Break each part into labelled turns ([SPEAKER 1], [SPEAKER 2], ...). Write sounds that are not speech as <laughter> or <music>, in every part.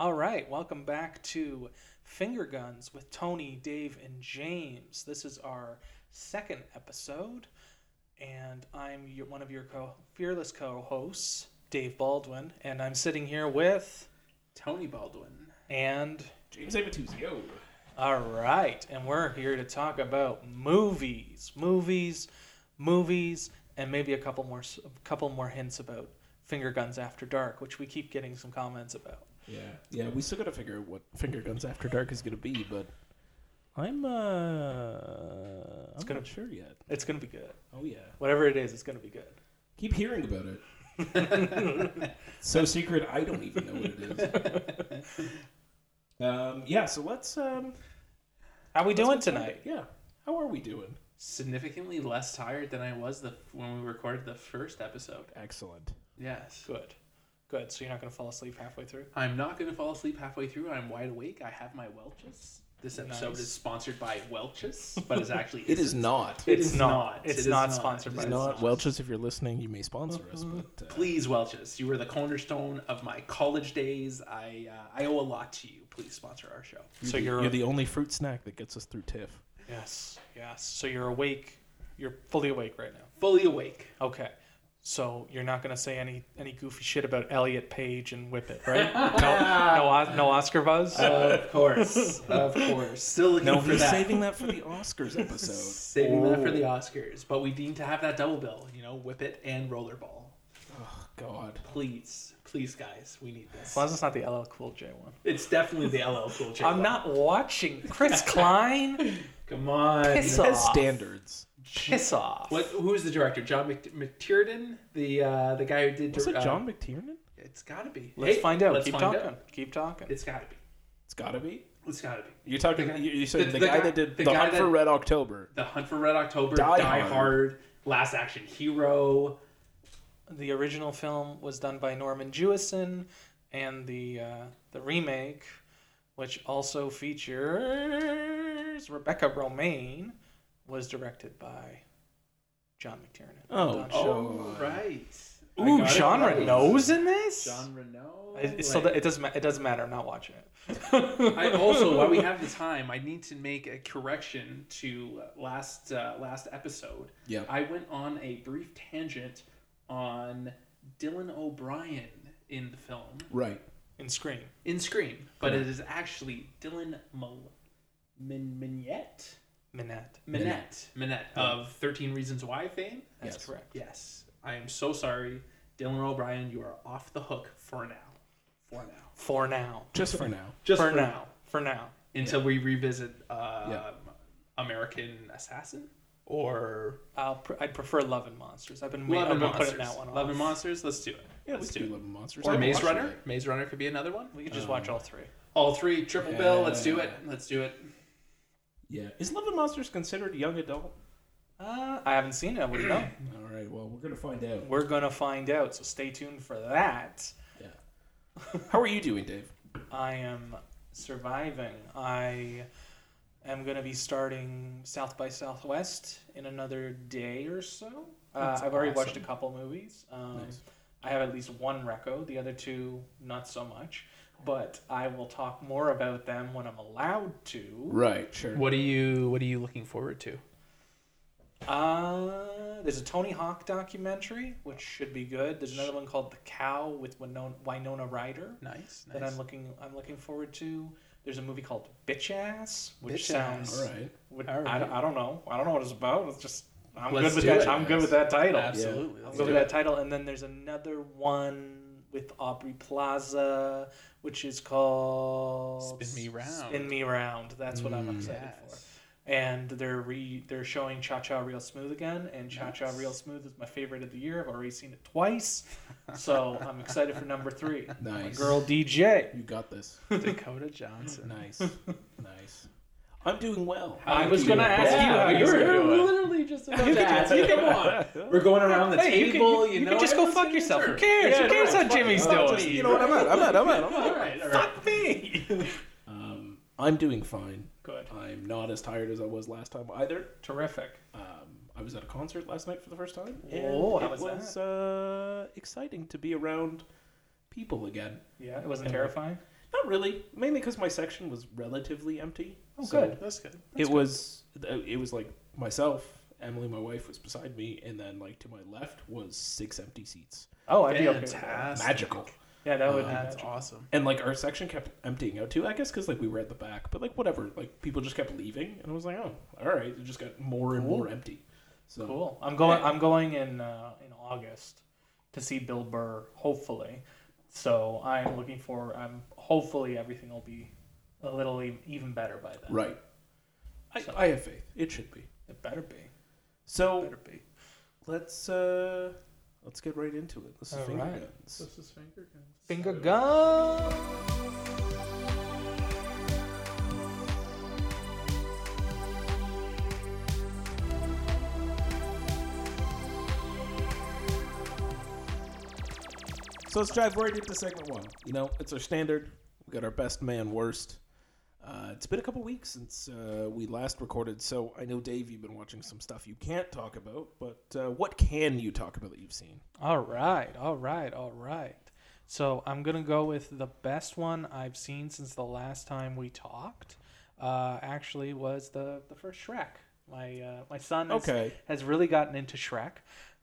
[SPEAKER 1] All right, welcome back to Finger Guns with Tony, Dave, and James. This is our second episode, and I'm your, one of your co- fearless co-hosts, Dave Baldwin, and I'm sitting here with
[SPEAKER 2] Tony Baldwin.
[SPEAKER 1] and
[SPEAKER 2] James Avatuzio.
[SPEAKER 1] all right, and we're here to talk about movies, movies, movies, and maybe a couple more s- a couple more hints about Finger Guns After Dark, which we keep getting some comments about.
[SPEAKER 2] Yeah. Yeah, we still gotta figure out what Finger Guns After Dark is gonna be, but I'm uh I'm
[SPEAKER 1] gonna-
[SPEAKER 2] not sure yet.
[SPEAKER 1] It's gonna be good.
[SPEAKER 2] Oh yeah.
[SPEAKER 1] Whatever it is, it's gonna be good.
[SPEAKER 2] Keep hearing about it.
[SPEAKER 3] <laughs>
[SPEAKER 2] so secret I don't even know what it is. um yeah, so let's um
[SPEAKER 1] How we
[SPEAKER 2] let's
[SPEAKER 1] doing
[SPEAKER 2] get started.
[SPEAKER 1] tonight?
[SPEAKER 2] Yeah. How are we doing?
[SPEAKER 3] significantly less tired than I was the when we recorded the first episode.
[SPEAKER 2] Excellent.
[SPEAKER 3] Yes.
[SPEAKER 1] Good. Good. So you're not going to fall asleep halfway through?
[SPEAKER 3] I'm not going to fall asleep halfway through. I'm wide awake. I have my Welch's. This episode
[SPEAKER 1] Nice.
[SPEAKER 3] is sponsored by Welch's, but it's actually
[SPEAKER 2] It is not.
[SPEAKER 3] It
[SPEAKER 1] It's
[SPEAKER 3] is
[SPEAKER 1] not.
[SPEAKER 3] not.
[SPEAKER 1] It's
[SPEAKER 3] It is
[SPEAKER 1] not sponsored
[SPEAKER 3] It
[SPEAKER 1] by
[SPEAKER 3] is
[SPEAKER 2] It's
[SPEAKER 1] It's
[SPEAKER 2] not. Welch's, if you're listening, you may sponsor us,
[SPEAKER 3] <laughs>
[SPEAKER 2] but uh,
[SPEAKER 3] Please, Welch's, you were the cornerstone of my college days. I uh, I owe a lot to you. Please sponsor our show.
[SPEAKER 1] So you're,
[SPEAKER 2] you're the only fruit snack that gets us through TIFF.
[SPEAKER 1] yes, yes. So you're awake. You're fully awake right now.
[SPEAKER 3] Fully awake.
[SPEAKER 1] Okay. So you're not going to say any any goofy shit about Elliot Page and Whip It, right? No, no, Os- no Oscar buzz.
[SPEAKER 3] Of course. of course. Still looking
[SPEAKER 2] No,
[SPEAKER 3] for
[SPEAKER 2] he's
[SPEAKER 3] that.
[SPEAKER 2] saving Oh. that for the Oscars episode.
[SPEAKER 3] Saving that for the Oscars, but we need to have that double bill, you know, whip it and rollerball.
[SPEAKER 2] <laughs> Oh God.
[SPEAKER 3] Please, please, guys, we need this.
[SPEAKER 1] as long as it's not the LL Cool J one.
[SPEAKER 3] It's definitely the LL Cool
[SPEAKER 1] <laughs>
[SPEAKER 3] J.
[SPEAKER 1] I'm not watching Chris Klein.
[SPEAKER 3] Come on.
[SPEAKER 1] Piss
[SPEAKER 2] His
[SPEAKER 1] off.
[SPEAKER 2] standards.
[SPEAKER 1] Piss off.
[SPEAKER 3] What? Who is the director? John Mc, McTiernan, the uh, the guy who did.
[SPEAKER 2] Was it
[SPEAKER 3] uh,
[SPEAKER 2] John McTiernan?
[SPEAKER 3] It's gotta be.
[SPEAKER 1] Let's
[SPEAKER 3] Hey,
[SPEAKER 1] find out.
[SPEAKER 3] let's
[SPEAKER 1] Keep
[SPEAKER 3] find
[SPEAKER 1] talking.
[SPEAKER 3] out.
[SPEAKER 1] Keep talking.
[SPEAKER 3] It's gotta be.
[SPEAKER 2] It's gotta be.
[SPEAKER 3] It's gotta be.
[SPEAKER 2] You're talking.
[SPEAKER 3] The guy-
[SPEAKER 2] you, you said
[SPEAKER 3] the-
[SPEAKER 2] the,
[SPEAKER 3] the
[SPEAKER 2] guy,
[SPEAKER 3] guy-
[SPEAKER 2] that did
[SPEAKER 3] the
[SPEAKER 2] the,
[SPEAKER 3] guy
[SPEAKER 2] Hunt
[SPEAKER 3] that-
[SPEAKER 2] for Red October.
[SPEAKER 3] The Hunt for Red October,
[SPEAKER 2] Die
[SPEAKER 3] Die,
[SPEAKER 2] Hard.
[SPEAKER 3] Hard. Last Action Hero.
[SPEAKER 1] The original film was done by Norman Jewison, and the uh, the remake, which also features Rebecca Romaine, was directed by John McTiernan.
[SPEAKER 2] Oh,
[SPEAKER 1] Don
[SPEAKER 2] oh,
[SPEAKER 1] Shaw.
[SPEAKER 3] Oh, right. I
[SPEAKER 1] ooh,
[SPEAKER 3] got it
[SPEAKER 1] Sean
[SPEAKER 3] right.
[SPEAKER 1] Renault's in this.
[SPEAKER 3] Jean Renault.
[SPEAKER 1] It, it- so
[SPEAKER 3] like-
[SPEAKER 1] that, it doesn't ma- it doesn't matter. I'm not watching it.
[SPEAKER 3] I
[SPEAKER 1] <laughs>
[SPEAKER 3] also, while we have the time, I need to make a correction to uh, last uh, last episode.
[SPEAKER 2] Yeah.
[SPEAKER 3] I went on a brief tangent on Dylan O'Brien in the film
[SPEAKER 2] Right.
[SPEAKER 1] in Scream.
[SPEAKER 3] in Scream, but it is actually Dylan Mul- Min- Minette
[SPEAKER 1] Minette.
[SPEAKER 3] Minette Minette of Thirteen Reasons Why fame.
[SPEAKER 1] That's
[SPEAKER 2] Yes.
[SPEAKER 1] correct.
[SPEAKER 3] Yes, I am so sorry, Dylan O'Brien. You are off the hook for now. For now.
[SPEAKER 1] For now.
[SPEAKER 2] Just for now.
[SPEAKER 3] Just
[SPEAKER 1] for, now. For now.
[SPEAKER 3] until we revisit um,
[SPEAKER 2] Yeah.
[SPEAKER 3] American Assassin or
[SPEAKER 1] I'll pr- I'd prefer Love and Monsters. I've been waiting.
[SPEAKER 3] Love
[SPEAKER 1] I'm
[SPEAKER 3] and
[SPEAKER 1] gonna
[SPEAKER 3] Monsters.
[SPEAKER 1] put it in that one.
[SPEAKER 3] Love
[SPEAKER 1] off.
[SPEAKER 3] and Monsters. Let's do it.
[SPEAKER 2] Yeah, we
[SPEAKER 3] let's
[SPEAKER 2] could
[SPEAKER 3] do
[SPEAKER 2] do
[SPEAKER 3] it.
[SPEAKER 2] Love and Monsters.
[SPEAKER 3] Or
[SPEAKER 2] I'd
[SPEAKER 3] Maze
[SPEAKER 2] watch
[SPEAKER 3] Runner.
[SPEAKER 2] it.
[SPEAKER 3] Maze Runner could be another one.
[SPEAKER 1] We could just watch
[SPEAKER 3] Um,
[SPEAKER 1] all three.
[SPEAKER 3] All three triple bill. Let's do it.
[SPEAKER 2] Yeah.
[SPEAKER 3] Let's do it.
[SPEAKER 2] Yeah. Is Love and Monsters considered young adult?
[SPEAKER 1] Uh, I haven't seen it. I wouldn't know. <clears throat>
[SPEAKER 2] All right. Well, we're gonna find out.
[SPEAKER 1] We're gonna find out. So stay tuned for that.
[SPEAKER 2] Yeah. How are you doing, Dave?
[SPEAKER 1] I am surviving. I am gonna be starting South by Southwest in another day or so. Uh,
[SPEAKER 2] That's
[SPEAKER 1] I've already watched a
[SPEAKER 2] awesome.
[SPEAKER 1] couple movies. Um,
[SPEAKER 2] Nice.
[SPEAKER 1] I have at least one reco. The other two, not so much. But I will talk more about them when I'm allowed to.
[SPEAKER 2] Right. Sure.
[SPEAKER 3] What are you What are you looking forward to?
[SPEAKER 1] Uh, there's a Tony Hawk documentary, which should be good. There's another one called The Cow with Winona, Winona Ryder
[SPEAKER 3] Nice.
[SPEAKER 1] that
[SPEAKER 3] nice.
[SPEAKER 1] I'm looking I'm looking forward to. There's a movie called Bitch Ass, which
[SPEAKER 3] Bitch
[SPEAKER 1] sounds
[SPEAKER 2] All right.
[SPEAKER 1] would-
[SPEAKER 3] All
[SPEAKER 1] I,
[SPEAKER 3] right.
[SPEAKER 1] don't- I don't know. I don't know what it's about. It's just I'm
[SPEAKER 3] Let's
[SPEAKER 1] good with
[SPEAKER 3] do
[SPEAKER 1] that.
[SPEAKER 2] it.
[SPEAKER 1] I'm good with that title.
[SPEAKER 3] Absolutely.
[SPEAKER 1] I'm
[SPEAKER 3] Let's
[SPEAKER 1] good
[SPEAKER 3] do
[SPEAKER 1] with that
[SPEAKER 3] it.
[SPEAKER 1] title. And then there's another one with Aubrey Plaza, which is called
[SPEAKER 3] Spin Me Round. Mm,
[SPEAKER 1] Spin Me Round. That's what I'm excited for
[SPEAKER 3] Yes.
[SPEAKER 1] and they're re they're showing Cha Cha Real Smooth again, and Cha Cha
[SPEAKER 3] Nice.
[SPEAKER 1] Real Smooth is my favorite of the year. I've already seen it twice, so I'm excited for number
[SPEAKER 3] <laughs>
[SPEAKER 1] three. My
[SPEAKER 2] Nice.
[SPEAKER 1] girl DJ.
[SPEAKER 2] You got this.
[SPEAKER 1] <laughs>
[SPEAKER 3] Dakota Johnson.
[SPEAKER 2] Nice. nice. I'm doing well.
[SPEAKER 1] I was gonna ask
[SPEAKER 3] Yeah,
[SPEAKER 1] you how
[SPEAKER 3] you
[SPEAKER 1] you were
[SPEAKER 3] were
[SPEAKER 1] doing.
[SPEAKER 3] literally just about
[SPEAKER 1] You
[SPEAKER 3] to
[SPEAKER 1] could
[SPEAKER 3] ask.
[SPEAKER 1] just-
[SPEAKER 3] Come on. <laughs> We're going around the
[SPEAKER 1] Hey, you
[SPEAKER 3] table.
[SPEAKER 1] can,
[SPEAKER 3] You,
[SPEAKER 1] you,
[SPEAKER 3] know
[SPEAKER 1] can just go
[SPEAKER 3] everyone's
[SPEAKER 1] fuck yourself.
[SPEAKER 3] gonna
[SPEAKER 1] Who
[SPEAKER 3] answer.
[SPEAKER 1] cares?
[SPEAKER 2] Yeah,
[SPEAKER 1] Who cares
[SPEAKER 2] no,
[SPEAKER 1] how Jimmy's
[SPEAKER 2] I'll
[SPEAKER 1] doing?
[SPEAKER 2] just- you know what? I'm out. I'm out. I'm out. I'm
[SPEAKER 3] All
[SPEAKER 2] out.
[SPEAKER 3] right. All right.
[SPEAKER 1] fuck me. <laughs>
[SPEAKER 2] Um, I'm doing fine.
[SPEAKER 1] Good.
[SPEAKER 2] I'm not as tired as I was last time either.
[SPEAKER 1] Terrific.
[SPEAKER 2] Um, I was at a concert last night for the first time. and
[SPEAKER 1] Oh, how
[SPEAKER 2] it
[SPEAKER 1] was
[SPEAKER 2] was, uh, exciting to be around people again.
[SPEAKER 1] Yeah, it wasn't
[SPEAKER 2] Yeah.
[SPEAKER 1] terrifying.
[SPEAKER 2] Not really. Mainly because my section was relatively empty.
[SPEAKER 1] Oh,
[SPEAKER 2] So
[SPEAKER 1] good. That's good.
[SPEAKER 2] it was uh, it was like myself, Emily, my wife was beside me, and then like to my left was six empty seats.
[SPEAKER 1] Oh, I'd be okay. with that.
[SPEAKER 3] Fantastic.
[SPEAKER 2] Magical.
[SPEAKER 1] Yeah, that Oh, would be
[SPEAKER 3] That's
[SPEAKER 1] magical.
[SPEAKER 3] awesome.
[SPEAKER 2] And like our section kept emptying out too. I guess because like we were at the back, but like whatever. Like people just kept leaving, and I was like, oh, all right. It just got more and
[SPEAKER 1] Cool.
[SPEAKER 2] more empty. So
[SPEAKER 1] Cool. I'm going. I'm going in uh, in August to see Bill Burr. Hopefully, so I'm looking for. I'm hopefully everything will be a little e- even better by then.
[SPEAKER 2] right. I,
[SPEAKER 1] So-
[SPEAKER 2] I have faith. It should be.
[SPEAKER 1] It better be.
[SPEAKER 2] So
[SPEAKER 1] Better be.
[SPEAKER 2] let's uh let's get right into it. This is
[SPEAKER 1] All
[SPEAKER 2] finger
[SPEAKER 1] right.
[SPEAKER 2] guns.
[SPEAKER 3] is finger guns.
[SPEAKER 1] Finger gun.
[SPEAKER 2] So let's dive right into segment one. You know, it's our standard. We got our best man, worst. Uh, it's been a couple weeks since uh, we last recorded, so I know Dave, you've been watching some stuff you can't talk about. But uh, what can you talk about that you've seen?
[SPEAKER 1] All right, all right, all right. So I'm gonna go with the best one I've seen since the last time we talked. Uh, actually, was the the first Shrek. My uh, my son has,
[SPEAKER 2] Okay.
[SPEAKER 1] has really gotten into Shrek.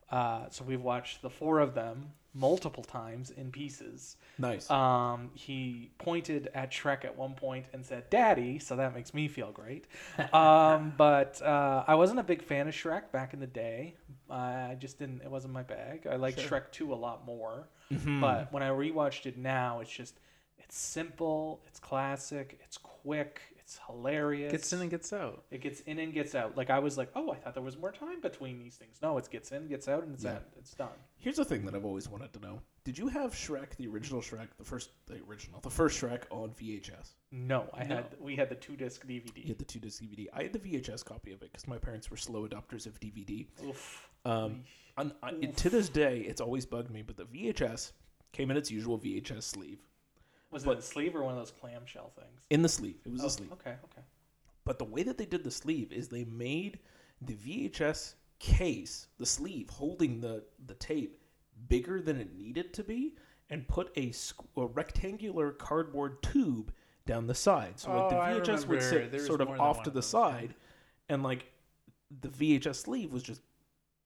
[SPEAKER 1] Uh, so we've watched the four of them multiple times in pieces.
[SPEAKER 2] Nice.
[SPEAKER 1] Um, he pointed at Shrek at one point and said, "Daddy," so that makes me feel great. Um, but uh, I wasn't a big fan of Shrek back in the day. I just didn't. It wasn't my bag. I liked Shrek Two a lot more. But when I rewatched it now, it's just it's simple, it's classic, it's quick, it's hilarious.
[SPEAKER 3] Gets in and gets out.
[SPEAKER 1] It gets in and gets out. Like I was like, oh, I thought there was more time between these things. No, it gets in, gets out, and it's
[SPEAKER 2] Yeah.
[SPEAKER 1] out. It's done.
[SPEAKER 2] Here's the thing that I've always wanted to know: Did you have Shrek, the original Shrek, the first, the original, the first Shrek on VHS?
[SPEAKER 1] No, I
[SPEAKER 3] No.
[SPEAKER 1] had we had the two disc DVD.
[SPEAKER 2] You had the two disc DVD. I had the VHS copy of it because my parents were slow adopters of DVD.
[SPEAKER 1] Oof.
[SPEAKER 2] Um, un- un- to this day, it's always bugged me, but the VHS came in its usual VHS sleeve.
[SPEAKER 1] Was
[SPEAKER 2] But-
[SPEAKER 1] it a sleeve or one of those clamshell things?
[SPEAKER 2] In the sleeve, it was
[SPEAKER 3] Oh.
[SPEAKER 2] a sleeve.
[SPEAKER 1] Okay, okay.
[SPEAKER 2] But the way that they did the sleeve is they made the VHS case, the sleeve holding the the tape, bigger than it needed to be, and put a, squ- a rectangular cardboard tube down the side. So like
[SPEAKER 3] Oh, I
[SPEAKER 2] the VHS would
[SPEAKER 3] remember.
[SPEAKER 2] sit
[SPEAKER 3] There was
[SPEAKER 2] sort of
[SPEAKER 3] more than
[SPEAKER 2] off
[SPEAKER 3] one
[SPEAKER 2] to
[SPEAKER 3] of
[SPEAKER 2] the
[SPEAKER 3] those, yeah.
[SPEAKER 2] side, and like the VHS sleeve was just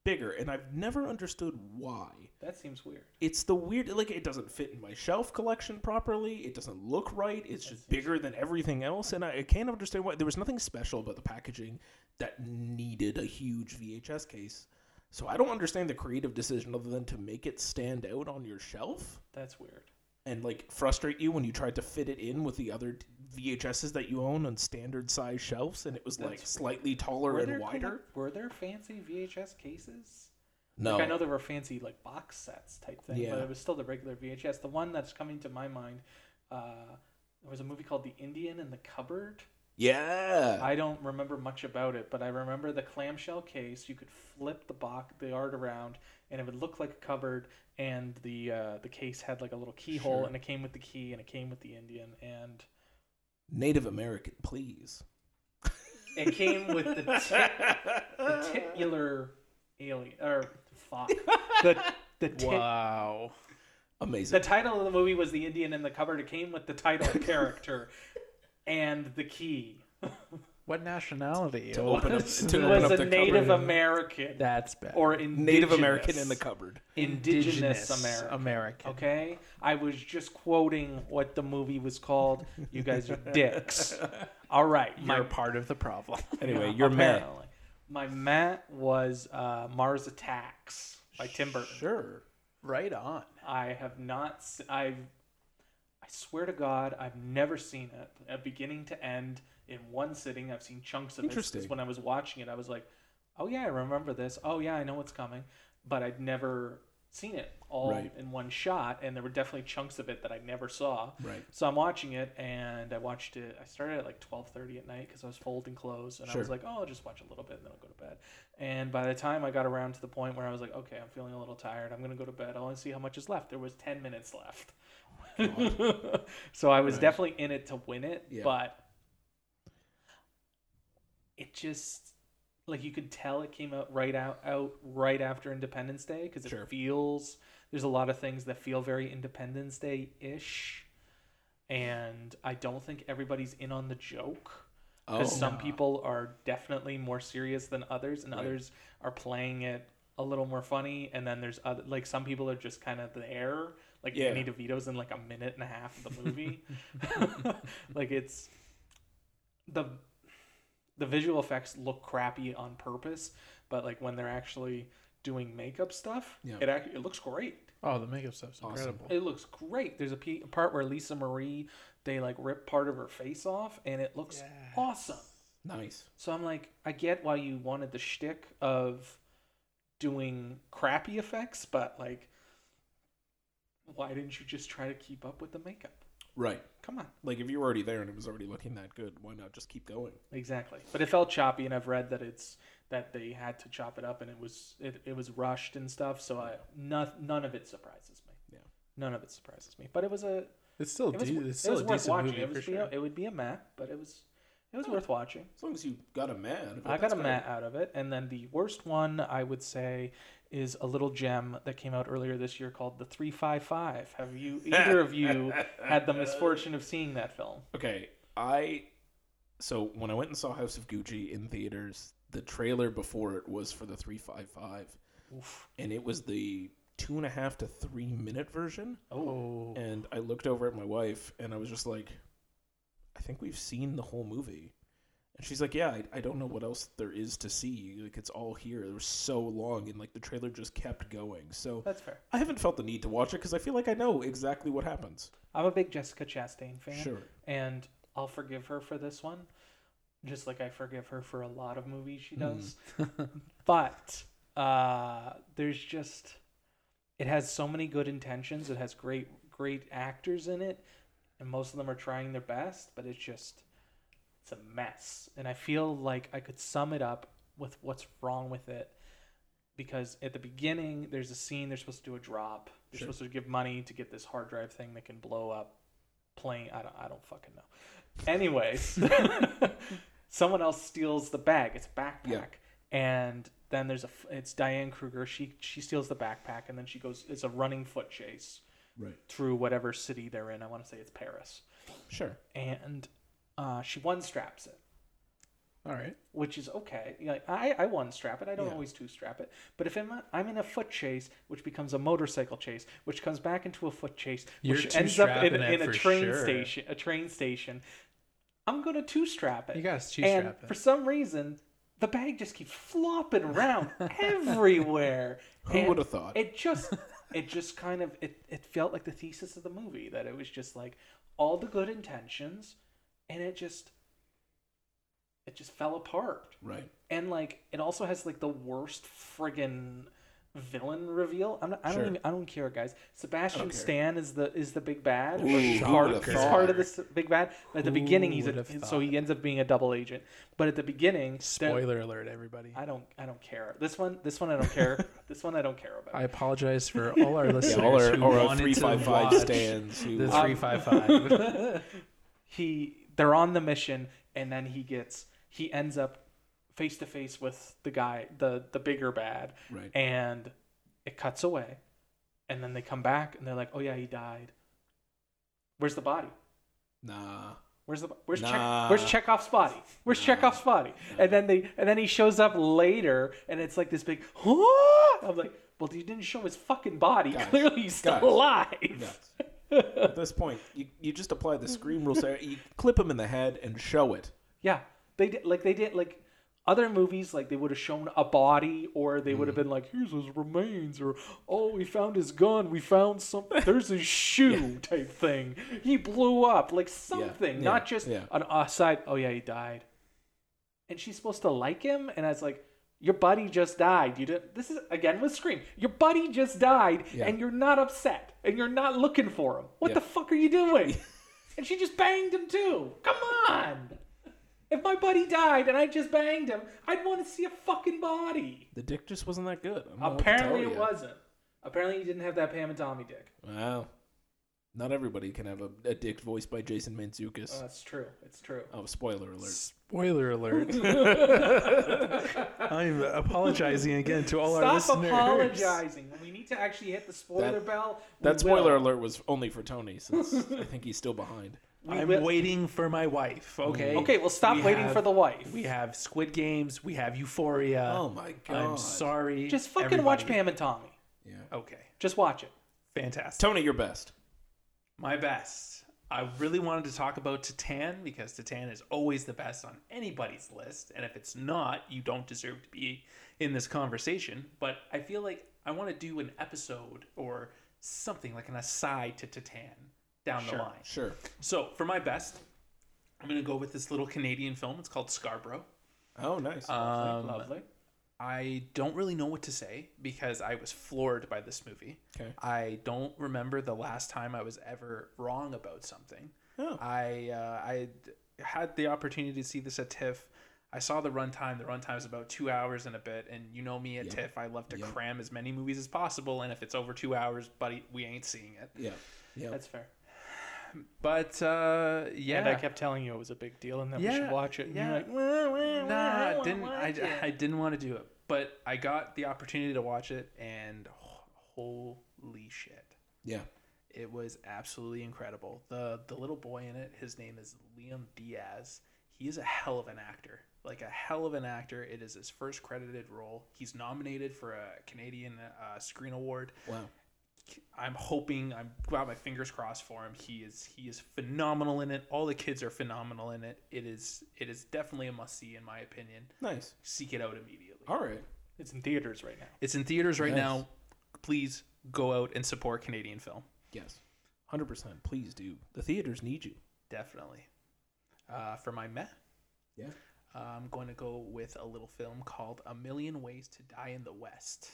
[SPEAKER 2] bigger. And I've never understood why.
[SPEAKER 1] That seems weird.
[SPEAKER 2] it's the weird like it doesn't fit in my shelf collection properly it doesn't look right it's just bigger than everything else and I, I can't understand why there was nothing special about the packaging that needed a huge vhs case so i don't understand the creative decision other than to make it stand out on your shelf
[SPEAKER 1] That's weird.
[SPEAKER 2] and like frustrate you when you tried to fit it in with the other vhs's that you own on standard size shelves and it was like
[SPEAKER 1] That's-
[SPEAKER 2] slightly taller and
[SPEAKER 1] colle-
[SPEAKER 2] wider
[SPEAKER 1] were there fancy VHS cases?
[SPEAKER 2] no
[SPEAKER 1] Like I know there were fancy like box sets type thing, but
[SPEAKER 2] Yeah.
[SPEAKER 1] it was still the regular VHS. The one that's coming to my mind, uh, there was a movie called The Indian in the Cupboard.
[SPEAKER 2] yeah
[SPEAKER 1] I don't remember much about it, but I remember the clamshell case. You could flip the box, the art around, and it would look like a cupboard. And the uh, the case had like a little keyhole,
[SPEAKER 2] Sure.
[SPEAKER 1] and it came with the key, and it came with the Indian, and
[SPEAKER 2] native american please
[SPEAKER 1] It came with the, ti-
[SPEAKER 2] <laughs>
[SPEAKER 1] the titular alien or
[SPEAKER 2] <laughs>
[SPEAKER 1] fuck the the ti-
[SPEAKER 3] Wow.
[SPEAKER 2] amazing
[SPEAKER 1] the title of the movie was the Indian in the cupboard. It came with the title
[SPEAKER 2] <laughs>
[SPEAKER 1] character and the key.
[SPEAKER 3] What nationality?
[SPEAKER 2] To open up-
[SPEAKER 3] was
[SPEAKER 2] to
[SPEAKER 1] It <laughs>
[SPEAKER 3] the-
[SPEAKER 2] open
[SPEAKER 1] was
[SPEAKER 2] up
[SPEAKER 1] a
[SPEAKER 2] the
[SPEAKER 1] Native
[SPEAKER 2] cupboard.
[SPEAKER 1] American
[SPEAKER 3] That's bad.
[SPEAKER 1] or indigenous,
[SPEAKER 2] Native American in the cupboard.
[SPEAKER 1] indigenous American.
[SPEAKER 3] American.
[SPEAKER 1] Okay, I was just quoting what the movie was called. You guys
[SPEAKER 3] <laughs>
[SPEAKER 1] are dicks. All right, my
[SPEAKER 3] You're part of the problem.
[SPEAKER 2] Anyway,
[SPEAKER 1] Yeah,
[SPEAKER 2] your man.
[SPEAKER 1] apparently. My mat was uh, Mars Attacks by Tim Burton.
[SPEAKER 2] Sure.
[SPEAKER 3] right on.
[SPEAKER 1] I have not. s- I've. I swear to God, I've never seen it uh, beginning to end in one sitting. I've seen chunks of it. 'cause
[SPEAKER 2] Interesting.
[SPEAKER 1] When I was watching it, I was like, "Oh yeah, I remember this. Oh yeah, I know what's coming," but I'd never seen it all
[SPEAKER 2] Right.
[SPEAKER 1] in one shot. And there were definitely chunks of it that I never saw.
[SPEAKER 2] Right.
[SPEAKER 1] So I'm watching it, and I watched it. I started at like 12:30 at night because I was folding clothes, and I was
[SPEAKER 2] Sure.
[SPEAKER 1] like, "Oh, I'll just watch a little bit, and then I'll go to bed." And by the time I got around to the point where I was like, "Okay, I'm feeling a little tired. I'm gonna go to bed. I want to see how much is left." There was 10 minutes left, <laughs> so I was
[SPEAKER 2] Nice.
[SPEAKER 1] definitely in it to win it,
[SPEAKER 2] Yeah.
[SPEAKER 1] but it just like you could tell it came out right out out right after Independence Day because it
[SPEAKER 2] Sure.
[SPEAKER 1] feels there's a lot of things that feel very Independence Day ish, and I don't think everybody's in on the joke
[SPEAKER 2] Oh,
[SPEAKER 1] because some people are definitely more serious than others, and
[SPEAKER 2] Right.
[SPEAKER 1] others are playing it a little more funny. And then there's other like some people are just kind of there. Like
[SPEAKER 2] Yeah.
[SPEAKER 1] Danny DeVito's in like a minute and a half of the
[SPEAKER 2] <laughs>
[SPEAKER 1] movie. <laughs> like it's the the visual effects look crappy on purpose, but like when they're actually doing makeup stuff,
[SPEAKER 2] Yeah.
[SPEAKER 1] it act- it looks great.
[SPEAKER 4] Oh, the makeup stuff's
[SPEAKER 2] Awesome.
[SPEAKER 4] incredible.
[SPEAKER 1] It looks great. There's a pe- a part where Lisa Marie they like rip part of her face off, and it looks
[SPEAKER 4] Yes.
[SPEAKER 1] awesome.
[SPEAKER 2] nice.
[SPEAKER 1] So I'm like, I get why you wanted the shtick of doing crappy effects, but like, why didn't you just try to keep up with the makeup?
[SPEAKER 2] Right.
[SPEAKER 1] Come on.
[SPEAKER 2] Like if you were already there and it was already looking that good, why not just keep going?
[SPEAKER 1] Exactly. But it felt choppy, and I've read that it's that they had to chop it up, and it was it, it was rushed and stuff. So I none none of it surprises me.
[SPEAKER 2] Yeah.
[SPEAKER 1] None of it surprises me. But it was a
[SPEAKER 4] It's still
[SPEAKER 1] it was,
[SPEAKER 4] de- it's
[SPEAKER 1] it
[SPEAKER 4] still
[SPEAKER 1] was
[SPEAKER 4] a
[SPEAKER 1] worth
[SPEAKER 4] decent
[SPEAKER 1] watching.
[SPEAKER 4] movie
[SPEAKER 1] it
[SPEAKER 4] for
[SPEAKER 1] was
[SPEAKER 4] sure. Oh.
[SPEAKER 1] it would be a map, but it was it was worth watching.
[SPEAKER 2] As long as you got a man. out of it,
[SPEAKER 1] I got
[SPEAKER 2] that's
[SPEAKER 1] a
[SPEAKER 2] great.
[SPEAKER 1] mat out of it, and then the worst one I would say is a little gem that came out earlier this year called the Three Five Five. Have you either of you had the misfortune of seeing that film?
[SPEAKER 2] Okay, I so when I went and saw House of Gucci in theaters, the trailer before it was for the three five five,
[SPEAKER 1] Oof.
[SPEAKER 2] and it was the two and a half to three minute version.
[SPEAKER 4] Oh,
[SPEAKER 2] And I looked over at my wife, and I was just like, I think we've seen the whole movie. And she's like, Yeah, I, I don't know what else there is to see. Like it's all here. It was so long, and like the trailer just kept going. So
[SPEAKER 1] That's fair.
[SPEAKER 2] I haven't felt the need to watch it because I feel like I know exactly what happens.
[SPEAKER 1] I'm a big Jessica Chastain fan,
[SPEAKER 2] Sure.
[SPEAKER 1] and I'll forgive her for this one, just like I forgive her for a lot of movies she does. but uh, there's just it has so many good intentions. It has great great actors in it, and most of them are trying their best, but it's just it's a mess. And I feel like I could sum it up with what's wrong with it. Because at the beginning, there's a scene they're supposed to do a drop. They're
[SPEAKER 2] Sure.
[SPEAKER 1] supposed to give money to get this hard drive thing that can blow up plane. I don't. I don't fucking know. Anyways, <laughs> someone else steals the bag. It's a backpack,
[SPEAKER 2] Yeah.
[SPEAKER 1] and then there's a. f- It's Diane Kruger. She she steals the backpack, and then she goes. It's a running foot chase
[SPEAKER 2] Right.
[SPEAKER 1] through whatever city they're in. I want to say it's Paris,
[SPEAKER 2] Sure.
[SPEAKER 1] and uh, she one straps it
[SPEAKER 4] all right.
[SPEAKER 1] which is okay. You know, Like I, I one strap it. I don't
[SPEAKER 2] Yeah.
[SPEAKER 1] always two strap it. But if I'm, a, I'm in a foot chase, which becomes a motorcycle chase, which comes back into a foot chase,
[SPEAKER 4] You're
[SPEAKER 1] which ends up in,
[SPEAKER 4] two-strapping it
[SPEAKER 1] in a
[SPEAKER 4] for
[SPEAKER 1] train
[SPEAKER 4] sure.
[SPEAKER 1] station, a train station, I'm gonna two strap it.
[SPEAKER 4] You gotta
[SPEAKER 1] and
[SPEAKER 4] two-strap it.
[SPEAKER 1] for some reason, the bag just keeps flopping
[SPEAKER 2] <laughs>
[SPEAKER 1] around everywhere.
[SPEAKER 2] Who
[SPEAKER 1] And
[SPEAKER 2] would've thought?
[SPEAKER 1] It just, it just kind of, it, it felt like the thesis of the movie that it was just like all the good intentions, and it just, it just fell apart
[SPEAKER 2] Right.
[SPEAKER 1] and like it also has like the worst friggin' villain reveal. I'm not, I don't
[SPEAKER 2] Sure.
[SPEAKER 1] even, I don't care, guys. Sebastian
[SPEAKER 2] care.
[SPEAKER 1] Stan is the is the big bad.
[SPEAKER 2] Ooh,
[SPEAKER 1] He's
[SPEAKER 2] who
[SPEAKER 1] part,
[SPEAKER 2] would've
[SPEAKER 1] he's
[SPEAKER 2] thought?
[SPEAKER 1] part of this big bad. But at the
[SPEAKER 4] Who
[SPEAKER 1] beginning, he's a,
[SPEAKER 4] would've
[SPEAKER 1] so he ends up being a double agent. But at the beginning, there-
[SPEAKER 4] Spoiler alert, everybody.
[SPEAKER 1] I don't I don't care. This one this one I don't
[SPEAKER 2] <laughs>
[SPEAKER 1] care. this one I don't care about.
[SPEAKER 4] I apologize for <laughs> all our listeners
[SPEAKER 2] Yeah, all our,
[SPEAKER 4] who
[SPEAKER 2] all our
[SPEAKER 4] wanted
[SPEAKER 2] three
[SPEAKER 4] to
[SPEAKER 2] five five
[SPEAKER 4] watch
[SPEAKER 2] stands. Who,
[SPEAKER 4] the
[SPEAKER 2] Um,
[SPEAKER 4] three five five. <laughs>
[SPEAKER 1] he they're on the mission and then he gets he ends up face to face with the guy the the bigger bad
[SPEAKER 2] Right.
[SPEAKER 1] and it cuts away and then they come back and they're like oh yeah he died where's the body
[SPEAKER 2] Nah.
[SPEAKER 1] Where's the where's
[SPEAKER 2] Nah.
[SPEAKER 1] Check, where's Chekhov's body? Where's Chekhov's body? And then they and then he shows up later, and it's like this big. "Huh?" I'm like, well, you didn't show his fucking body.
[SPEAKER 2] Guys,
[SPEAKER 1] Clearly, he's still
[SPEAKER 2] guys,
[SPEAKER 1] alive.
[SPEAKER 2] Nuts.
[SPEAKER 1] <laughs>
[SPEAKER 2] At this point, you, you just apply the scream rules. there. You clip him in the head and show it.
[SPEAKER 1] Yeah, they did like they did like other movies like they would have shown a body or they would have
[SPEAKER 2] Mm-hmm.
[SPEAKER 1] been like here's his remains or oh we found his gun we found
[SPEAKER 2] <laughs>
[SPEAKER 1] some there's his shoe type thing he blew up like something
[SPEAKER 2] yeah,
[SPEAKER 1] not just
[SPEAKER 2] yeah.
[SPEAKER 1] an aside oh yeah he died and she's supposed to like him and I was like your buddy just died you did this is again with scream your buddy just died
[SPEAKER 2] Yeah.
[SPEAKER 1] and you're not upset and you're not looking for him what
[SPEAKER 2] Yeah.
[SPEAKER 1] the fuck are you
[SPEAKER 2] <laughs>
[SPEAKER 1] doing and she just banged him too come on if my buddy died and I just banged him, I'd want to see a fucking body.
[SPEAKER 2] The dick just wasn't that good. I'm not
[SPEAKER 1] Apparently
[SPEAKER 2] to
[SPEAKER 1] it
[SPEAKER 2] tell ya.
[SPEAKER 1] wasn't. Apparently you didn't have that Pam and Tommy dick.
[SPEAKER 2] Wow. Not everybody can have a, a dick voiced by Jason Mantzoukas.
[SPEAKER 1] Oh, that's true. It's true.
[SPEAKER 2] oh, spoiler alert.
[SPEAKER 4] Spoiler alert.
[SPEAKER 1] <laughs>
[SPEAKER 4] I'm apologizing again to all our
[SPEAKER 1] Stop Oh,
[SPEAKER 4] listeners.
[SPEAKER 1] apologizing. We need need to actually hit the spoiler
[SPEAKER 2] That-
[SPEAKER 1] bell. we
[SPEAKER 2] That spoiler
[SPEAKER 1] will.
[SPEAKER 2] alert was only for Tony, since I think he's still behind.
[SPEAKER 1] We
[SPEAKER 4] I'm
[SPEAKER 1] will- Mm.
[SPEAKER 4] waiting for my wife. Okay.
[SPEAKER 1] Okay, well, stop
[SPEAKER 4] We
[SPEAKER 1] waiting
[SPEAKER 4] have-
[SPEAKER 1] for the wife.
[SPEAKER 4] We have Squid Games. We have Euphoria.
[SPEAKER 2] Oh my
[SPEAKER 4] I'm
[SPEAKER 2] God.
[SPEAKER 4] sorry.
[SPEAKER 1] Just fucking watch
[SPEAKER 4] everybody.
[SPEAKER 1] Pam and Tommy.
[SPEAKER 2] <laughs> Yeah.
[SPEAKER 4] Okay.
[SPEAKER 1] Just watch it.
[SPEAKER 4] Fantastic.
[SPEAKER 2] Oh, Tony, your best.
[SPEAKER 4] My best.
[SPEAKER 3] best. I really wanted to talk about Titan because Titan is always the best on anybody's list, and if it's not, you don't deserve to be in this conversation. But I feel like I want to do an episode or something like an aside to Titan down the line.
[SPEAKER 2] Sure.
[SPEAKER 3] So for my best, I'm gonna go with this little Canadian film. It's called Scarborough.
[SPEAKER 2] Oh, nice.
[SPEAKER 3] Um, I don't really know what to say because I was floored by this movie.
[SPEAKER 2] Okay.
[SPEAKER 3] I don't remember the last time I was ever wrong about something.
[SPEAKER 2] Oh.
[SPEAKER 3] I uh, I had the opportunity to see this at TIFF. I saw the runtime. The runtime is about two hours and a bit, and you know me at TIFF. I love to
[SPEAKER 2] Yep.
[SPEAKER 3] cram as many movies as possible, and if it's over two hours, buddy, we ain't seeing it.
[SPEAKER 2] yeah. Yeah.
[SPEAKER 1] That's fair.
[SPEAKER 3] But uh, yeah,
[SPEAKER 1] And I kept telling you it was a big deal and that we should
[SPEAKER 3] Yeah,
[SPEAKER 1] watch it. And
[SPEAKER 3] yeah.
[SPEAKER 1] you're like, "Wah, wah, wah, I
[SPEAKER 3] Nah,
[SPEAKER 1] wanna
[SPEAKER 3] didn't I,
[SPEAKER 1] watch it."
[SPEAKER 3] I didn't want to do it, but I got the opportunity to watch it, and ho- holy shit,
[SPEAKER 2] yeah.
[SPEAKER 3] it was absolutely incredible. the The little boy in it, his name is Liam Diaz. He is a hell of an actor, like a hell of an actor. It is his first credited role. He's nominated for a Canadian uh, Screen Award.
[SPEAKER 2] Wow.
[SPEAKER 3] I'm hoping I'm got my fingers crossed for him. He is he is phenomenal in it. All the kids are phenomenal in it. It is it is definitely a must see in my opinion.
[SPEAKER 2] Nice.
[SPEAKER 3] Seek it out immediately.
[SPEAKER 2] All right.
[SPEAKER 1] It's in theaters right now.
[SPEAKER 3] It's in theaters right
[SPEAKER 2] Nice.
[SPEAKER 3] now. Please go out and support Canadian film.
[SPEAKER 2] Yes. 100%. Please do. The theaters need you.
[SPEAKER 3] Definitely. Uh, for my meh,
[SPEAKER 2] Yeah.
[SPEAKER 3] uh, I'm going to go with a little film called A Million Ways to Die in the West.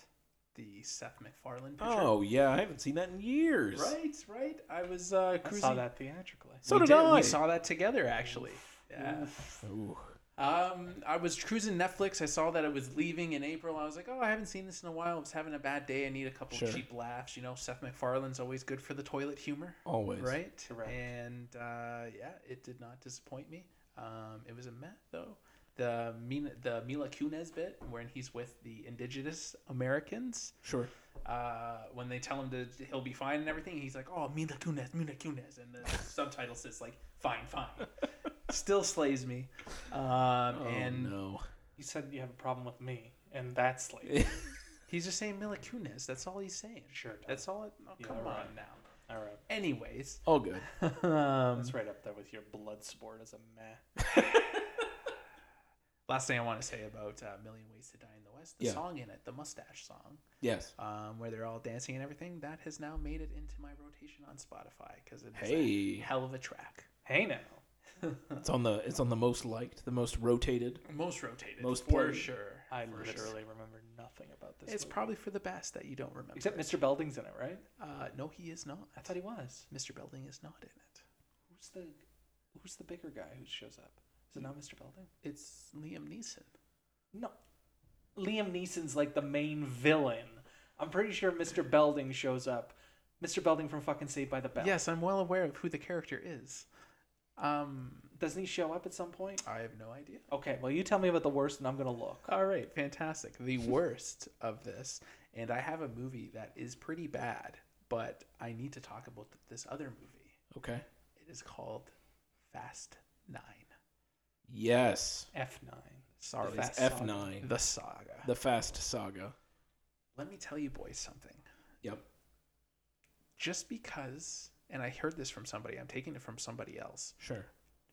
[SPEAKER 3] The Seth MacFarlane picture.
[SPEAKER 2] Oh, yeah. I haven't seen that in years.
[SPEAKER 3] right, right. I was uh,
[SPEAKER 1] I
[SPEAKER 3] cruising.
[SPEAKER 1] saw that theatrically.
[SPEAKER 2] So
[SPEAKER 3] we
[SPEAKER 2] did,
[SPEAKER 3] did.
[SPEAKER 2] I.
[SPEAKER 3] We saw that together, actually. Yeah.
[SPEAKER 2] Ooh.
[SPEAKER 3] Um, I was cruising Netflix. I saw that it was leaving in April. I was like, oh, I haven't seen this in a while. I was having a bad day. I need a couple
[SPEAKER 2] Sure.
[SPEAKER 3] cheap laughs. You know, Seth MacFarlane's always good for the toilet humor,
[SPEAKER 2] Always.
[SPEAKER 3] right?
[SPEAKER 1] Correct.
[SPEAKER 3] And uh, yeah, it did not disappoint me. Um, it was a meh though. The Mina, the Mila Kunis bit when he's with the indigenous Americans.
[SPEAKER 2] Sure.
[SPEAKER 3] Uh, when they tell him to, he'll be fine and everything, he's like, "Oh, Mila Kunis, Mila Kunis," and the subtitle says like, "Fine, fine." Still slays me. Um, and
[SPEAKER 2] Oh, no. <laughs>
[SPEAKER 1] You said you have a problem with me, and that's like,
[SPEAKER 3] He's just saying Mila Kunis. That's all he's saying.
[SPEAKER 1] sure. Tom.
[SPEAKER 3] That's all. It, oh,
[SPEAKER 1] Yeah,
[SPEAKER 3] come
[SPEAKER 1] right.
[SPEAKER 3] on now.
[SPEAKER 1] All right.
[SPEAKER 3] Anyways, <laughs>
[SPEAKER 2] All good.
[SPEAKER 3] um,
[SPEAKER 1] That's right up there with your blood sport as a meh.
[SPEAKER 3] last thing I want to say about uh, Million Ways to Die in the West, the
[SPEAKER 2] Yeah.
[SPEAKER 3] song in it, the mustache song,
[SPEAKER 2] Yes.
[SPEAKER 3] um, where they're all dancing and everything, that has now made it into my rotation on Spotify because it's
[SPEAKER 2] Hey.
[SPEAKER 3] a hell of a track.
[SPEAKER 1] Hey now.
[SPEAKER 2] It's on the it's on the most liked, the most rotated.
[SPEAKER 3] Most rotated,
[SPEAKER 2] Most
[SPEAKER 3] for
[SPEAKER 2] played.
[SPEAKER 3] sure.
[SPEAKER 1] I
[SPEAKER 3] for sure.
[SPEAKER 1] literally remember nothing about this.
[SPEAKER 3] It's
[SPEAKER 1] movie.
[SPEAKER 3] probably for the best that you don't remember.
[SPEAKER 1] Except
[SPEAKER 3] it.
[SPEAKER 1] Mr. Belding's in it, right?
[SPEAKER 3] Uh, no, he is not.
[SPEAKER 1] I thought he was.
[SPEAKER 3] Mr. Belding is not in it.
[SPEAKER 1] Who's the Who's the bigger guy who shows up? Is it not Mr. Belding?
[SPEAKER 3] It's Liam Neeson.
[SPEAKER 1] No. Liam Neeson's like the main villain. I'm pretty sure Mr. Belding shows up. Mr. Belding from fucking Saved by the Bell.
[SPEAKER 3] Yes, I'm well aware of who the character is. Um,
[SPEAKER 1] Doesn't he show up at some point?
[SPEAKER 3] I have no idea.
[SPEAKER 1] Okay, well you tell me about the worst and I'm gonna look.
[SPEAKER 3] All right, fantastic. <laughs> The worst of this, and I have a movie that is pretty bad, but I need to talk about th- this other movie.
[SPEAKER 2] Okay.
[SPEAKER 3] It is called Fast Nine.
[SPEAKER 2] Yes.
[SPEAKER 1] F nine.
[SPEAKER 3] Sorry,
[SPEAKER 1] Fast
[SPEAKER 3] F-
[SPEAKER 2] F nine.
[SPEAKER 3] the saga.
[SPEAKER 2] The Fast Saga.
[SPEAKER 3] Let me tell you, boys, something.
[SPEAKER 2] Yep.
[SPEAKER 3] Just because, and I heard this from somebody, I'm taking it from somebody else.
[SPEAKER 2] Sure.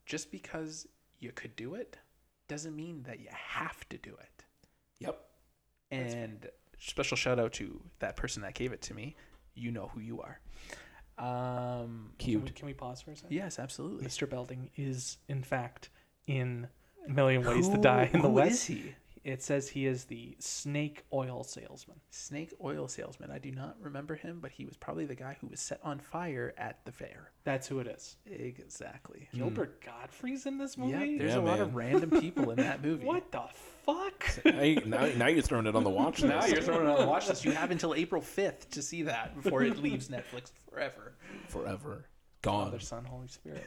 [SPEAKER 3] Just because you could do it doesn't mean that you have to do it.
[SPEAKER 2] Yep.
[SPEAKER 3] And special shout out to that person that gave it to me. You know who you are. Um,
[SPEAKER 1] Can we,
[SPEAKER 3] <laughs>
[SPEAKER 2] Cute.
[SPEAKER 1] can we pause for a second?
[SPEAKER 3] yes, absolutely.
[SPEAKER 1] Mr. Belding is in fact in A Million Ways to Die in the
[SPEAKER 3] who
[SPEAKER 1] West.
[SPEAKER 3] is he?
[SPEAKER 1] It says he is the snake oil salesman.
[SPEAKER 3] Snake oil salesman. I do not remember him, but he was probably the guy who was set on fire at the fair.
[SPEAKER 1] That's who it is.
[SPEAKER 3] Exactly.
[SPEAKER 1] Gilbert Godfrey's in this
[SPEAKER 3] Hmm. Yeah,
[SPEAKER 1] movie?
[SPEAKER 3] there's a
[SPEAKER 2] Yeah,
[SPEAKER 3] lot of random people
[SPEAKER 1] <laughs>
[SPEAKER 3] in that movie.
[SPEAKER 1] what the fuck? <laughs>
[SPEAKER 2] now, you, now, now you're throwing it on the watch list.
[SPEAKER 3] Now you're throwing it on the watch list. You have until April 5th to see that before it
[SPEAKER 2] <laughs>
[SPEAKER 3] leaves Netflix forever.
[SPEAKER 2] <laughs> forever gone.
[SPEAKER 1] Father, Son, Holy
[SPEAKER 3] <laughs>
[SPEAKER 1] Spirit.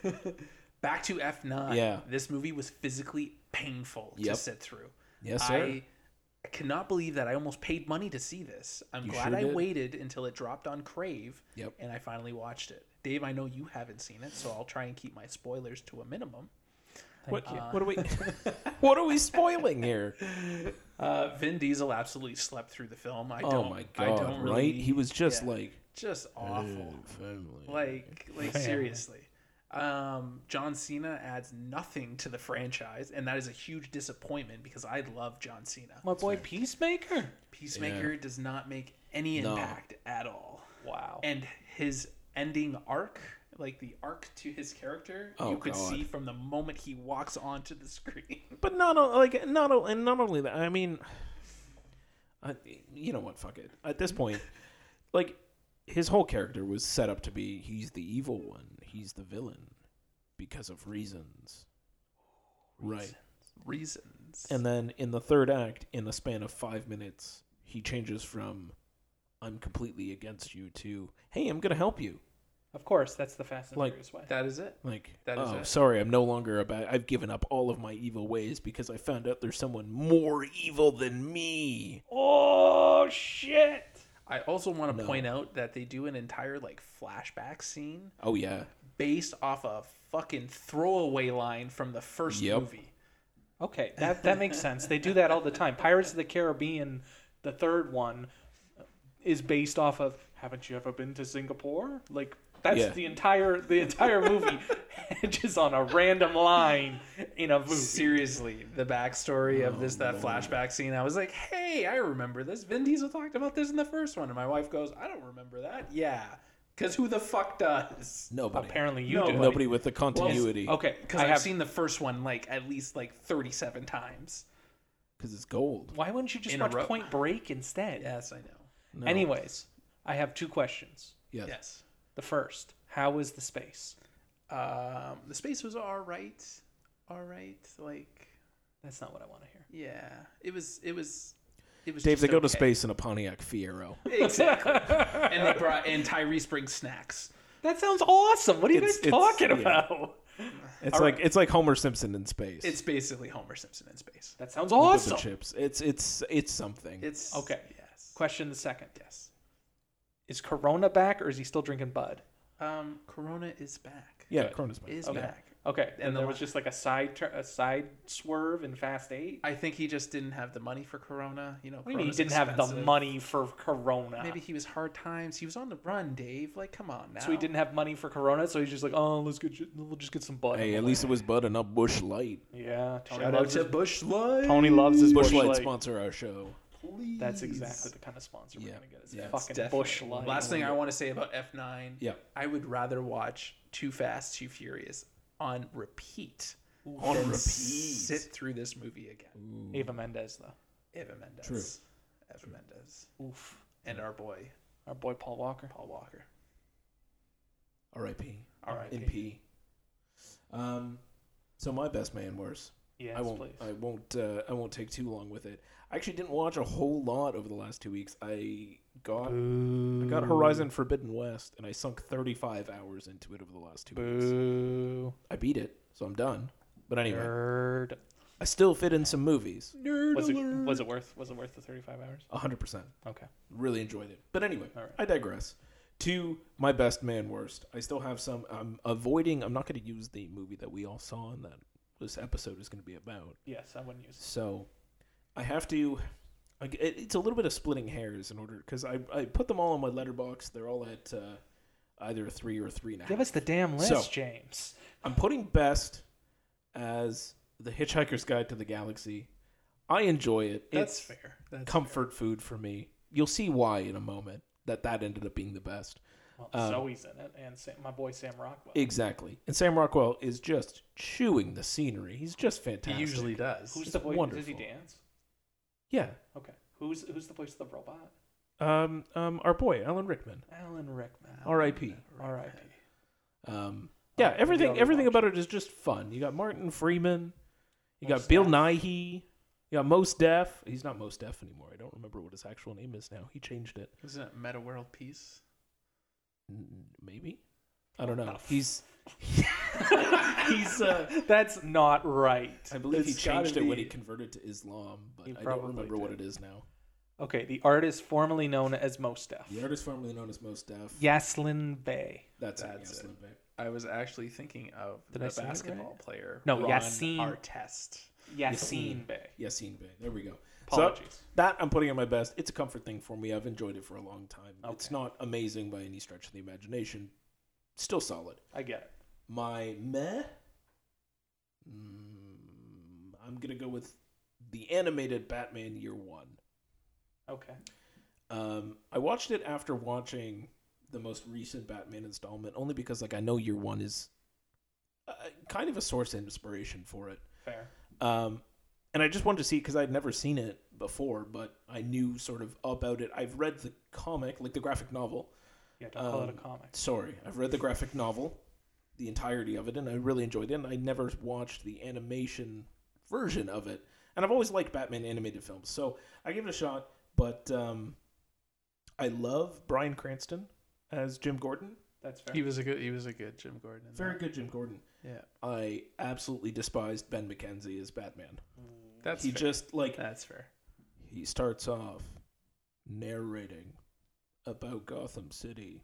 [SPEAKER 3] Back to F9.
[SPEAKER 2] Yeah.
[SPEAKER 3] This movie was physically painful
[SPEAKER 2] Yep.
[SPEAKER 3] to sit through.
[SPEAKER 2] Yes, sir.
[SPEAKER 3] I I cannot believe that I almost paid money to see this. I'm
[SPEAKER 2] You
[SPEAKER 3] glad
[SPEAKER 2] sure
[SPEAKER 3] I
[SPEAKER 2] did.
[SPEAKER 3] waited until it dropped on Crave
[SPEAKER 2] Yep.
[SPEAKER 3] and I finally watched it. Dave, I know you haven't seen it, so I'll try and keep my spoilers to a minimum.
[SPEAKER 2] What,
[SPEAKER 1] Uh,
[SPEAKER 2] what are we? <laughs> what are we
[SPEAKER 3] <laughs>
[SPEAKER 2] spoiling here?
[SPEAKER 3] Uh, Vin Diesel absolutely slept through the film. I
[SPEAKER 2] Oh
[SPEAKER 3] don't,
[SPEAKER 2] my
[SPEAKER 3] I
[SPEAKER 2] god!
[SPEAKER 3] don't really,
[SPEAKER 2] right? He was just
[SPEAKER 3] yeah.
[SPEAKER 2] like
[SPEAKER 3] just awful.
[SPEAKER 2] "Ugh, family.
[SPEAKER 3] like
[SPEAKER 2] <laughs>
[SPEAKER 3] like seriously um john cena adds nothing to the franchise and that is a huge disappointment because i love john cena
[SPEAKER 1] My boy Peacemaker.
[SPEAKER 3] peacemaker does not make any
[SPEAKER 2] No.
[SPEAKER 3] impact at all
[SPEAKER 4] Wow.
[SPEAKER 3] and his ending arc like the arc to his character
[SPEAKER 2] Oh,
[SPEAKER 3] you could
[SPEAKER 2] God.
[SPEAKER 3] see from the moment he walks onto the <laughs> screen
[SPEAKER 2] But not o- like not o- and not only that. I mean, I, you know what? Fuck it. At
[SPEAKER 3] <laughs>
[SPEAKER 2] this point, like his whole character was set up to be he's the evil one, he's the villain because of reasons, right?
[SPEAKER 3] reasons
[SPEAKER 2] And then in the third act, in a span of five minutes, he changes from "I'm completely against you" to "Hey, I'm gonna help you."
[SPEAKER 1] Of course, that's the Fast and
[SPEAKER 2] Like-
[SPEAKER 1] Furious way.
[SPEAKER 3] that is it
[SPEAKER 2] Like,
[SPEAKER 3] That is
[SPEAKER 2] oh,
[SPEAKER 3] it.
[SPEAKER 2] sorry, I'm no longer about. I've given up all of my evil ways because I found out there's someone more evil than me.
[SPEAKER 1] Oh shit!
[SPEAKER 3] i also want to
[SPEAKER 2] No.
[SPEAKER 3] point out that they do an entire like flashback scene
[SPEAKER 2] Oh yeah,
[SPEAKER 3] based off a fucking throwaway line from the first
[SPEAKER 2] Yep.
[SPEAKER 3] movie.
[SPEAKER 1] Okay, that that makes sense. They do that all the time. Pirates of the Caribbean, the third one, is based off of "Haven't you ever been to Singapore?" Like that's
[SPEAKER 2] Yeah.
[SPEAKER 1] the entire the entire movie <laughs> hinges on a random line in a movie.
[SPEAKER 3] Seriously, the backstory of this that flashback scene, I was like, "Hey, I remember this. Vin Diesel talked about this in the first one." And my wife goes, "I don't remember that." Yeah, because who the fuck <laughs> does?
[SPEAKER 2] nobody.
[SPEAKER 1] Apparently, you
[SPEAKER 3] No,
[SPEAKER 1] do.
[SPEAKER 2] nobody with the continuity because
[SPEAKER 1] Okay,
[SPEAKER 3] Because
[SPEAKER 1] I
[SPEAKER 3] I've
[SPEAKER 1] have.
[SPEAKER 3] seen the first one like at least like thirty-seven times.
[SPEAKER 2] it's gold.
[SPEAKER 1] Why wouldn't you just
[SPEAKER 3] in a
[SPEAKER 1] watch
[SPEAKER 3] row.
[SPEAKER 1] Point Break instead?
[SPEAKER 3] Yes, I know.
[SPEAKER 2] No.
[SPEAKER 1] Anyways, I have two questions.
[SPEAKER 2] yes.
[SPEAKER 3] Yes,
[SPEAKER 1] The first, how was the space?
[SPEAKER 3] um, the space was all right, all right. Like,
[SPEAKER 1] That's not what I want to hear.
[SPEAKER 3] yeah, it was, it was, it was.
[SPEAKER 2] Dave,
[SPEAKER 3] just
[SPEAKER 2] they go to
[SPEAKER 3] okay.
[SPEAKER 2] space in a Pontiac Fiero. <laughs>
[SPEAKER 3] Exactly. and they brought and Tyrese brings snacks.
[SPEAKER 1] That sounds awesome. What are you
[SPEAKER 2] It's-
[SPEAKER 1] guys
[SPEAKER 2] it's-
[SPEAKER 1] talking
[SPEAKER 2] yeah.
[SPEAKER 1] about?
[SPEAKER 2] It's like it's like Homer Simpson in space.
[SPEAKER 3] It's basically Homer Simpson in space.
[SPEAKER 1] That sounds
[SPEAKER 2] With the
[SPEAKER 1] awesome.
[SPEAKER 2] chips. It's it's it's something.
[SPEAKER 3] It's
[SPEAKER 1] Okay.
[SPEAKER 3] Yes.
[SPEAKER 1] Question the second.
[SPEAKER 3] Yes.
[SPEAKER 1] Is Corona back or is he still drinking Bud?
[SPEAKER 3] Um, Corona is back.
[SPEAKER 2] yeah, Cronus
[SPEAKER 3] Is
[SPEAKER 1] Okay.
[SPEAKER 3] back.
[SPEAKER 1] Okay.
[SPEAKER 3] And
[SPEAKER 1] And there
[SPEAKER 3] the-
[SPEAKER 1] was just like a side tur a side swerve in Fast Eight.
[SPEAKER 3] I think he just didn't have the money for Corona. You know,
[SPEAKER 1] What do you mean he
[SPEAKER 3] Corona's
[SPEAKER 1] didn't have the
[SPEAKER 3] expensive.
[SPEAKER 1] money for Corona?
[SPEAKER 3] Maybe he was hard times. He was on the run, Dave. Like, come on now.
[SPEAKER 1] so he didn't have money for Corona, so he's just like, oh, let's get ju- we'll just get some Bud.
[SPEAKER 2] Hey, at least it was Bud and not Bush Light.
[SPEAKER 1] yeah. Tony
[SPEAKER 3] Shout out
[SPEAKER 1] loves
[SPEAKER 3] to
[SPEAKER 1] his,
[SPEAKER 3] Bush Light.
[SPEAKER 1] Tony loves his
[SPEAKER 2] Bush
[SPEAKER 1] Bush
[SPEAKER 2] Light
[SPEAKER 1] Light.
[SPEAKER 2] sponsor our show.
[SPEAKER 1] That's exactly the kind of sponsor we're
[SPEAKER 2] Yeah.
[SPEAKER 1] gonna get. It's
[SPEAKER 2] Yeah, it's
[SPEAKER 1] fucking
[SPEAKER 3] Definitely.
[SPEAKER 1] Bush Light.
[SPEAKER 3] Last thing I want to say about F nine.
[SPEAKER 2] Yeah.
[SPEAKER 3] I would rather watch Too Fast, Too Furious on repeat.
[SPEAKER 2] On
[SPEAKER 3] than
[SPEAKER 2] repeat.
[SPEAKER 3] Sit through this movie again.
[SPEAKER 1] Eva Mendes though.
[SPEAKER 3] Eva Mendes. Eva Mendes.
[SPEAKER 1] Oof.
[SPEAKER 3] And our boy,
[SPEAKER 1] Our boy Paul Walker.
[SPEAKER 3] Paul Walker.
[SPEAKER 2] R.I.P.
[SPEAKER 3] All right.
[SPEAKER 2] N.P. Um, so my best man worse.
[SPEAKER 1] Yes,
[SPEAKER 2] I won't.
[SPEAKER 1] please.
[SPEAKER 2] I won't. Uh, I won't take too long with it. I actually didn't watch a whole lot over the last two weeks. I got I got Horizon Forbidden West, and I sunk 35 hours into it over the last two weeks.
[SPEAKER 1] Boo.
[SPEAKER 2] I beat it, so I'm done. But anyway,
[SPEAKER 1] Nerd.
[SPEAKER 2] I still fit in some movies.
[SPEAKER 1] Was it was it worth was it worth the thirty five hours?
[SPEAKER 2] 100%.
[SPEAKER 1] Okay.
[SPEAKER 2] Really enjoyed it. But anyway,
[SPEAKER 1] All right.
[SPEAKER 2] I digress. To my best man worst. I still have some. I'm avoiding. I'm not going to use the movie that we all saw and that this episode is going to be about.
[SPEAKER 1] Yes, I wouldn't use
[SPEAKER 2] So I have to. I g- it- It's a little bit of splitting hairs in order because I, I put them all on my letterbox. They're all at uh, either three or three and a half.
[SPEAKER 1] Give us the damn list,
[SPEAKER 2] So-
[SPEAKER 1] James.
[SPEAKER 2] I'm putting best as The Hitchhiker's Guide to the Galaxy. I enjoy it.
[SPEAKER 3] That's
[SPEAKER 2] it's
[SPEAKER 3] fair. That's
[SPEAKER 2] comfort food for me. You'll see why in a moment that that ended up being the best.
[SPEAKER 1] Well,
[SPEAKER 2] Um,
[SPEAKER 1] Zoe's in it, and Sam, my boy Sam Rockwell.
[SPEAKER 2] Exactly. And Sam Rockwell is just chewing the scenery. He's just fantastic.
[SPEAKER 3] He usually does.
[SPEAKER 1] who's
[SPEAKER 2] it's
[SPEAKER 1] the voice? Does he
[SPEAKER 2] wonderful.
[SPEAKER 1] dance?
[SPEAKER 2] yeah.
[SPEAKER 1] Okay. Who's who's the voice of the robot?
[SPEAKER 2] Um, um, our boy Alan Rickman,
[SPEAKER 1] Alan Rickman.
[SPEAKER 2] R.I.P.
[SPEAKER 1] R.I.P.
[SPEAKER 2] Um,
[SPEAKER 1] Alright,
[SPEAKER 2] yeah,
[SPEAKER 1] maybe I'll
[SPEAKER 2] everything
[SPEAKER 1] rewatch
[SPEAKER 2] everything
[SPEAKER 1] it.
[SPEAKER 2] about it is just fun. You got Martin Freeman, you got
[SPEAKER 1] Mos
[SPEAKER 2] Bill
[SPEAKER 1] Def.
[SPEAKER 2] Nighy, you got Most Def. He's not Most Def anymore. I don't remember what his actual name is now. He changed it.
[SPEAKER 3] Isn't it Meta World Peace?
[SPEAKER 2] N- Maybe I don't know. He's
[SPEAKER 3] he's uh,
[SPEAKER 1] That's not right.
[SPEAKER 2] I believe he
[SPEAKER 3] It's gotta
[SPEAKER 2] changed it when
[SPEAKER 3] be-
[SPEAKER 2] he converted to Islam, but
[SPEAKER 1] He
[SPEAKER 2] I don't
[SPEAKER 1] probably
[SPEAKER 2] remember what
[SPEAKER 1] did.
[SPEAKER 2] it is now.
[SPEAKER 1] Okay, the artist formerly known as Mostaf.
[SPEAKER 2] The artist formerly known as Most Def.
[SPEAKER 1] Yaslin Bey.
[SPEAKER 2] that's,
[SPEAKER 3] That's
[SPEAKER 2] it.
[SPEAKER 3] it.
[SPEAKER 2] Yes, Limp Bizkit.
[SPEAKER 3] I was actually thinking of
[SPEAKER 1] Did
[SPEAKER 3] the
[SPEAKER 1] I say it right?
[SPEAKER 3] basketball player.
[SPEAKER 1] No,
[SPEAKER 3] Ron
[SPEAKER 1] Yassine.
[SPEAKER 3] Artest.
[SPEAKER 1] Yassine Bey.
[SPEAKER 2] Yassine Bey. There we go. So
[SPEAKER 1] Apologies.
[SPEAKER 2] that I'm putting in my best. It's a comfort thing for me. I've enjoyed it for a long time. It's not amazing by any stretch of the imagination. Still solid.
[SPEAKER 1] I get it.
[SPEAKER 2] My meh. Mm, I'm gonna go with the animated Batman Year One.
[SPEAKER 1] Okay.
[SPEAKER 2] Um, I watched it after watching the most recent Batman installment, only because like I know Year One is uh, kind of a source of inspiration for it.
[SPEAKER 1] Fair.
[SPEAKER 2] Um, and I just wanted to see because I'd never seen it before, but I knew sort of about it. I've read the comic, like the graphic novel.
[SPEAKER 1] Yeah, don't call it a
[SPEAKER 2] Um,
[SPEAKER 1] comic.
[SPEAKER 2] Sorry, I've read the graphic novel, the entirety of it, and I really enjoyed it. And I never watched the animation version of it. And I've always liked Batman animated films, so I give it a shot. But um, I love Brian Cranston as Jim Gordon.
[SPEAKER 1] That's fair.
[SPEAKER 3] He was a good. He was a good Jim Gordon. in
[SPEAKER 2] Very
[SPEAKER 3] that.
[SPEAKER 2] good Jim Gordon.
[SPEAKER 3] Yeah.
[SPEAKER 2] I absolutely despised Ben McKenzie as Batman.
[SPEAKER 1] Mm.
[SPEAKER 3] That's
[SPEAKER 2] he
[SPEAKER 3] fair.
[SPEAKER 2] just like
[SPEAKER 3] That's fair.
[SPEAKER 2] he starts off narrating about Gotham City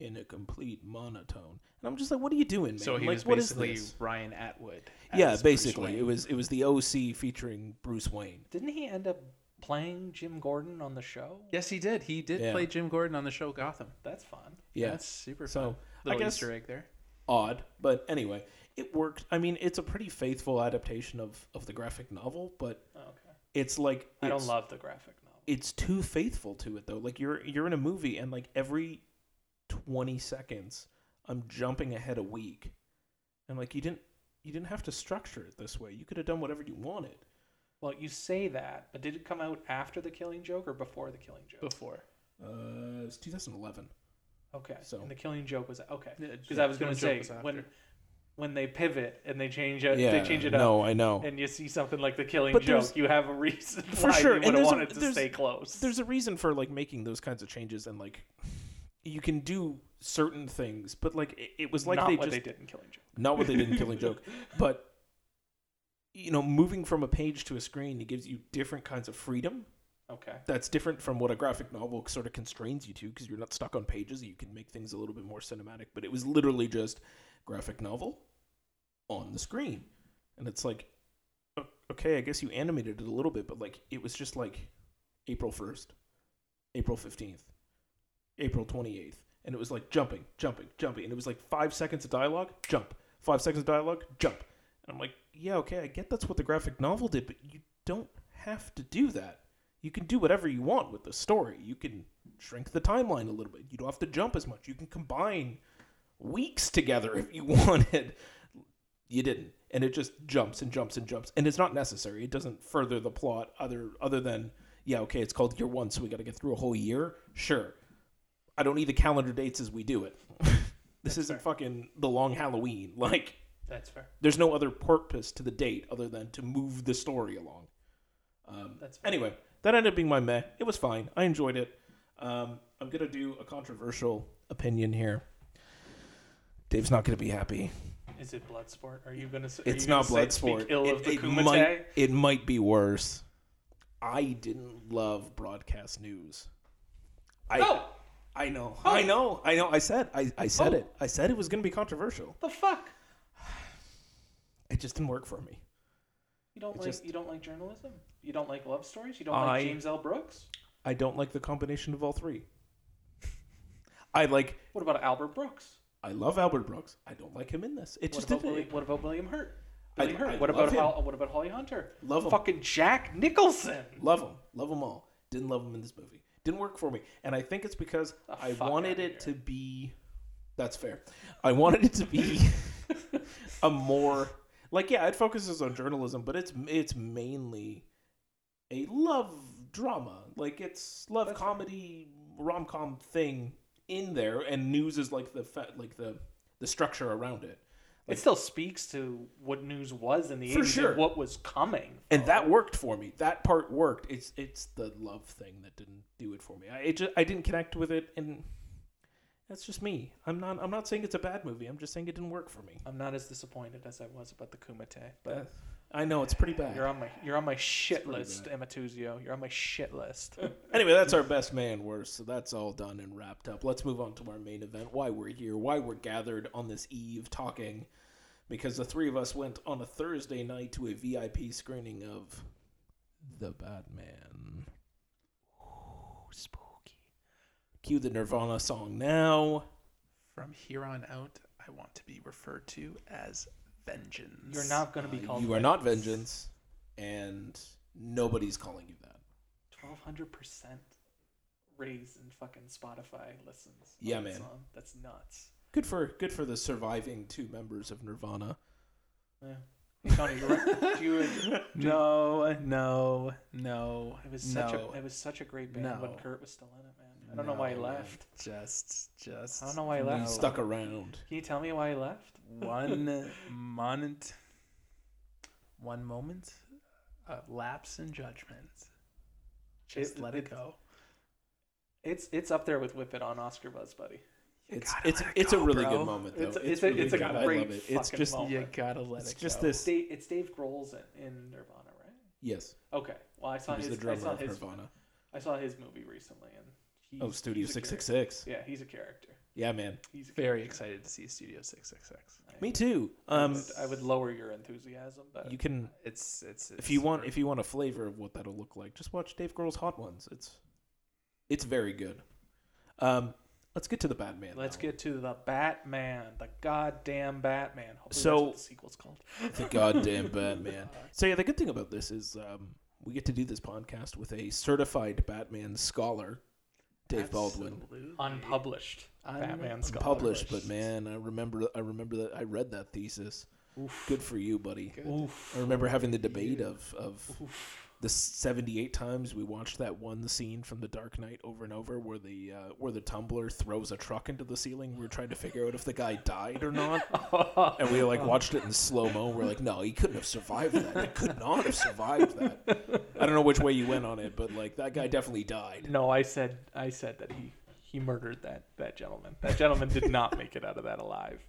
[SPEAKER 2] in a complete monotone, and I'm just like, "What are you doing, man?
[SPEAKER 3] So he
[SPEAKER 2] like,
[SPEAKER 3] was
[SPEAKER 2] what is
[SPEAKER 3] basically
[SPEAKER 2] this?"
[SPEAKER 3] Ryan Atwood.
[SPEAKER 2] Yeah,
[SPEAKER 3] as Bruce
[SPEAKER 2] basically,
[SPEAKER 3] Wayne.
[SPEAKER 2] it was it was the OC featuring Bruce Wayne.
[SPEAKER 1] Didn't he end up playing Jim Gordon on the show?
[SPEAKER 3] Yes, he did. He did
[SPEAKER 2] Yeah.
[SPEAKER 3] play Jim Gordon on the show Gotham.
[SPEAKER 1] That's fun.
[SPEAKER 2] Yeah,
[SPEAKER 3] That's super
[SPEAKER 2] So,
[SPEAKER 3] fun.
[SPEAKER 2] I
[SPEAKER 3] Little
[SPEAKER 2] guess-
[SPEAKER 3] Easter egg there.
[SPEAKER 2] odd, but anyway, it worked. I mean, it's a pretty faithful adaptation of of the graphic novel, but
[SPEAKER 1] Oh, okay.
[SPEAKER 2] it's like
[SPEAKER 1] I don't
[SPEAKER 2] it's-
[SPEAKER 1] love the graphic novel.
[SPEAKER 2] it's too faithful to it though. Like you're you're in a movie and like every 20 seconds I'm jumping ahead a week. And like you didn't you didn't have to structure it this way. You could have done whatever you wanted.
[SPEAKER 1] Well, you say that, but did it come out after the Killing Joke or before the Killing Joke?
[SPEAKER 3] Before.
[SPEAKER 2] Uh it's 2011.
[SPEAKER 1] Okay.
[SPEAKER 2] So-
[SPEAKER 1] And the Killing Joke was okay.
[SPEAKER 3] Yeah,
[SPEAKER 1] Because I was going to
[SPEAKER 3] Killing
[SPEAKER 1] say
[SPEAKER 3] Joke was
[SPEAKER 1] when
[SPEAKER 3] after.
[SPEAKER 1] when they pivot and they change it, they change it up,
[SPEAKER 2] No, I know.
[SPEAKER 1] and you see something like the Killing
[SPEAKER 2] But there's-
[SPEAKER 1] Joke, you have a reason
[SPEAKER 2] For
[SPEAKER 1] why
[SPEAKER 2] sure,
[SPEAKER 1] you would
[SPEAKER 2] and
[SPEAKER 1] have
[SPEAKER 2] there's a-
[SPEAKER 1] wanted to
[SPEAKER 2] there's-
[SPEAKER 1] stay close.
[SPEAKER 2] There's a reason for like making those kinds of changes and like you can do certain things, but like it, it was like
[SPEAKER 1] not
[SPEAKER 2] they
[SPEAKER 1] what
[SPEAKER 2] just
[SPEAKER 1] they did in Killing Joke.
[SPEAKER 2] not what
[SPEAKER 1] <laughs>
[SPEAKER 2] they did in Killing Joke, but you know, moving from a page to a screen, it gives you different kinds of freedom.
[SPEAKER 1] Okay.
[SPEAKER 2] That's different from what a graphic novel sort of constrains you to, because you're not stuck on pages. You can make things a little bit more cinematic. But it was literally just graphic novel on the screen, and it's like, o- okay, I guess you animated it a little bit, but like it was just like April first, April fifteenth, April 28th. And it was like jumping, jumping, jumping. And it was like five seconds of dialogue, jump. Five seconds of dialogue, jump. And I'm like, yeah, okay, I get that's what the graphic novel did, but you don't have to do that. You can do whatever you want with the story. You can shrink the timeline a little bit. You don't have to jump as much. You can combine weeks together if you <laughs> wanted. You didn't. And it just jumps and jumps and jumps. And it's not necessary. It doesn't further the plot other other than, yeah, okay, it's called year one, so we gotta get through a whole year. Sure. I don't need the calendar dates as we
[SPEAKER 1] <laughs>
[SPEAKER 2] do it. this isn't fucking the long Halloween. <laughs> Like,
[SPEAKER 1] That's fair.
[SPEAKER 2] there's no other purpose to the date other than to move the story along. Um,
[SPEAKER 1] That's fair.
[SPEAKER 2] anyway, that ended up being my meh. It was fine. I enjoyed it. Um, I'm gonna do a controversial opinion here. Dave's not gonna be happy.
[SPEAKER 1] Is it Bloodsport? Are you going to say
[SPEAKER 2] It's not Bloodsport.
[SPEAKER 1] Speak ill
[SPEAKER 2] it,
[SPEAKER 1] of the
[SPEAKER 2] it
[SPEAKER 1] Kumite?
[SPEAKER 2] might, it might be worse. I didn't love broadcast news. I
[SPEAKER 1] Oh,
[SPEAKER 2] I know. Oh. I know. I know. I said. I, I said it. I said it was gonna be controversial.
[SPEAKER 1] the fuck!
[SPEAKER 2] It just didn't work for me.
[SPEAKER 1] You don't
[SPEAKER 2] It
[SPEAKER 1] like
[SPEAKER 2] just-
[SPEAKER 1] you don't like journalism. You don't like love stories. You don't
[SPEAKER 2] I-
[SPEAKER 1] like James L. Brooks.
[SPEAKER 2] I don't like the combination of all three. <laughs> I like.
[SPEAKER 1] What about Albert Brooks?
[SPEAKER 2] I love Albert Brooks. I don't like him in this. It
[SPEAKER 1] What
[SPEAKER 2] just
[SPEAKER 1] about,
[SPEAKER 2] didn't.
[SPEAKER 1] William, what about William Hurt?
[SPEAKER 2] I-
[SPEAKER 1] William Hurt.
[SPEAKER 2] I
[SPEAKER 1] what
[SPEAKER 2] love
[SPEAKER 1] about
[SPEAKER 2] him.
[SPEAKER 1] Hol- what about Holly Hunter?
[SPEAKER 2] Love him.
[SPEAKER 1] Fucking Jack Nicholson.
[SPEAKER 2] Love him. Love them all. Didn't love him in this movie. Didn't work for me. And I think it's because
[SPEAKER 1] The
[SPEAKER 2] I
[SPEAKER 1] fuck
[SPEAKER 2] wanted
[SPEAKER 1] outta
[SPEAKER 2] it to
[SPEAKER 1] here.
[SPEAKER 2] be. That's fair. I wanted it to be <laughs> a more like yeah. It focuses on journalism, but it's it's mainly a love drama. Like it's love
[SPEAKER 1] That's fair.
[SPEAKER 2] comedy rom com thing in there, and news is like the fa- like the the structure around it.
[SPEAKER 1] It still speaks to what news was in the
[SPEAKER 2] For
[SPEAKER 1] 80s
[SPEAKER 2] sure.
[SPEAKER 1] and what was coming.
[SPEAKER 2] and that worked for me. That part worked. It's it's the love thing that didn't do it for me. I it just, I didn't connect with it, and That's just me. I'm not. I'm not saying it's a bad movie. I'm just saying it didn't work for me.
[SPEAKER 1] I'm not as disappointed as I was about the Kumite,
[SPEAKER 2] <laughs>
[SPEAKER 1] but
[SPEAKER 2] I know it's pretty bad.
[SPEAKER 1] you're on my you're on my shit
[SPEAKER 2] pretty
[SPEAKER 1] list, Amatuzio. You're on my shit
[SPEAKER 2] <laughs>
[SPEAKER 1] list.
[SPEAKER 2] Anyway, that's our best man worst. So that's all done and wrapped up. Let's move on to our main event. Why we're here, why we're gathered on this eve talking, because the three of us went on a Thursday night to a VIP screening of The Batman.
[SPEAKER 1] Ooh, spooky.
[SPEAKER 2] Cue the Nirvana song now.
[SPEAKER 3] From here on out, I want to be referred to as Vengeance.
[SPEAKER 1] You're not gonna be called.
[SPEAKER 2] Uh, You are not vengeance, and nobody's calling you that.
[SPEAKER 1] Twelve hundred percent raise in fucking Spotify listens. on that
[SPEAKER 2] Yeah, man.
[SPEAKER 1] song. That's nuts.
[SPEAKER 2] Good for good for the surviving two members of Nirvana.
[SPEAKER 1] Yeah. Hey, Tony, you're
[SPEAKER 3] <laughs>
[SPEAKER 1] right. do you
[SPEAKER 3] No, no, no.
[SPEAKER 1] It was such
[SPEAKER 3] No.
[SPEAKER 1] a it was such a great band when
[SPEAKER 3] No.
[SPEAKER 1] Kurt was still in it, man. I don't know why he
[SPEAKER 3] No,
[SPEAKER 1] left.
[SPEAKER 3] Just, just.
[SPEAKER 1] I don't know why he
[SPEAKER 3] no.
[SPEAKER 1] left.
[SPEAKER 2] Stuck around.
[SPEAKER 1] Can you tell me why he left?
[SPEAKER 3] <laughs> one moment, one moment of lapse in judgment. Just
[SPEAKER 1] It-
[SPEAKER 3] let
[SPEAKER 1] it-
[SPEAKER 3] it go.
[SPEAKER 1] It's it's up there with Whip It on Oscar Buzz, buddy.
[SPEAKER 2] It's
[SPEAKER 3] gotta
[SPEAKER 2] it's
[SPEAKER 3] let it
[SPEAKER 2] it's a
[SPEAKER 3] go,
[SPEAKER 2] really
[SPEAKER 3] bro.
[SPEAKER 2] good moment though.
[SPEAKER 1] It's a- it's a- it's a
[SPEAKER 2] good. I
[SPEAKER 1] great
[SPEAKER 2] love it. It's
[SPEAKER 1] fucking
[SPEAKER 2] just
[SPEAKER 1] moment.
[SPEAKER 3] You gotta let
[SPEAKER 2] it's
[SPEAKER 3] it
[SPEAKER 2] just
[SPEAKER 3] go.
[SPEAKER 1] It's
[SPEAKER 2] this.
[SPEAKER 1] Dave, it's Dave Grohl's in, in Nirvana, right?
[SPEAKER 2] Yes,
[SPEAKER 1] Okay. Well, I saw
[SPEAKER 2] he was
[SPEAKER 1] his
[SPEAKER 2] the
[SPEAKER 1] I
[SPEAKER 2] drummer
[SPEAKER 1] saw
[SPEAKER 2] of
[SPEAKER 1] his
[SPEAKER 2] Nirvana.
[SPEAKER 1] I saw his movie recently, and he's,
[SPEAKER 2] Oh, Studio
[SPEAKER 1] he's a
[SPEAKER 2] Six Six Six.
[SPEAKER 1] character. Yeah, he's a character.
[SPEAKER 2] Yeah, man.
[SPEAKER 1] He's a
[SPEAKER 3] Very excited to see Studio Six Six Six.
[SPEAKER 2] Me too.
[SPEAKER 1] I
[SPEAKER 2] Um,
[SPEAKER 1] would- I uh, would lower your enthusiasm, but
[SPEAKER 2] you can
[SPEAKER 3] It's it's.
[SPEAKER 2] if you want if you want a flavor of what that'll look like, just watch Dave Grohl's Hot Ones. It's it's very good. Um, let's get to the Batman.
[SPEAKER 1] let's
[SPEAKER 2] though.
[SPEAKER 1] get to the Batman, the goddamn Batman. Hopefully
[SPEAKER 2] So-
[SPEAKER 1] that's what the sequel's called.
[SPEAKER 2] the goddamn Batman. So yeah, the good thing about this is um, we get to do this podcast with a certified Batman scholar, Dave Baldwin.
[SPEAKER 1] Unpublished Batman
[SPEAKER 3] Unpublished.
[SPEAKER 1] Scott.
[SPEAKER 2] published, but man, I remember I remember that I read that thesis. Good for you, buddy. I remember having the debate of of the 78 times we watched that one scene from The Dark Knight over and over where the uh, where the tumbler throws a truck into the ceiling. We were trying to figure out if the guy died or not. And we like watched it in slow-mo. We're like, "No, he couldn't have survived that. He could not have survived that." I don't know which way you went on it, but like that guy definitely died.
[SPEAKER 1] No, I said I said that he he murdered that that gentleman. That gentleman did not make it out of that alive.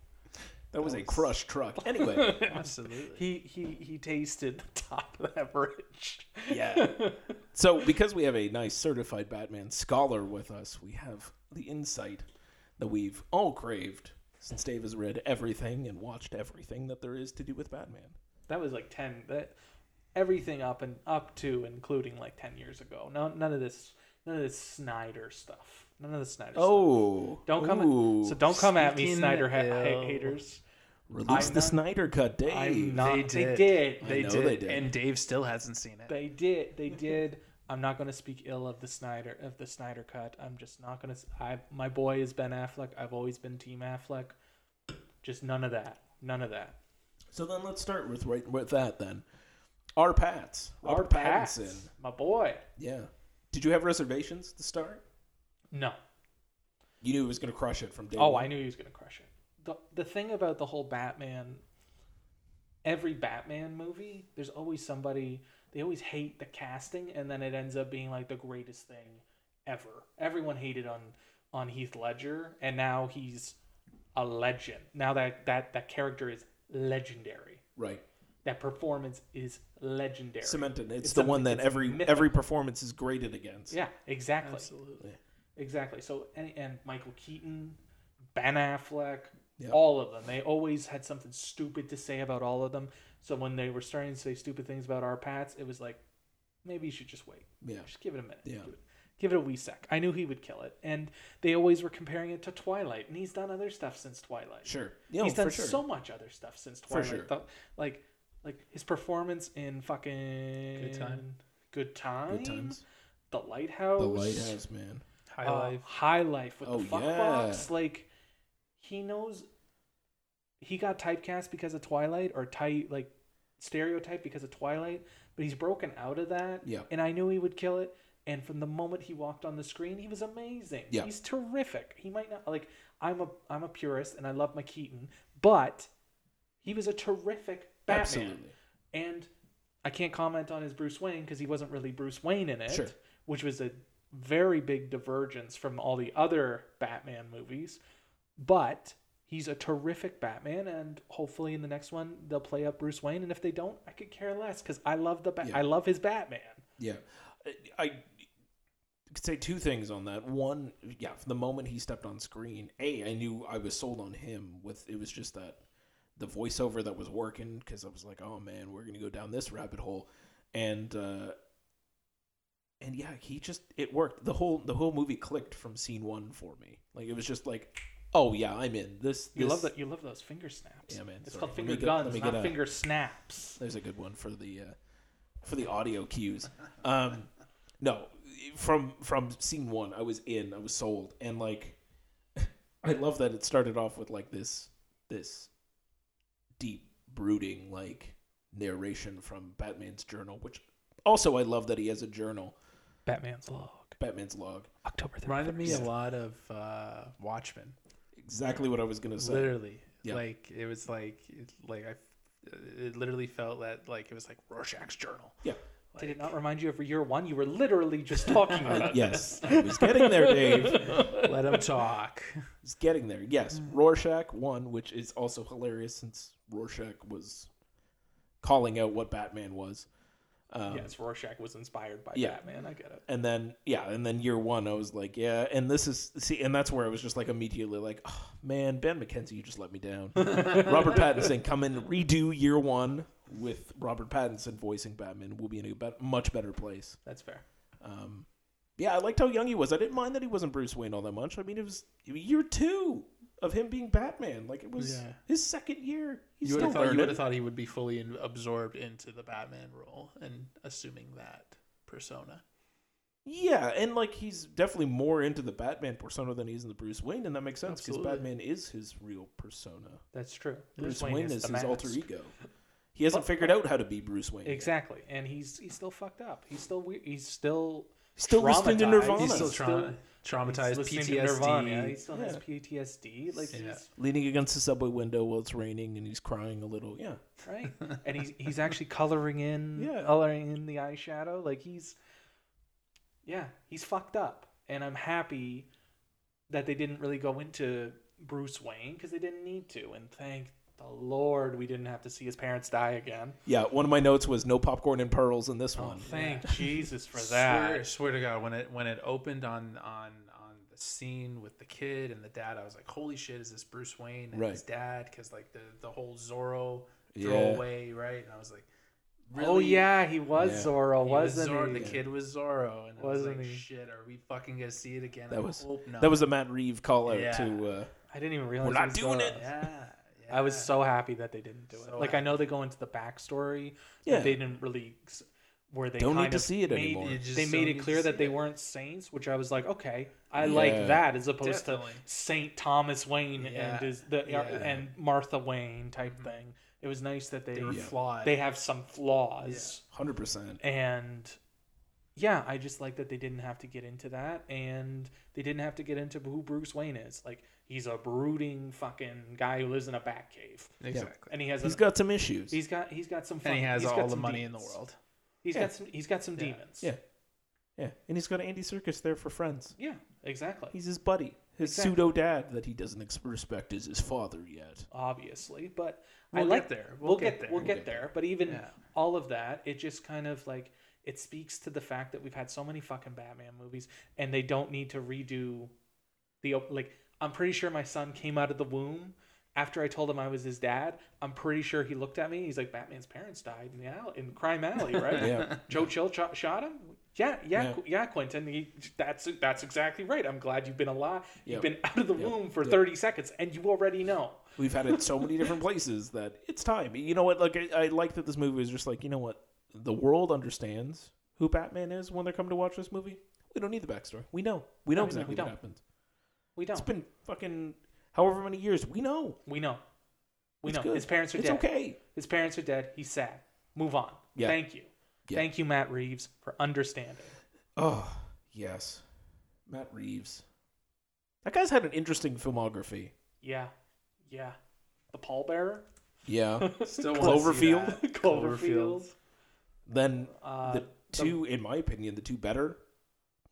[SPEAKER 2] That was a crushed truck. Anyway,
[SPEAKER 3] <laughs> Absolutely.
[SPEAKER 1] He he he tasted the top of that bridge.
[SPEAKER 2] Yeah.
[SPEAKER 3] <laughs>
[SPEAKER 2] so because we have a nice certified Batman scholar with us, we have the insight that we've all craved since Dave has read everything and watched everything that there is to do with Batman.
[SPEAKER 1] That was like ten. That everything up and up to including like ten years ago. No, none of this none of this Snyder stuff. None of the Snyder. stuff.
[SPEAKER 2] Oh,
[SPEAKER 1] don't come.
[SPEAKER 2] ooh.
[SPEAKER 1] so don't come at me,
[SPEAKER 3] Speaking
[SPEAKER 1] Snyder ha-
[SPEAKER 3] ill.
[SPEAKER 1] ha- haters.
[SPEAKER 2] release
[SPEAKER 1] I'm
[SPEAKER 2] the
[SPEAKER 1] not-
[SPEAKER 2] Snyder cut, Dave.
[SPEAKER 1] I'm not. They
[SPEAKER 3] did.
[SPEAKER 1] did. They did.
[SPEAKER 2] I
[SPEAKER 1] They,
[SPEAKER 2] know
[SPEAKER 3] did,
[SPEAKER 2] they did.
[SPEAKER 3] and Dave still hasn't seen it.
[SPEAKER 1] did. They did. I'm not going to speak ill of the Snyder of the Snyder cut. I'm just not going to. I my boy is Ben Affleck. I've always been Team Affleck. Just none of that. None of that.
[SPEAKER 2] So then let's start with right with that then. Our Pats, Robert
[SPEAKER 1] Robert Pattinson,
[SPEAKER 2] Pattinson.
[SPEAKER 1] my boy.
[SPEAKER 2] Yeah. Did you have reservations to start?
[SPEAKER 1] No.
[SPEAKER 2] You knew he was going to crush it from day.
[SPEAKER 1] Oh,
[SPEAKER 2] one.
[SPEAKER 1] I knew he was going to crush it. The, the thing about the whole Batman, every Batman movie, there's always somebody, they always hate the casting, and then it ends up being like the greatest thing ever. Everyone hated on on Heath Ledger, and now he's a legend. Now that that, that character is legendary.
[SPEAKER 2] Right.
[SPEAKER 1] That performance is legendary.
[SPEAKER 2] Cemented. It's,
[SPEAKER 1] It's
[SPEAKER 2] the
[SPEAKER 1] something-
[SPEAKER 2] one that
[SPEAKER 1] it's
[SPEAKER 2] every
[SPEAKER 1] mythical.
[SPEAKER 2] every performance is graded against.
[SPEAKER 1] Yeah, exactly.
[SPEAKER 3] Absolutely.
[SPEAKER 1] Exactly. So and, and Michael Keaton, Ben Affleck,
[SPEAKER 2] Yeah.
[SPEAKER 1] all of them. They always had something stupid to say about all of them. So when they were starting to say stupid things about our Pats, it was like, maybe you should just wait.
[SPEAKER 2] Yeah.
[SPEAKER 1] Just give it a minute.
[SPEAKER 2] Yeah.
[SPEAKER 1] Give it, give it a wee sec. I knew he would kill it, and they always were comparing it to Twilight, and he's done other stuff since Twilight.
[SPEAKER 2] Sure. Yeah,
[SPEAKER 1] he's
[SPEAKER 2] for
[SPEAKER 1] done
[SPEAKER 2] sure.
[SPEAKER 1] so much other stuff since Twilight.
[SPEAKER 2] sure.
[SPEAKER 1] The- like, like his performance in fucking
[SPEAKER 3] Good Time.
[SPEAKER 1] Good time.
[SPEAKER 2] Good times.
[SPEAKER 1] The lighthouse.
[SPEAKER 2] The lighthouse, man.
[SPEAKER 3] High
[SPEAKER 1] Uh,
[SPEAKER 3] life.
[SPEAKER 1] High Life with
[SPEAKER 2] Oh,
[SPEAKER 1] the fuck
[SPEAKER 2] yeah.
[SPEAKER 1] box. Like he knows he got typecast because of Twilight or tight like stereotype because of Twilight, but he's broken out of that.
[SPEAKER 2] Yeah.
[SPEAKER 1] And I knew he would kill it. And from the moment he walked on the screen, he was amazing.
[SPEAKER 2] Yeah.
[SPEAKER 1] He's terrific. He might not like I'm a I'm a purist and I love my Keaton, but he was a terrific Batman.
[SPEAKER 2] Absolutely.
[SPEAKER 1] And I can't comment on his Bruce Wayne because he wasn't really Bruce Wayne in it,
[SPEAKER 2] Sure.
[SPEAKER 1] which was a very big divergence from all the other Batman movies. But he's a terrific Batman, and hopefully in the next one they'll play up Bruce Wayne. And if they don't, I could care less because I love the Bat.
[SPEAKER 2] Yeah.
[SPEAKER 1] I love his Batman.
[SPEAKER 2] Yeah. I, I could say two things on that. One, yeah, from the moment he stepped on screen, A, I knew I was sold on him with it was just that the voiceover that was working cuz I was like, "Oh man, we're going to go down this rabbit hole." And uh and yeah, he just it worked. The whole the whole movie clicked from scene 1 for me. Like it was just like, "Oh yeah, I'm in." This
[SPEAKER 1] You
[SPEAKER 2] this-
[SPEAKER 1] love that. You love those finger snaps.
[SPEAKER 2] Yeah, man.
[SPEAKER 1] It's
[SPEAKER 2] sorry.
[SPEAKER 1] called
[SPEAKER 2] Let
[SPEAKER 1] finger
[SPEAKER 2] me get-
[SPEAKER 1] guns,
[SPEAKER 2] let me
[SPEAKER 1] not
[SPEAKER 2] get a-
[SPEAKER 1] finger snaps.
[SPEAKER 2] There's a good one for the uh, for the audio cues. Um, no, from from scene one, I was in, I was sold, and like, <laughs> I love that it started off with like this this deep brooding like narration from Batman's journal, which also I love that he has a journal,
[SPEAKER 1] Batman's log,
[SPEAKER 2] Batman's log.
[SPEAKER 1] October 31st.
[SPEAKER 4] Reminded me a lot of uh, Watchmen.
[SPEAKER 2] Exactly what I was gonna say.
[SPEAKER 4] Literally,
[SPEAKER 2] Yeah.
[SPEAKER 4] like it was like it, like I, it literally felt that like it was like Rorschach's <laughs> journal.
[SPEAKER 2] Yeah.
[SPEAKER 1] Did it not remind you of year one? You were literally just
[SPEAKER 2] <laughs>
[SPEAKER 1] talking about it.
[SPEAKER 2] Yes, I was getting there, Dave.
[SPEAKER 4] Let him talk.
[SPEAKER 2] It's getting there. Yes, Rorschach one, which is also hilarious since Rorschach was calling out what Batman was. Um,
[SPEAKER 1] Yes, Rorschach was inspired by
[SPEAKER 2] Yeah.
[SPEAKER 1] Batman. I get it.
[SPEAKER 2] And then yeah, and then year one, I was like, yeah, and this is see, and that's where I was just like immediately like, oh, man, Ben McKenzie, you just let me down. Robert Pattinson come in redo year one with Robert Pattinson voicing Batman. We'll be in a bet- much better place.
[SPEAKER 1] That's fair.
[SPEAKER 2] Um, yeah, I liked how young he was. I didn't mind that he wasn't Bruce Wayne all that much. I mean, it was year two of him being Batman. Like it was
[SPEAKER 4] Yeah.
[SPEAKER 2] his second year. He's
[SPEAKER 4] You would
[SPEAKER 2] still
[SPEAKER 4] have thought you
[SPEAKER 2] learning.
[SPEAKER 4] would have thought he would be fully in, absorbed into the Batman role and assuming that persona.
[SPEAKER 2] Yeah, and like he's definitely more into the Batman persona than he is in the Bruce Wayne, and that makes sense because
[SPEAKER 4] Absolutely.
[SPEAKER 2] Batman is his real persona.
[SPEAKER 1] That's true.
[SPEAKER 2] Bruce, Wayne, is,
[SPEAKER 1] the
[SPEAKER 2] his alter
[SPEAKER 1] mask.
[SPEAKER 2] ego. He hasn't
[SPEAKER 1] But-
[SPEAKER 2] figured out how to be Bruce Wayne. yet.
[SPEAKER 1] Exactly, and he's he's still fucked up. He's still weird. He's still
[SPEAKER 2] He's Still listening to
[SPEAKER 1] traumatized.
[SPEAKER 2] Nirvana.
[SPEAKER 4] He's still
[SPEAKER 1] Still-
[SPEAKER 4] trauma,
[SPEAKER 1] he's
[SPEAKER 4] traumatized,
[SPEAKER 1] listening
[SPEAKER 4] PTSD.
[SPEAKER 1] to Nirvana. Yeah, He still has
[SPEAKER 2] Yeah.
[SPEAKER 1] PTSD. Like
[SPEAKER 4] Yeah.
[SPEAKER 1] he's
[SPEAKER 2] leaning against the subway window while it's raining, and he's crying a little. Yeah,
[SPEAKER 1] right, and he's he's actually coloring in
[SPEAKER 2] Yeah.
[SPEAKER 1] coloring in the eyeshadow. Like he's yeah, he's fucked up, and I'm happy that they didn't really go into Bruce Wayne because they didn't need to. And thank the Lord we didn't have to see his parents die again.
[SPEAKER 2] yeah. One of my notes was no popcorn and pearls in this
[SPEAKER 1] Oh,
[SPEAKER 2] one.
[SPEAKER 1] thank Jesus
[SPEAKER 3] <laughs>
[SPEAKER 1] for
[SPEAKER 4] Swear,
[SPEAKER 1] that.
[SPEAKER 4] swear to God, when it when it opened on on on the scene with the kid and the dad, I was like, "Holy shit, is this Bruce Wayne and his
[SPEAKER 2] Right.
[SPEAKER 4] dad?" Because like the the whole Zorro
[SPEAKER 2] Yeah.
[SPEAKER 4] throwaway, right? And I was like,
[SPEAKER 1] Oh yeah, he was
[SPEAKER 2] Yeah.
[SPEAKER 1] Zorro,
[SPEAKER 4] He was
[SPEAKER 1] wasn't
[SPEAKER 4] Zorro,
[SPEAKER 1] he?
[SPEAKER 4] The kid was Zorro, and I was
[SPEAKER 1] Wasn't
[SPEAKER 4] like,
[SPEAKER 1] he?
[SPEAKER 4] "Shit, are we fucking gonna see it again?"
[SPEAKER 2] That
[SPEAKER 4] I
[SPEAKER 2] was-
[SPEAKER 4] hope not.
[SPEAKER 2] That was a Matt Reeve call out
[SPEAKER 4] Yeah.
[SPEAKER 2] to. Uh,
[SPEAKER 1] I didn't even realize.
[SPEAKER 2] not
[SPEAKER 1] he was
[SPEAKER 2] doing
[SPEAKER 1] Zorro.
[SPEAKER 3] <laughs>
[SPEAKER 2] it.
[SPEAKER 4] yeah.
[SPEAKER 1] I was
[SPEAKER 4] yeah.
[SPEAKER 1] so happy that they didn't do it.
[SPEAKER 4] So
[SPEAKER 1] like I know they go into the backstory. Yeah.
[SPEAKER 2] Yeah.
[SPEAKER 1] They didn't really s- where they
[SPEAKER 2] Don't need
[SPEAKER 1] kind
[SPEAKER 2] to
[SPEAKER 1] of
[SPEAKER 2] see it
[SPEAKER 1] made-
[SPEAKER 2] anymore.
[SPEAKER 4] You just
[SPEAKER 1] They
[SPEAKER 4] don't
[SPEAKER 1] made
[SPEAKER 4] need
[SPEAKER 1] it
[SPEAKER 4] to
[SPEAKER 1] clear that
[SPEAKER 4] see
[SPEAKER 1] they
[SPEAKER 4] it.
[SPEAKER 1] weren't saints, which I was like, okay, I
[SPEAKER 2] Yeah.
[SPEAKER 1] like that as opposed
[SPEAKER 4] Definitely.
[SPEAKER 1] to Saint Thomas Wayne
[SPEAKER 4] Yeah.
[SPEAKER 1] and is the uh,
[SPEAKER 4] Yeah. Mm-hmm.
[SPEAKER 1] and Martha Wayne type thing. It was nice that they
[SPEAKER 4] They were
[SPEAKER 2] Yeah.
[SPEAKER 4] flawed.
[SPEAKER 1] they have some flaws
[SPEAKER 2] Hundred percent.
[SPEAKER 1] and yeah, I just like that they didn't have to get into that and they didn't have to get into who Bruce Wayne is. Like he's a brooding fucking guy who lives in a bat cave
[SPEAKER 4] exactly.
[SPEAKER 1] and he has
[SPEAKER 2] He's
[SPEAKER 1] an
[SPEAKER 2] got some issues.
[SPEAKER 1] He's got he's got some fun.
[SPEAKER 4] And he has
[SPEAKER 1] he's got
[SPEAKER 4] all the
[SPEAKER 1] some
[SPEAKER 4] money in the
[SPEAKER 1] demons.
[SPEAKER 4] world.
[SPEAKER 3] <laughs>
[SPEAKER 1] He's
[SPEAKER 2] Yeah.
[SPEAKER 1] got some he's got some
[SPEAKER 4] Yeah.
[SPEAKER 1] demons.
[SPEAKER 2] Yeah. yeah, and he's got Andy Circus there for friends.
[SPEAKER 1] Yeah, exactly.
[SPEAKER 2] He's his buddy, his
[SPEAKER 1] Exactly.
[SPEAKER 2] pseudo dad that he doesn't ex- respect is his father yet.
[SPEAKER 1] Obviously, but
[SPEAKER 4] We'll
[SPEAKER 1] I
[SPEAKER 4] get
[SPEAKER 1] like
[SPEAKER 4] there.
[SPEAKER 1] We'll, get, there. We'll get there. But even
[SPEAKER 4] Yeah.
[SPEAKER 1] all of that, it just kind of like it speaks to the fact that we've had so many fucking Batman movies and they don't need to redo the op- like I'm pretty sure my son came out of the womb after I told him I was his dad. I'm pretty sure he looked at me. He's like Batman's parents died in the alley, in Crime Alley, right?
[SPEAKER 2] Yeah,
[SPEAKER 1] Joe Chill cho- shot him. Yeah, yeah,
[SPEAKER 2] Yeah.
[SPEAKER 1] Qu- yeah, Quentin. He, that's that's exactly right. I'm glad you've been alive.
[SPEAKER 2] Yep.
[SPEAKER 1] You've been out of the
[SPEAKER 2] Yep.
[SPEAKER 1] womb for
[SPEAKER 2] Yep.
[SPEAKER 1] 30 seconds, and you already know.
[SPEAKER 2] we've had it so many different places that it's time. You know what? Like I, I like that this movie is just like you know what the world understands who Batman is when they're coming to watch this movie. We don't need the backstory. We know. We
[SPEAKER 1] No, we know.
[SPEAKER 2] know
[SPEAKER 1] We
[SPEAKER 2] exactly what
[SPEAKER 1] don't.
[SPEAKER 2] happened.
[SPEAKER 1] We don't.
[SPEAKER 2] It's been fucking however many years. We know.
[SPEAKER 1] we know. We
[SPEAKER 2] It's
[SPEAKER 1] know.
[SPEAKER 2] good.
[SPEAKER 1] His parents are
[SPEAKER 2] It's
[SPEAKER 1] dead.
[SPEAKER 2] okay.
[SPEAKER 1] His parents are dead. He's sad. Move on.
[SPEAKER 2] Yeah.
[SPEAKER 1] Thank you.
[SPEAKER 2] Yeah.
[SPEAKER 1] Thank you, Matt Reeves, for understanding.
[SPEAKER 2] Oh, yes. Matt Reeves. That guy's had an interesting filmography.
[SPEAKER 1] Yeah, yeah. The pallbearer,
[SPEAKER 2] Yeah.
[SPEAKER 4] Still wanna see
[SPEAKER 2] Cloverfield.
[SPEAKER 4] that.
[SPEAKER 1] <laughs> Cloverfield.
[SPEAKER 2] <laughs> Then
[SPEAKER 1] Uh,
[SPEAKER 2] the two, in my opinion, the two better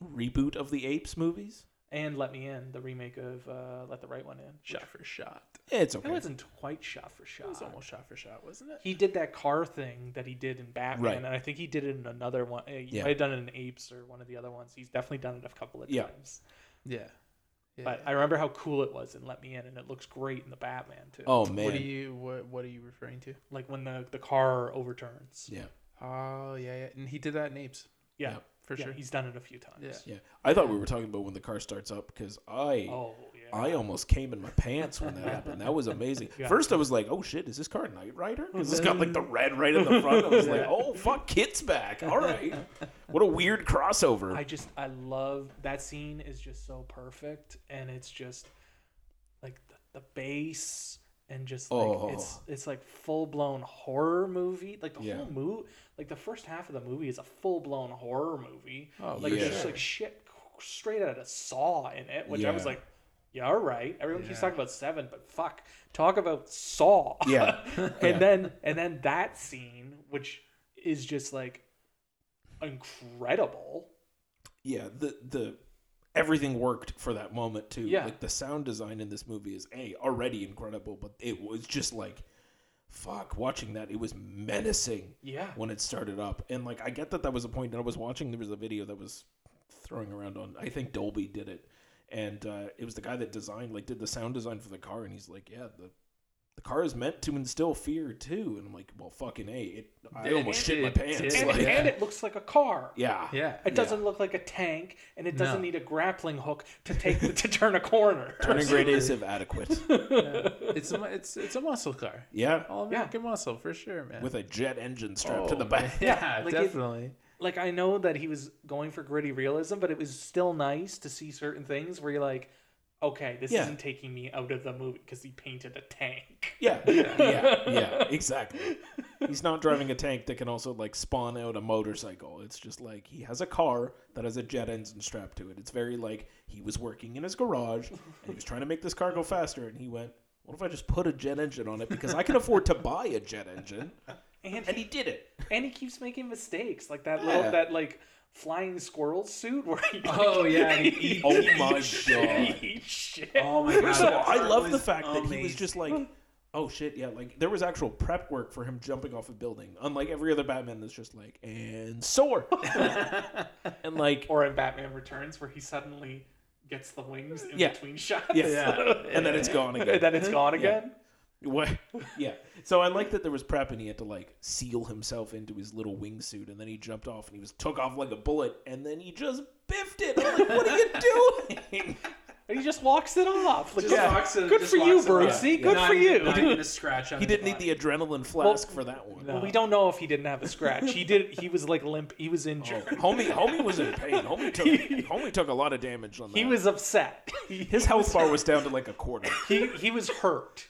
[SPEAKER 2] reboot of the Apes movies.
[SPEAKER 1] and Let Me In, the remake of uh, Let the Right One In.
[SPEAKER 3] Shot for shot.
[SPEAKER 2] It's
[SPEAKER 1] It
[SPEAKER 2] okay.
[SPEAKER 1] wasn't quite shot for shot.
[SPEAKER 3] It was almost shot for shot, wasn't it?
[SPEAKER 1] He did that car thing that he did in Batman,
[SPEAKER 2] Right.
[SPEAKER 1] and I think he did it in another one. He
[SPEAKER 2] Yeah.
[SPEAKER 1] might have done it in Apes or one of the other ones. He's definitely done it a couple of
[SPEAKER 2] Yeah.
[SPEAKER 1] times.
[SPEAKER 3] Yeah. yeah.
[SPEAKER 1] But I remember how cool it was in Let Me In, and it looks great in the Batman too.
[SPEAKER 2] oh
[SPEAKER 3] what are
[SPEAKER 2] man.
[SPEAKER 3] you what What are you referring to?
[SPEAKER 1] Like when the, the car overturns.
[SPEAKER 2] Yeah.
[SPEAKER 3] Oh yeah, yeah. And he did that in Apes
[SPEAKER 1] Yeah,
[SPEAKER 2] Yep.
[SPEAKER 3] for
[SPEAKER 1] yeah,
[SPEAKER 3] sure.
[SPEAKER 1] He's done it a few times.
[SPEAKER 3] Yeah.
[SPEAKER 2] Yeah. I thought we were talking about when the car starts up because I
[SPEAKER 1] Oh yeah.
[SPEAKER 2] I almost came in my pants when that happened. That was amazing.
[SPEAKER 1] <laughs> Yeah. Oh,
[SPEAKER 2] First, I was like, "Oh shit, is this car Knight Rider?" Because it's got like the red right in the front. I was
[SPEAKER 1] <laughs>
[SPEAKER 2] like, "Oh fuck, Kit's back! All right, what a weird crossover."
[SPEAKER 1] I just I love that scene is just so perfect, and it's just like the, the bass and just like it's
[SPEAKER 2] Oh.
[SPEAKER 1] it's like full blown horror movie. Like the
[SPEAKER 2] Yeah.
[SPEAKER 1] whole movie, like the first half of the movie is a full blown horror movie.
[SPEAKER 3] Oh,
[SPEAKER 1] like
[SPEAKER 2] Yeah.
[SPEAKER 1] it's just like shit straight out of Saw in it, which I was
[SPEAKER 2] Yeah.
[SPEAKER 1] like. Yeah, all right. Everyone keeps
[SPEAKER 3] Yeah.
[SPEAKER 1] talking about Seven, but fuck, talk about Saw.
[SPEAKER 2] yeah,
[SPEAKER 1] <laughs>
[SPEAKER 2] Yeah.
[SPEAKER 1] and then and then that scene, which is just like incredible.
[SPEAKER 2] yeah. The the everything worked for that moment too.
[SPEAKER 1] Yeah.
[SPEAKER 2] Like the sound design in this movie is a already incredible, but it was just like, fuck, watching that it was menacing.
[SPEAKER 1] Yeah.
[SPEAKER 2] when it started up. And like I get that that was a point that I was watching. There was a video that was throwing around on. I think Dolby did it, and uh, it was the guy that designed like did the sound design for the car. And he's like, yeah, the the car is meant to instill fear too. And I'm like, well, fucking a, it. I
[SPEAKER 3] It
[SPEAKER 2] almost shit my
[SPEAKER 3] did.
[SPEAKER 2] pants.
[SPEAKER 3] It
[SPEAKER 1] and,
[SPEAKER 2] like,
[SPEAKER 3] did.
[SPEAKER 1] and it looks like a car.
[SPEAKER 2] <laughs> yeah,
[SPEAKER 3] yeah.
[SPEAKER 1] It doesn't look like a tank, and it doesn't
[SPEAKER 3] No.
[SPEAKER 1] need a grappling hook to take to turn a corner.
[SPEAKER 2] Turning grade is if adequate.
[SPEAKER 3] <laughs> It's a, mu- it's it's a muscle car.
[SPEAKER 2] Yeah,
[SPEAKER 3] All American muscle for sure, man.
[SPEAKER 2] with a jet engine strapped to
[SPEAKER 3] Oh,
[SPEAKER 2] the back.
[SPEAKER 3] man. <laughs> Yeah,
[SPEAKER 1] Yeah, like it-
[SPEAKER 3] definitely.
[SPEAKER 1] <laughs> Like I know that he was going for gritty realism, but it was still nice to see certain things where you're like, okay, this
[SPEAKER 2] Yeah.
[SPEAKER 1] isn't taking me out of the movie because he painted a tank.
[SPEAKER 2] <laughs> Yeah, yeah, yeah,
[SPEAKER 3] <laughs>
[SPEAKER 2] exactly. He's not driving a tank that can also like spawn out a motorcycle. It's just like he has a car that has a jet engine strapped to it. It's very like he was working in his garage and he was trying to make this car go faster, and he went, "What if I just put a jet engine on it because I can afford to buy a jet engine?"
[SPEAKER 1] And
[SPEAKER 2] And
[SPEAKER 1] he,
[SPEAKER 2] he did it.
[SPEAKER 1] and he keeps making mistakes, like that
[SPEAKER 2] Yeah.
[SPEAKER 1] little that like flying squirrel suit where he
[SPEAKER 3] Oh, yeah, and he
[SPEAKER 1] <laughs> he,
[SPEAKER 3] eats-
[SPEAKER 2] Oh my
[SPEAKER 1] he
[SPEAKER 2] god!
[SPEAKER 1] eats shit. <laughs>
[SPEAKER 3] Oh my god.
[SPEAKER 2] First of all,
[SPEAKER 3] that
[SPEAKER 2] I
[SPEAKER 3] car
[SPEAKER 2] love
[SPEAKER 3] was
[SPEAKER 2] the fact that he was
[SPEAKER 3] amazing.
[SPEAKER 2] just like, oh shit, yeah, like there was actual prep work for him jumping off a building, unlike every other Batman that's just like, and soar.
[SPEAKER 1] <laughs>
[SPEAKER 2] and like,
[SPEAKER 1] Or in Batman Returns, where he suddenly gets the wings in
[SPEAKER 2] Yeah.
[SPEAKER 1] between shots.
[SPEAKER 2] yeah, and then it's gone again. Mhm.
[SPEAKER 1] and <laughs> then it's gone
[SPEAKER 2] Yeah.
[SPEAKER 1] again.
[SPEAKER 2] What? Yeah. So I like that there was prep and he had to like seal himself into his little wingsuit and then he jumped off and he was took off like a bullet and then he just biffed it. I'm like, what
[SPEAKER 1] <laughs>
[SPEAKER 2] are you doing?
[SPEAKER 1] And he just walks it off. Like,
[SPEAKER 3] Just
[SPEAKER 1] yeah.
[SPEAKER 3] walks it-
[SPEAKER 1] good
[SPEAKER 3] just
[SPEAKER 1] for you,
[SPEAKER 3] walks it off.
[SPEAKER 1] Brucey. Good
[SPEAKER 3] Not
[SPEAKER 1] for
[SPEAKER 3] even-
[SPEAKER 1] you.
[SPEAKER 3] Not even <laughs> a scratch on
[SPEAKER 2] he
[SPEAKER 3] his
[SPEAKER 2] didn't need
[SPEAKER 3] body.
[SPEAKER 2] the adrenaline flask for that one.
[SPEAKER 1] Well, we don't know if he didn't have a scratch. He did. He was like limp. He was
[SPEAKER 2] Oh,
[SPEAKER 1] injured.
[SPEAKER 2] homie, homie was in pain.
[SPEAKER 1] <laughs>
[SPEAKER 2] Homie took, homie took a lot of damage on that.
[SPEAKER 1] He was upset. He,
[SPEAKER 2] <laughs> His health bar was down to like a quarter.
[SPEAKER 1] he he was hurt.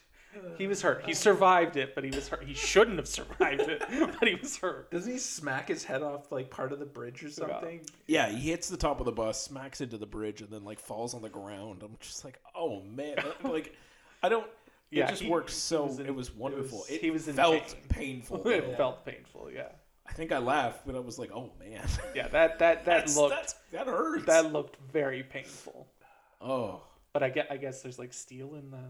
[SPEAKER 1] He was hurt. He survived it, but he was hurt. He shouldn't have survived it, <laughs> but he was hurt.
[SPEAKER 3] Doesn't he smack his head off like part of the bridge or something?
[SPEAKER 2] Yeah, he hits the top of the bus, smacks into the bridge, and then like falls on the ground. I'm just like, oh man, that- like I don't. It
[SPEAKER 1] Yeah,
[SPEAKER 2] just
[SPEAKER 1] he-
[SPEAKER 2] worked so.
[SPEAKER 1] was in-
[SPEAKER 2] it was wonderful.
[SPEAKER 1] was-
[SPEAKER 2] it
[SPEAKER 1] he was in
[SPEAKER 2] felt
[SPEAKER 1] pain.
[SPEAKER 2] painful.
[SPEAKER 1] It <laughs>
[SPEAKER 2] though.
[SPEAKER 1] felt painful. Yeah.
[SPEAKER 2] I think I laughed, but I was like, oh man,
[SPEAKER 1] Yeah. That that that
[SPEAKER 2] <laughs> that's,
[SPEAKER 1] looked
[SPEAKER 2] that's, that hurts.
[SPEAKER 1] that looked very painful.
[SPEAKER 2] oh
[SPEAKER 1] But I guess, I guess there's like steel in the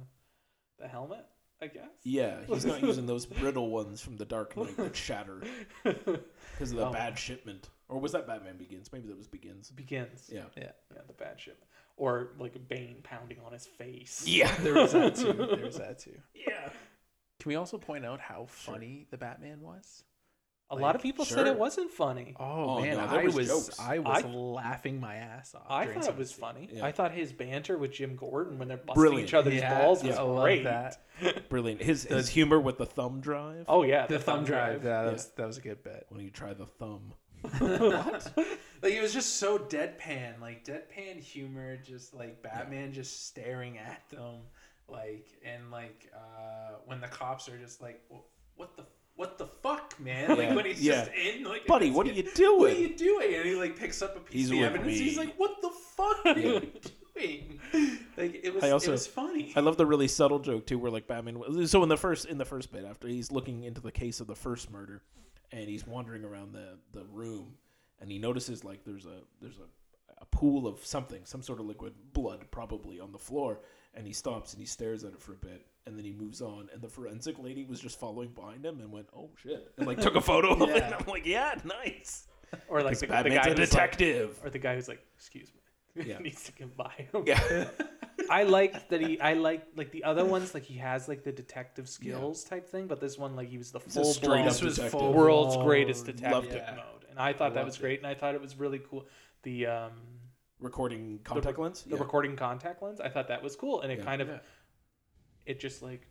[SPEAKER 1] the helmet. I guess.
[SPEAKER 2] yeah, he's not
[SPEAKER 1] <laughs>
[SPEAKER 2] using those brittle ones from the Dark Knight that shatter <laughs> because of the
[SPEAKER 1] Oh.
[SPEAKER 2] bad shipment. Or was that Batman Begins? Maybe that was Begins.
[SPEAKER 1] Begins.
[SPEAKER 2] Yeah.
[SPEAKER 1] Yeah, the bad ship. Or like Bane pounding on his face.
[SPEAKER 2] Yeah. <laughs>
[SPEAKER 3] There was that too. There was that too.
[SPEAKER 1] Yeah.
[SPEAKER 3] Can we also point out how funny the Batman was?
[SPEAKER 1] A lot of people said
[SPEAKER 2] sure.
[SPEAKER 1] it wasn't funny.
[SPEAKER 3] Oh,
[SPEAKER 2] Oh,
[SPEAKER 3] man,
[SPEAKER 2] no, there
[SPEAKER 3] I
[SPEAKER 2] was
[SPEAKER 3] was,
[SPEAKER 2] jokes.
[SPEAKER 3] I was
[SPEAKER 1] I-
[SPEAKER 3] laughing my ass off.
[SPEAKER 1] I
[SPEAKER 3] during
[SPEAKER 1] thought
[SPEAKER 3] some
[SPEAKER 1] it was
[SPEAKER 3] scene.
[SPEAKER 1] funny.
[SPEAKER 2] Yeah.
[SPEAKER 1] I thought his banter with Jim Gordon when they're busting
[SPEAKER 2] Brilliant.
[SPEAKER 1] each other's
[SPEAKER 3] Yeah,
[SPEAKER 1] balls
[SPEAKER 3] yeah,
[SPEAKER 1] was
[SPEAKER 3] I love
[SPEAKER 1] great.
[SPEAKER 3] that.
[SPEAKER 2] Brilliant. His his humor with the thumb drive.
[SPEAKER 1] Oh yeah,
[SPEAKER 3] The, thumb, drive. Yeah, that, Was, that was a good bit.
[SPEAKER 2] When you try the thumb.
[SPEAKER 3] Like it was just so deadpan, like deadpan humor, just like Batman just staring at them, like and like uh when the cops are just like, "Wh- what the what the fuck, man?
[SPEAKER 2] Yeah,
[SPEAKER 3] Like when he's
[SPEAKER 2] yeah.
[SPEAKER 3] just in, like,
[SPEAKER 2] Buddy,
[SPEAKER 3] it's-
[SPEAKER 2] what are you
[SPEAKER 3] What are
[SPEAKER 2] doing?
[SPEAKER 3] you doing? And he like picks up a
[SPEAKER 2] He's
[SPEAKER 3] piece of the
[SPEAKER 2] with
[SPEAKER 3] evidence. He's
[SPEAKER 2] me.
[SPEAKER 3] like, what the fuck are you doing? Like it was,
[SPEAKER 2] I also-
[SPEAKER 3] it was funny.
[SPEAKER 2] I love the really subtle joke too, where like Batman. So in the first in the first bit, after he's looking into the case of the first murder, and he's wandering around the the room, and he notices like there's a there's a a pool of something, some sort of liquid blood, probably on the floor. And he stops and he stares at it for a bit, and then he moves on. And the forensic lady was just following behind him and went, "Oh shit!" and like took a photo of it. And I'm like, "Yeah, nice."
[SPEAKER 1] Or like
[SPEAKER 2] 'Cause
[SPEAKER 1] the, the
[SPEAKER 2] Batman's
[SPEAKER 1] guy
[SPEAKER 2] a
[SPEAKER 1] who's like,
[SPEAKER 2] detective.
[SPEAKER 1] or the guy who's like, excuse me, <laughs>
[SPEAKER 2] Yeah.
[SPEAKER 1] needs to come by. him.
[SPEAKER 2] <laughs> yeah,
[SPEAKER 1] <laughs> I like that he. I like like the other ones. Like he has like the detective skills type thing, but this one like he was the
[SPEAKER 2] a
[SPEAKER 1] full
[SPEAKER 2] straight
[SPEAKER 1] blown
[SPEAKER 2] up
[SPEAKER 1] this
[SPEAKER 3] This
[SPEAKER 1] was
[SPEAKER 3] was
[SPEAKER 2] detective.
[SPEAKER 3] full
[SPEAKER 1] world's
[SPEAKER 3] blown-
[SPEAKER 1] greatest detective
[SPEAKER 2] Oh, it.
[SPEAKER 1] mode, and I thought that was
[SPEAKER 2] Loved it.
[SPEAKER 1] great, and I thought it was really cool. The um
[SPEAKER 2] recording contact lens.
[SPEAKER 1] the
[SPEAKER 2] Yeah.
[SPEAKER 1] recording contact lens, I thought that was cool, and it
[SPEAKER 2] Yeah.
[SPEAKER 1] kind of
[SPEAKER 3] Yeah.
[SPEAKER 1] it just like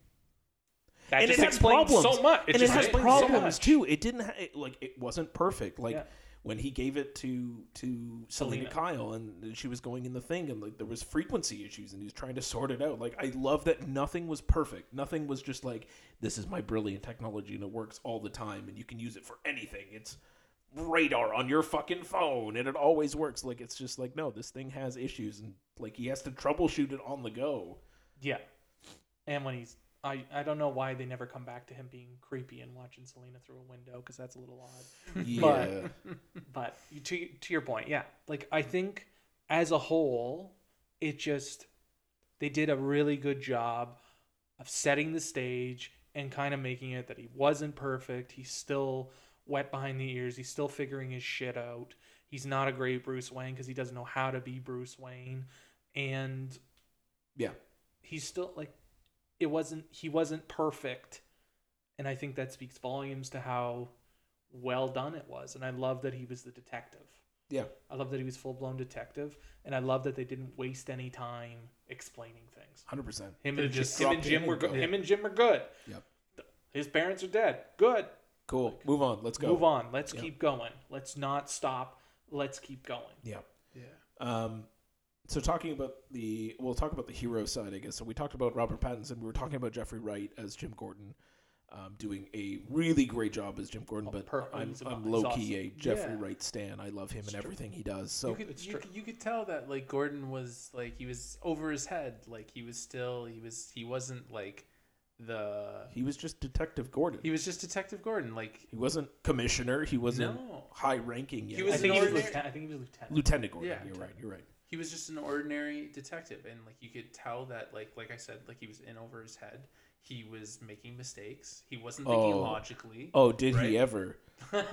[SPEAKER 1] that
[SPEAKER 2] And
[SPEAKER 1] just
[SPEAKER 2] it has
[SPEAKER 1] explains
[SPEAKER 2] problems.
[SPEAKER 1] so much. It
[SPEAKER 2] and it
[SPEAKER 1] just
[SPEAKER 2] has
[SPEAKER 1] explains so
[SPEAKER 2] problems
[SPEAKER 1] much.
[SPEAKER 2] too. It didn't ha- it, like it wasn't perfect. Like
[SPEAKER 1] Yeah.
[SPEAKER 2] when he gave it to to
[SPEAKER 1] Selena.
[SPEAKER 2] Selena Kyle and she was going in the thing and like there was frequency issues and he was trying to sort it out. Like I love that nothing was perfect. Nothing was just like this is my brilliant technology and it works all the time and you can use it for anything. It's radar on your fucking phone and it always works. Like it's just like no, this thing has issues and like he has to troubleshoot it on
[SPEAKER 1] <laughs>
[SPEAKER 2] the go.
[SPEAKER 1] Yeah, and when he's. I, I don't know why they never come back to him being creepy and watching Selena through a window because that's a little odd.
[SPEAKER 2] Yeah.
[SPEAKER 1] but you- to to your point, yeah. Like I think as a whole, it just they did a really good job of setting the stage and kind of making it that he wasn't perfect. He's still wet behind the ears. He's still figuring his shit out. He's not a great Bruce Wayne because he doesn't know how to be Bruce Wayne, and
[SPEAKER 2] yeah.
[SPEAKER 1] he's still like it wasn't he wasn't perfect and i think that speaks volumes to how well done it was and i love that he was the detective
[SPEAKER 2] Yeah.
[SPEAKER 1] i love that he was full-blown detective and i love that they didn't waste any time explaining things
[SPEAKER 2] Hundred percent.
[SPEAKER 1] him
[SPEAKER 2] They
[SPEAKER 1] and,
[SPEAKER 2] just
[SPEAKER 1] him and
[SPEAKER 2] dropped it
[SPEAKER 1] jim
[SPEAKER 2] in
[SPEAKER 1] were
[SPEAKER 2] and
[SPEAKER 1] good
[SPEAKER 2] go.
[SPEAKER 1] him and jim were good
[SPEAKER 2] Yep.
[SPEAKER 1] his parents are dead good
[SPEAKER 2] Cool. Move on. Let's go.
[SPEAKER 1] move on let's
[SPEAKER 2] Yeah.
[SPEAKER 1] keep going let's not stop let's keep going
[SPEAKER 2] Yeah.
[SPEAKER 3] Yeah.
[SPEAKER 2] Um, so talking about the, we'll talk about the hero side, I guess. So we talked about Robert Pattinson. We were talking about Jeffrey Wright as Jim Gordon, um, doing a really great job as Jim Gordon.
[SPEAKER 1] Oh,
[SPEAKER 2] but
[SPEAKER 1] per-
[SPEAKER 2] I'm,
[SPEAKER 1] he's
[SPEAKER 2] I'm
[SPEAKER 1] awesome.
[SPEAKER 2] low
[SPEAKER 1] He's
[SPEAKER 2] key a Jeffrey
[SPEAKER 3] Yeah.
[SPEAKER 2] Wright stan. I love him and everything he does. So
[SPEAKER 3] you could,
[SPEAKER 1] It's
[SPEAKER 3] you,
[SPEAKER 1] true.
[SPEAKER 3] could- you could tell that like Gordon was like he was over his head like he was still he was he wasn't like the
[SPEAKER 2] he was just Detective Gordon.
[SPEAKER 3] he was just Detective Gordon like
[SPEAKER 2] He wasn't commissioner. He wasn't
[SPEAKER 3] No.
[SPEAKER 2] high ranking yet.
[SPEAKER 3] He
[SPEAKER 1] i
[SPEAKER 3] was
[SPEAKER 1] think
[SPEAKER 3] an
[SPEAKER 1] he was
[SPEAKER 3] ordinary-
[SPEAKER 1] lieutenant i think he was lieutenant
[SPEAKER 2] Lieutenant Gordon.
[SPEAKER 3] Yeah.
[SPEAKER 2] You're right. You're right.
[SPEAKER 3] he was just an ordinary detective and like you could tell that like like I said like he was in over his head he was making mistakes he wasn't thinking
[SPEAKER 2] Oh.
[SPEAKER 3] logically
[SPEAKER 2] Oh, did
[SPEAKER 3] Right? <laughs>
[SPEAKER 2] he ever?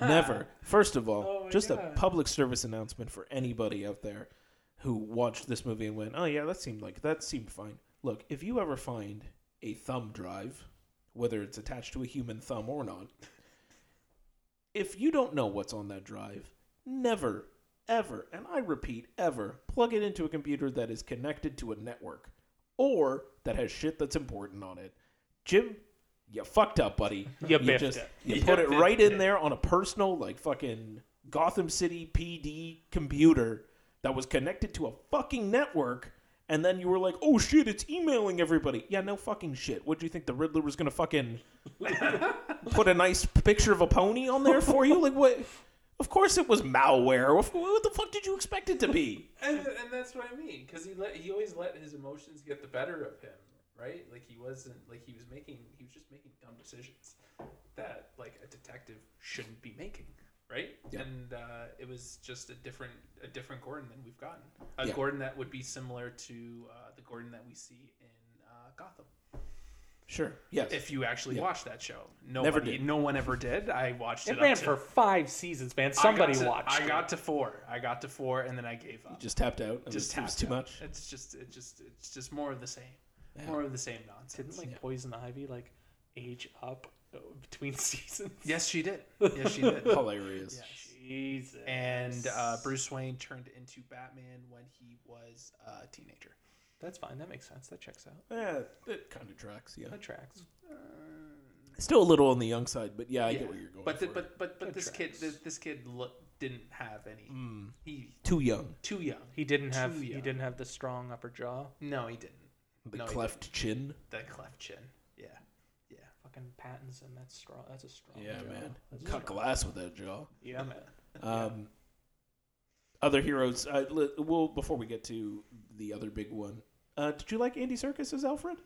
[SPEAKER 2] Never. First of all,
[SPEAKER 3] Oh my
[SPEAKER 2] just a
[SPEAKER 3] God.
[SPEAKER 2] public service announcement for anybody out there who watched this movie and went, "Oh yeah, that seemed like that seemed fine." Look, if you ever find a thumb drive, whether it's attached to a human thumb or not, if you don't know what's on that drive, never ever, and I repeat, ever plug it into a computer that is connected to a network or that has shit that's important on it. Jim, you fucked up, buddy.
[SPEAKER 1] You biffed
[SPEAKER 2] just-
[SPEAKER 1] it.
[SPEAKER 2] You,
[SPEAKER 3] You
[SPEAKER 2] put it
[SPEAKER 3] biffed
[SPEAKER 2] right in
[SPEAKER 3] it.
[SPEAKER 2] there on a personal, like fucking Gotham City PD computer that was connected to a fucking network. And then you were like, "Oh shit, it's emailing everybody." Yeah, no fucking shit. What do you think the Riddler was
[SPEAKER 3] <laughs>
[SPEAKER 2] gonna fucking put a nice picture of a pony on there for you? Like what? Of course it was malware. Of- What the fuck did you expect it to be?
[SPEAKER 3] and, and that's what I mean because he let he always let his emotions get the better of him right like he wasn't like he was making he was just making dumb decisions that like a detective shouldn't be making right
[SPEAKER 2] Yeah.
[SPEAKER 3] and uh, it was just a different a different Gordon than we've gotten a
[SPEAKER 2] Yeah.
[SPEAKER 3] Gordon that would be similar to uh, the Gordon that we see in uh, Gotham
[SPEAKER 2] Sure. Yes.
[SPEAKER 3] if you actually
[SPEAKER 2] Yeah.
[SPEAKER 3] watched that show no
[SPEAKER 2] Never
[SPEAKER 3] one, e,
[SPEAKER 2] did.
[SPEAKER 3] no one ever did I watched it,
[SPEAKER 1] it
[SPEAKER 3] up
[SPEAKER 1] ran
[SPEAKER 3] to-
[SPEAKER 1] for five seasons man
[SPEAKER 3] I got
[SPEAKER 1] somebody
[SPEAKER 3] to-
[SPEAKER 1] watched
[SPEAKER 3] I
[SPEAKER 1] it.
[SPEAKER 3] got to four I got to four and then I gave up
[SPEAKER 2] just tapped out.
[SPEAKER 3] just
[SPEAKER 2] It was, it was
[SPEAKER 3] tapped
[SPEAKER 2] too
[SPEAKER 3] out. <laughs>
[SPEAKER 2] much.
[SPEAKER 3] It's just it's just it's just more of the same,
[SPEAKER 2] Yeah.
[SPEAKER 3] more of the same
[SPEAKER 1] Didn't
[SPEAKER 3] nonsense.
[SPEAKER 1] like Poison Ivy like age up uh, between <laughs> seasons?
[SPEAKER 3] yes, she
[SPEAKER 2] <laughs>
[SPEAKER 3] did. Yes, she did.
[SPEAKER 2] Oh, Hilarious.
[SPEAKER 3] Yes.
[SPEAKER 1] Jesus.
[SPEAKER 3] And uh, Bruce Wayne turned into Batman when he was a teenager.
[SPEAKER 1] That's fine. That makes sense. That checks out.
[SPEAKER 2] Yeah, Eh, it kind of tracks. Yeah.
[SPEAKER 1] That tracks.
[SPEAKER 2] Uh, Still a little on the young side, but yeah, I
[SPEAKER 3] Yeah.
[SPEAKER 2] get where you're going.
[SPEAKER 3] but the,
[SPEAKER 2] for.
[SPEAKER 3] but but but
[SPEAKER 1] That
[SPEAKER 3] this kid
[SPEAKER 1] tracks.
[SPEAKER 3] this, this kid look, didn't have any.
[SPEAKER 2] Mm.
[SPEAKER 3] He
[SPEAKER 2] too young.
[SPEAKER 3] too young.
[SPEAKER 1] He didn't have
[SPEAKER 3] Too
[SPEAKER 1] he
[SPEAKER 3] young.
[SPEAKER 1] didn't have the strong upper jaw.
[SPEAKER 3] No, he didn't.
[SPEAKER 2] The
[SPEAKER 3] No, he
[SPEAKER 2] cleft chin.
[SPEAKER 3] The cleft chin. Yeah, yeah.
[SPEAKER 1] Fucking Pattinson. That's strong. That's a strong.
[SPEAKER 2] Yeah,
[SPEAKER 1] jaw.
[SPEAKER 2] man.
[SPEAKER 1] That's a
[SPEAKER 2] Cut
[SPEAKER 1] strong-
[SPEAKER 2] glass with that jaw.
[SPEAKER 1] Yeah, man.
[SPEAKER 2] Um, Other heroes. Uh, li- well, before we get to the other big one, uh, did you like Andy Serkis as Alfred?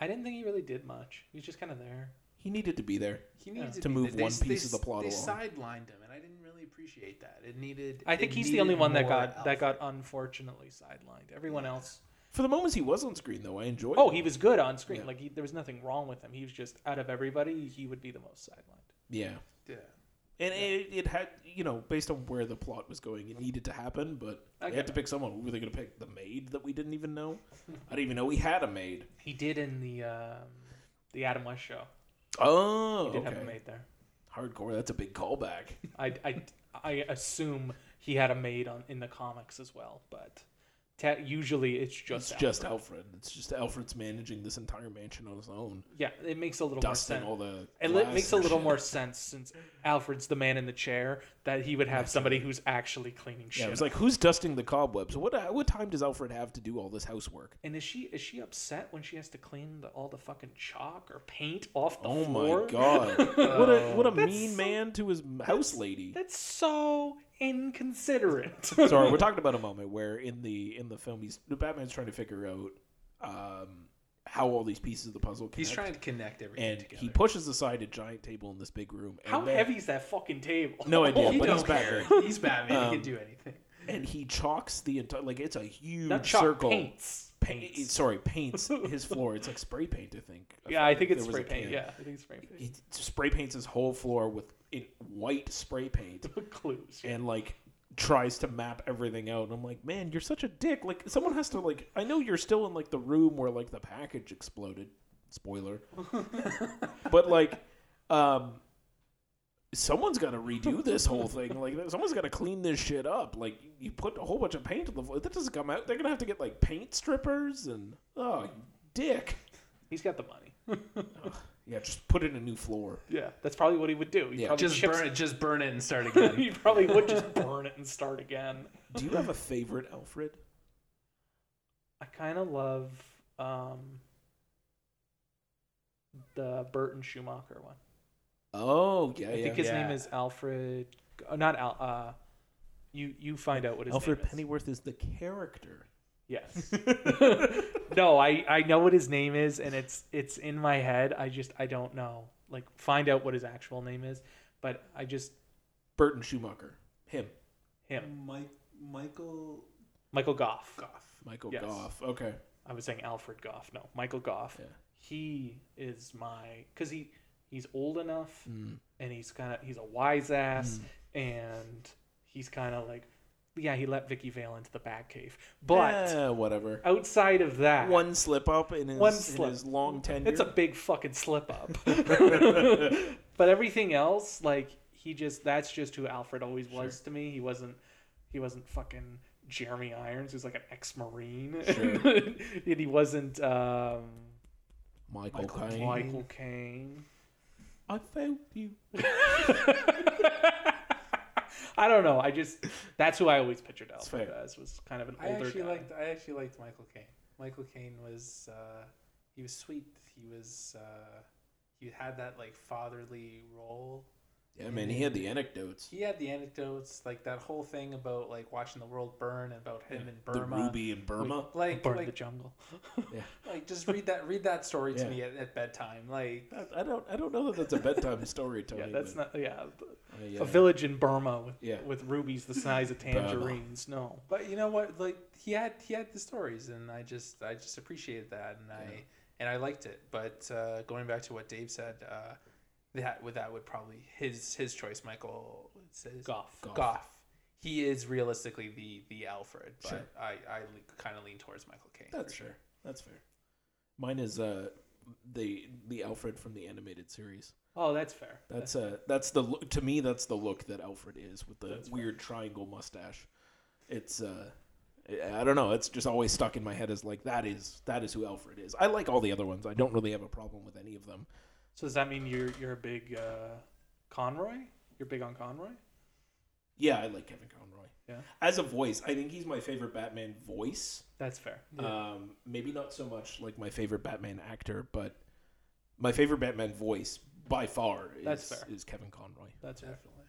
[SPEAKER 1] I didn't think he really did much. He was just kind of there.
[SPEAKER 2] He needed to be there.
[SPEAKER 3] He needed
[SPEAKER 2] To move one piece of the plot
[SPEAKER 3] They
[SPEAKER 2] along.
[SPEAKER 3] sidelined him, and I didn't really
[SPEAKER 4] appreciate that. It needed.
[SPEAKER 1] I think
[SPEAKER 4] it
[SPEAKER 1] he's the only
[SPEAKER 4] needed
[SPEAKER 1] one that
[SPEAKER 4] more
[SPEAKER 1] got that
[SPEAKER 4] alpha.
[SPEAKER 1] got unfortunately sidelined. Everyone else,
[SPEAKER 2] For the moments he was on screen, though, I enjoyed.
[SPEAKER 1] oh,
[SPEAKER 2] him.
[SPEAKER 1] he was good on screen.
[SPEAKER 2] Yeah.
[SPEAKER 1] Like he, there was nothing wrong with him. He was just out of everybody, he would be the most sidelined.
[SPEAKER 2] yeah,
[SPEAKER 4] Yeah.
[SPEAKER 2] and it, it had you know based on where the plot was going, it needed to happen. But
[SPEAKER 4] I
[SPEAKER 2] they had to pick someone. Who were they going to pick? The maid that we didn't even know. I didn't even know we had a maid.
[SPEAKER 1] <laughs> He did in the um, the Adam West show.
[SPEAKER 2] Oh,
[SPEAKER 1] He did
[SPEAKER 2] okay.
[SPEAKER 1] have a maid there.
[SPEAKER 2] Hardcore. That's a big callback.
[SPEAKER 1] I, I, I assume he had a maid on in the comics as well, but ta usually it's
[SPEAKER 2] It's
[SPEAKER 1] just Alfred.
[SPEAKER 2] just Alfred. It's just Alfred's managing this entire mansion on his own,
[SPEAKER 1] yeah. It makes a little
[SPEAKER 2] dusting
[SPEAKER 1] more sense.
[SPEAKER 2] all the.
[SPEAKER 1] It li-
[SPEAKER 2] glass
[SPEAKER 1] makes a
[SPEAKER 2] and
[SPEAKER 1] little
[SPEAKER 2] shit.
[SPEAKER 1] more sense since Alfred's the man in the chair that he would have somebody who's actually cleaning shit.
[SPEAKER 2] Yeah, it was
[SPEAKER 1] up.
[SPEAKER 2] like who's dusting the cobwebs? What uh, what time does Alfred have to do all this housework?
[SPEAKER 1] And is she is she upset when she has to clean the, all the fucking chalk or paint off the
[SPEAKER 2] Oh
[SPEAKER 1] floor? <laughs>
[SPEAKER 2] my god! what a what a
[SPEAKER 1] That's
[SPEAKER 2] mean
[SPEAKER 1] so-
[SPEAKER 2] man to his m- house lady.
[SPEAKER 1] That's so inconsiderate.
[SPEAKER 2] <laughs> Sorry, we're talking about a moment where in the in the film, he's Batman's trying to figure out um, how all these pieces of the puzzle. Connect,
[SPEAKER 4] He's trying to connect everything
[SPEAKER 2] and
[SPEAKER 4] together.
[SPEAKER 2] he pushes aside a giant table in this big room.
[SPEAKER 1] <laughs>
[SPEAKER 2] And
[SPEAKER 1] How
[SPEAKER 2] then-
[SPEAKER 1] heavy is that fucking table? <laughs>
[SPEAKER 2] No idea,
[SPEAKER 4] he
[SPEAKER 2] but he's
[SPEAKER 4] don't care.
[SPEAKER 2] Batman,
[SPEAKER 4] <laughs> He's Batman. he
[SPEAKER 2] Um,
[SPEAKER 4] can do anything.
[SPEAKER 2] and he chalks the entire like it's a huge
[SPEAKER 1] That chalk
[SPEAKER 2] circle.
[SPEAKER 1] paints.
[SPEAKER 2] Paint-
[SPEAKER 1] <laughs>
[SPEAKER 2] sorry, paints his floor. It's like spray paint, I think.
[SPEAKER 1] Yeah, I think
[SPEAKER 2] There
[SPEAKER 1] it's
[SPEAKER 2] was a
[SPEAKER 1] spray paint.
[SPEAKER 2] can.
[SPEAKER 1] Yeah, I think it's spray paint. <laughs>
[SPEAKER 2] he spray paints his whole floor with in white spray paint
[SPEAKER 1] Clues.
[SPEAKER 2] and like tries to map everything out and i'm like man you're such a dick like someone has to like i know you're still in like the room where like the package exploded spoiler <laughs> but like um someone's got to redo this whole thing like someone's got to clean this shit up like you put a whole bunch of paint on the floor that doesn't come out they're gonna have to get like paint strippers and oh you dick
[SPEAKER 1] He's got the money. <laughs>
[SPEAKER 2] yeah just put in a new floor
[SPEAKER 1] Yeah, that's probably what he would do. He
[SPEAKER 2] Yeah.
[SPEAKER 1] probably
[SPEAKER 4] Just
[SPEAKER 1] chips-
[SPEAKER 4] burn it. Just burn it and start <laughs> again.
[SPEAKER 1] <laughs> he probably would just burn it and start again.
[SPEAKER 2] do you have a favorite alfred
[SPEAKER 1] I kind of love um, the Burton Schumacher one.
[SPEAKER 2] Oh yeah,
[SPEAKER 1] I
[SPEAKER 2] yeah.
[SPEAKER 1] think his name
[SPEAKER 4] Yeah.
[SPEAKER 1] is Alfred. uh, Not Al. Uh, you you find out what his
[SPEAKER 2] Alfred
[SPEAKER 1] name is.
[SPEAKER 2] Pennyworth is the character.
[SPEAKER 1] Yes. no, I I know what his name is, and it's it's in my head. I just I don't know. Like find out what his actual name is, but I just
[SPEAKER 2] Burton Schumacher, him,
[SPEAKER 1] him
[SPEAKER 4] Mike Michael
[SPEAKER 1] Michael Goff.
[SPEAKER 4] Goff.
[SPEAKER 2] Michael
[SPEAKER 1] Yes.
[SPEAKER 2] Goff. Okay,
[SPEAKER 1] I was saying Alfred Goff. No, Michael Goff.
[SPEAKER 2] Yeah.
[SPEAKER 1] He is my because he he's old enough
[SPEAKER 2] Mm.
[SPEAKER 1] and he's kind of he's a wise ass and he's kind of like yeah he let Vicky Vale into the Batcave, but
[SPEAKER 2] Eh, whatever.
[SPEAKER 1] outside of that
[SPEAKER 2] Uh, One slip up in his,
[SPEAKER 1] One
[SPEAKER 2] in
[SPEAKER 1] slip.
[SPEAKER 2] his long tenure.
[SPEAKER 1] it's a big fucking slip
[SPEAKER 2] <laughs>
[SPEAKER 1] up. <laughs> but everything else like he just that's just who Alfred always was to me. He wasn't he wasn't fucking Jeremy Irons who's like an ex-marine
[SPEAKER 2] Sure.
[SPEAKER 1] <laughs> and he wasn't um
[SPEAKER 2] Michael
[SPEAKER 1] Michael
[SPEAKER 2] Caine.
[SPEAKER 1] Michael Caine.
[SPEAKER 2] I found you. <laughs>
[SPEAKER 1] I don't know. I just that's who I always pictured Alfred
[SPEAKER 2] fair.
[SPEAKER 1] as was kind of an
[SPEAKER 4] I
[SPEAKER 1] older
[SPEAKER 4] actually
[SPEAKER 1] guy.
[SPEAKER 4] liked. I actually liked Michael Caine. Michael Caine was. Uh, he was sweet. He was. Uh, he had that like fatherly role.
[SPEAKER 2] Yeah, man, he had the anecdotes.
[SPEAKER 4] He had the anecdotes, like that whole thing about like watching the world burn, and about him in
[SPEAKER 2] The
[SPEAKER 4] Burma.
[SPEAKER 2] ruby in Burma.
[SPEAKER 4] Like,
[SPEAKER 1] Burn the
[SPEAKER 4] like,
[SPEAKER 1] jungle.
[SPEAKER 4] like, just read that. Read that story to
[SPEAKER 2] Yeah.
[SPEAKER 4] me at, at bedtime. Like,
[SPEAKER 2] I- I don't. I don't know that that's a <laughs> bedtime story, Tony.
[SPEAKER 1] Yeah, that's
[SPEAKER 2] but,
[SPEAKER 1] not. Yeah,
[SPEAKER 2] uh, yeah.
[SPEAKER 1] a village in Burma with
[SPEAKER 2] Yeah.
[SPEAKER 1] with rubies the
[SPEAKER 2] <laughs>
[SPEAKER 1] size of tangerines. No,
[SPEAKER 4] but you know what? Like, he had he had the stories, and I just I just appreciated that, and I and I liked it. But uh, going back to what Dave said, uh, that with that would probably his his choice, Michael. What's his,
[SPEAKER 1] Goff.
[SPEAKER 4] Goff. He is realistically the the Alfred, but I I le- kind of lean towards Michael Caine.
[SPEAKER 2] That's
[SPEAKER 4] for
[SPEAKER 2] fair. That's fair. Mine is uh the the Alfred from the animated series.
[SPEAKER 1] Oh, that's fair.
[SPEAKER 2] That's uh that's the look to me that's the look that Alfred is with the weird triangle mustache. It's uh I I don't know, it's just always stuck in my head as like that is that is who Alfred is. I like all the other ones. I don't really have a problem with any of them.
[SPEAKER 1] So does that mean you're you're a big uh, Conroy? You're big on Conroy.
[SPEAKER 2] Yeah, I like Kevin Conroy.
[SPEAKER 1] Yeah.
[SPEAKER 2] As a voice, I think he's my favorite Batman voice.
[SPEAKER 1] That's fair.
[SPEAKER 2] Um maybe not so much like my favorite Batman actor, but my favorite Batman voice by far is,
[SPEAKER 1] That's fair.
[SPEAKER 2] is Kevin Conroy.
[SPEAKER 1] That's fair.
[SPEAKER 4] Definitely.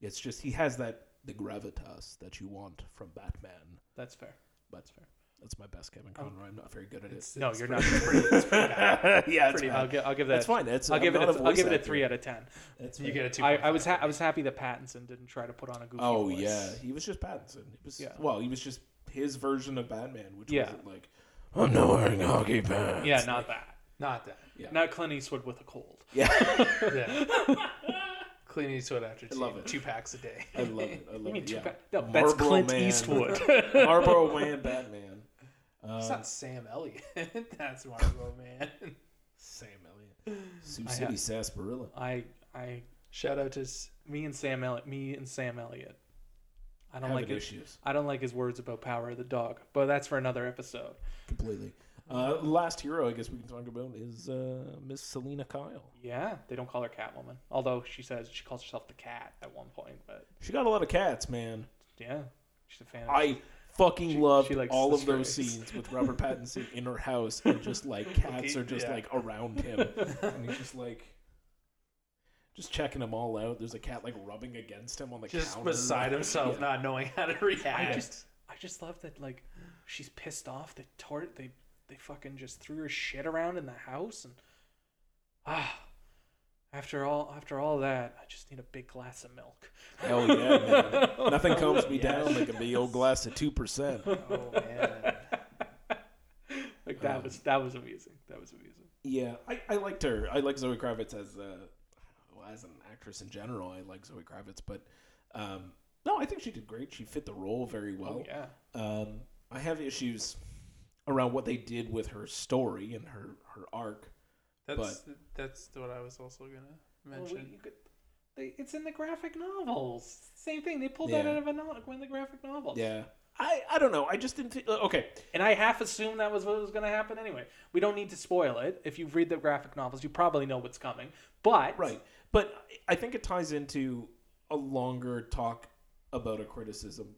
[SPEAKER 2] It's just he has that the gravitas that you want from Batman.
[SPEAKER 1] That's fair.
[SPEAKER 2] That's fair. That's my best Kevin Conroy. I'm not very good at it.
[SPEAKER 1] <laughs>
[SPEAKER 3] It's-
[SPEAKER 1] No,
[SPEAKER 3] it's
[SPEAKER 1] you're
[SPEAKER 3] pretty-
[SPEAKER 1] not.
[SPEAKER 3] it's pretty- it's pretty bad.
[SPEAKER 2] yeah, it's
[SPEAKER 1] Pretty,
[SPEAKER 2] fine.
[SPEAKER 1] I'll, gi- I'll give that.
[SPEAKER 2] That's fine. That's,
[SPEAKER 1] I'll
[SPEAKER 2] I'm
[SPEAKER 1] give it.
[SPEAKER 2] not
[SPEAKER 1] A,
[SPEAKER 2] a
[SPEAKER 1] I'll give it a
[SPEAKER 2] voice
[SPEAKER 1] three
[SPEAKER 2] actor.
[SPEAKER 1] out of ten.
[SPEAKER 2] That's
[SPEAKER 3] You
[SPEAKER 2] fine.
[SPEAKER 3] get a two.
[SPEAKER 1] I, I was ha- I was happy that Pattinson didn't try to put on a goofy.
[SPEAKER 2] Oh
[SPEAKER 1] voice.
[SPEAKER 2] yeah, he was just Pattinson. It was
[SPEAKER 1] Yeah.
[SPEAKER 2] well, he was just his version of Batman, which
[SPEAKER 1] Yeah.
[SPEAKER 2] wasn't like I'm not wearing hockey pants.
[SPEAKER 1] yeah, not that.
[SPEAKER 3] Not that.
[SPEAKER 2] Yeah.
[SPEAKER 1] Not Clint Eastwood with a cold.
[SPEAKER 2] yeah.
[SPEAKER 3] Yeah. Clean Eastwood after two,
[SPEAKER 2] love it.
[SPEAKER 3] two packs a day.
[SPEAKER 2] I love
[SPEAKER 1] <laughs>
[SPEAKER 2] it.
[SPEAKER 1] I
[SPEAKER 2] I love
[SPEAKER 1] mean,
[SPEAKER 2] it.
[SPEAKER 1] two
[SPEAKER 2] Yeah.
[SPEAKER 1] pa- no, that's
[SPEAKER 2] Marlboro
[SPEAKER 1] Clint
[SPEAKER 2] Man.
[SPEAKER 1] Eastwood.
[SPEAKER 2] <laughs> Marlboro
[SPEAKER 1] <laughs>
[SPEAKER 2] Man Batman.
[SPEAKER 3] It's
[SPEAKER 2] Um,
[SPEAKER 3] not Sam
[SPEAKER 4] <laughs>
[SPEAKER 3] Elliott. That's Marvel Man.
[SPEAKER 2] Sam Elliott, Sioux
[SPEAKER 1] I
[SPEAKER 2] City
[SPEAKER 1] ha-
[SPEAKER 2] Sarsaparilla.
[SPEAKER 1] I I
[SPEAKER 3] Shout out to S-
[SPEAKER 1] me and Sam Elliott. Me and Sam Elliott. I don't
[SPEAKER 2] Having
[SPEAKER 1] like his,
[SPEAKER 2] issues
[SPEAKER 1] I don't like his words about power of the dog, but that's for another episode.
[SPEAKER 2] completely. Uh, last hero, I guess we can talk about is uh, Miss Selena Kyle.
[SPEAKER 1] Yeah, they don't call her Catwoman, although she says she calls herself the Cat at one point. But
[SPEAKER 2] She got a lot of cats, man.
[SPEAKER 1] yeah, she's a fan. Of
[SPEAKER 2] I fucking
[SPEAKER 1] She-
[SPEAKER 2] loved
[SPEAKER 1] she likes
[SPEAKER 2] all
[SPEAKER 1] the
[SPEAKER 2] of those
[SPEAKER 1] strays.
[SPEAKER 2] scenes with Robert Pattinson in her house and just
[SPEAKER 3] <laughs>
[SPEAKER 2] like cats
[SPEAKER 3] Okay,
[SPEAKER 2] are just
[SPEAKER 3] yeah.
[SPEAKER 2] like around him
[SPEAKER 1] <laughs>
[SPEAKER 2] and he's just like just checking them all out. There's a cat like rubbing against him on the
[SPEAKER 3] just
[SPEAKER 2] counter.
[SPEAKER 3] beside himself,
[SPEAKER 2] <laughs> Yeah.
[SPEAKER 3] not knowing how to react.
[SPEAKER 1] I just I just love that like she's pissed off that tort they they fucking just threw her shit around in the house and ah after all after all that I just need a big glass of milk.
[SPEAKER 2] Hell
[SPEAKER 3] <laughs>
[SPEAKER 2] Oh, yeah,
[SPEAKER 1] <laughs>
[SPEAKER 2] man. Nothing calms me down like a big old glass of two percent.
[SPEAKER 3] oh man.
[SPEAKER 1] Like that
[SPEAKER 2] Um,
[SPEAKER 1] was that was amazing. That was amazing.
[SPEAKER 2] Yeah, I, I liked her. I like Zoe Kravitz as uh, well, as an actress in general. I like Zoe Kravitz, but um, no, I think she did great. She fit the role very well.
[SPEAKER 1] Oh yeah.
[SPEAKER 2] um, I have issues around what they did with her story and her her arc.
[SPEAKER 3] <laughs> That's that's what I was also gonna
[SPEAKER 1] Well,
[SPEAKER 3] mention.
[SPEAKER 1] we- you could, they, it's in the graphic novels. Same thing. They pulled that
[SPEAKER 2] Yeah.
[SPEAKER 1] out of a novel, one of the graphic novels.
[SPEAKER 2] Yeah, I I don't know. I just didn't. thi- okay,
[SPEAKER 1] And I half assumed that was what was going to happen anyway. We don't need to spoil it. If you read the graphic novels, you probably know what's coming. But
[SPEAKER 2] right, but I think it ties into a longer talk about a criticism.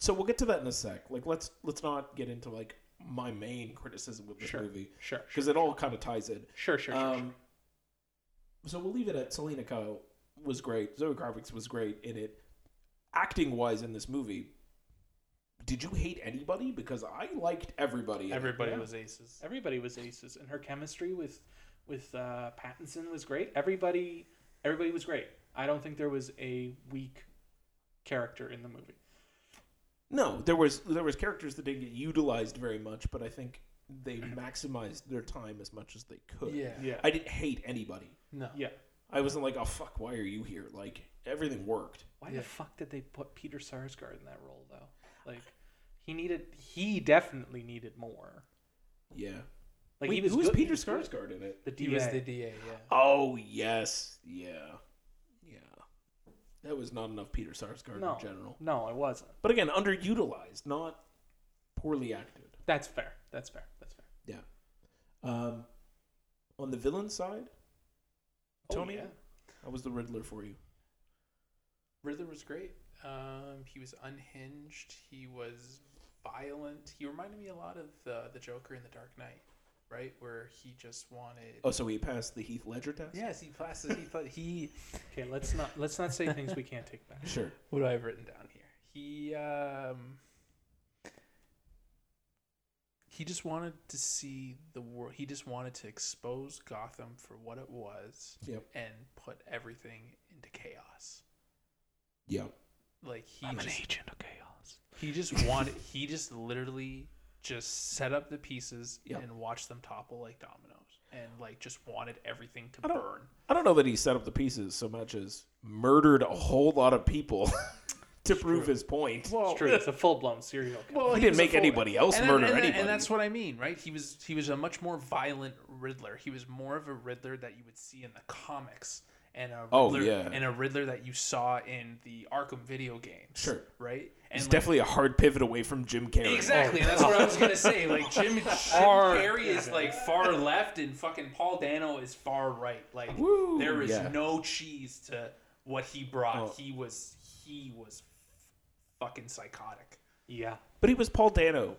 [SPEAKER 2] So we'll get to that in a sec. Like let's let's not get into like my main criticism with this
[SPEAKER 1] Sure.
[SPEAKER 2] movie
[SPEAKER 1] sure, sure, uh,
[SPEAKER 2] because it all kind of ties in.
[SPEAKER 1] sure, sure, sure, sure.
[SPEAKER 2] Um, so we'll leave it at Selena Kyle was great. Zoe Kravitz was great in it. Acting wise in this movie, did you hate anybody? Because I liked everybody. in it.
[SPEAKER 3] Everybody
[SPEAKER 1] Yeah.
[SPEAKER 3] was aces.
[SPEAKER 1] Everybody was aces, and her chemistry with with uh, Pattinson was great. Everybody, everybody was great. I don't think there was a weak character in the movie.
[SPEAKER 2] No, there was there was characters that didn't get utilized very much, but I think
[SPEAKER 1] <clears throat>
[SPEAKER 2] they maximized their time as much as they could.
[SPEAKER 3] Yeah.
[SPEAKER 1] Yeah,
[SPEAKER 2] I didn't hate anybody.
[SPEAKER 3] No.
[SPEAKER 1] yeah.
[SPEAKER 2] I wasn't like, oh fuck, why are you here? Like everything worked.
[SPEAKER 1] Why
[SPEAKER 3] Yeah.
[SPEAKER 1] the fuck did they put Peter Sarsgaard in that role though? Like, he needed, he definitely needed more.
[SPEAKER 2] Yeah.
[SPEAKER 1] Like
[SPEAKER 2] Wait,
[SPEAKER 1] he was
[SPEAKER 2] who was
[SPEAKER 1] good-
[SPEAKER 2] Peter
[SPEAKER 1] he was good.
[SPEAKER 2] Skarsgård in it?
[SPEAKER 1] The
[SPEAKER 3] He
[SPEAKER 1] DA.
[SPEAKER 3] was the DA, yeah.
[SPEAKER 2] Oh yes, yeah, yeah. That was not enough Peter Sarsgaard
[SPEAKER 1] No.
[SPEAKER 2] in general.
[SPEAKER 1] No, it wasn't.
[SPEAKER 2] But again, underutilized, not poorly acted.
[SPEAKER 1] That's fair. That's fair. That's fair.
[SPEAKER 2] Um, on the villain side,
[SPEAKER 1] Oh,
[SPEAKER 2] Tony,
[SPEAKER 1] yeah.
[SPEAKER 2] I was the Riddler for you.
[SPEAKER 3] Riddler was great. Um, he was unhinged. He was violent. He reminded me a lot of the the Joker in The Dark Knight, right? Where he just wanted.
[SPEAKER 2] Oh, so he passed the Heath Ledger test.
[SPEAKER 3] Yes, he passes. He pla- he.
[SPEAKER 1] Okay, let's not let's not say things we can't take <laughs> back.
[SPEAKER 2] Sure.
[SPEAKER 3] What do I have written down here? He um. He just wanted to see the world. He just wanted to expose Gotham for what it was,
[SPEAKER 2] Yep.
[SPEAKER 3] and put everything into chaos.
[SPEAKER 2] Yeah.
[SPEAKER 3] Like he just
[SPEAKER 1] agent of chaos.
[SPEAKER 3] He just wanted. he just literally just set up the pieces
[SPEAKER 2] Yeah.
[SPEAKER 3] and watched them topple like dominoes, and like just wanted everything to
[SPEAKER 2] I don't-
[SPEAKER 3] burn.
[SPEAKER 2] I don't know that he set up the pieces so much as murdered a whole lot of people <laughs> to prove his point.
[SPEAKER 3] Well,
[SPEAKER 1] Oh, <laughs> It's true. It's a full blown serial killer.
[SPEAKER 2] he didn't make anybody else
[SPEAKER 3] and,
[SPEAKER 2] murder
[SPEAKER 3] and, and,
[SPEAKER 2] anybody.
[SPEAKER 3] and that's what I mean, right? He was he was a much more violent Riddler. He was more of a Riddler that you would see in the comics, and a Riddler,
[SPEAKER 2] Oh, yeah.
[SPEAKER 3] and a Riddler that you saw in the Arkham video games.
[SPEAKER 2] Sure.
[SPEAKER 3] right? And
[SPEAKER 2] It's
[SPEAKER 3] like-
[SPEAKER 2] definitely a hard pivot away from Jim Carrey.
[SPEAKER 3] Exactly, that's what I was gonna say. Like Jim,
[SPEAKER 2] <laughs>
[SPEAKER 3] Jim Carrey is like far left, and fucking Paul Dano is far right. Like
[SPEAKER 2] Woo,
[SPEAKER 3] there is
[SPEAKER 2] yeah.
[SPEAKER 3] no cheese to what he brought.
[SPEAKER 2] Oh.
[SPEAKER 3] He was he was fucking psychotic.
[SPEAKER 1] Yeah.
[SPEAKER 2] But he was Paul Dano,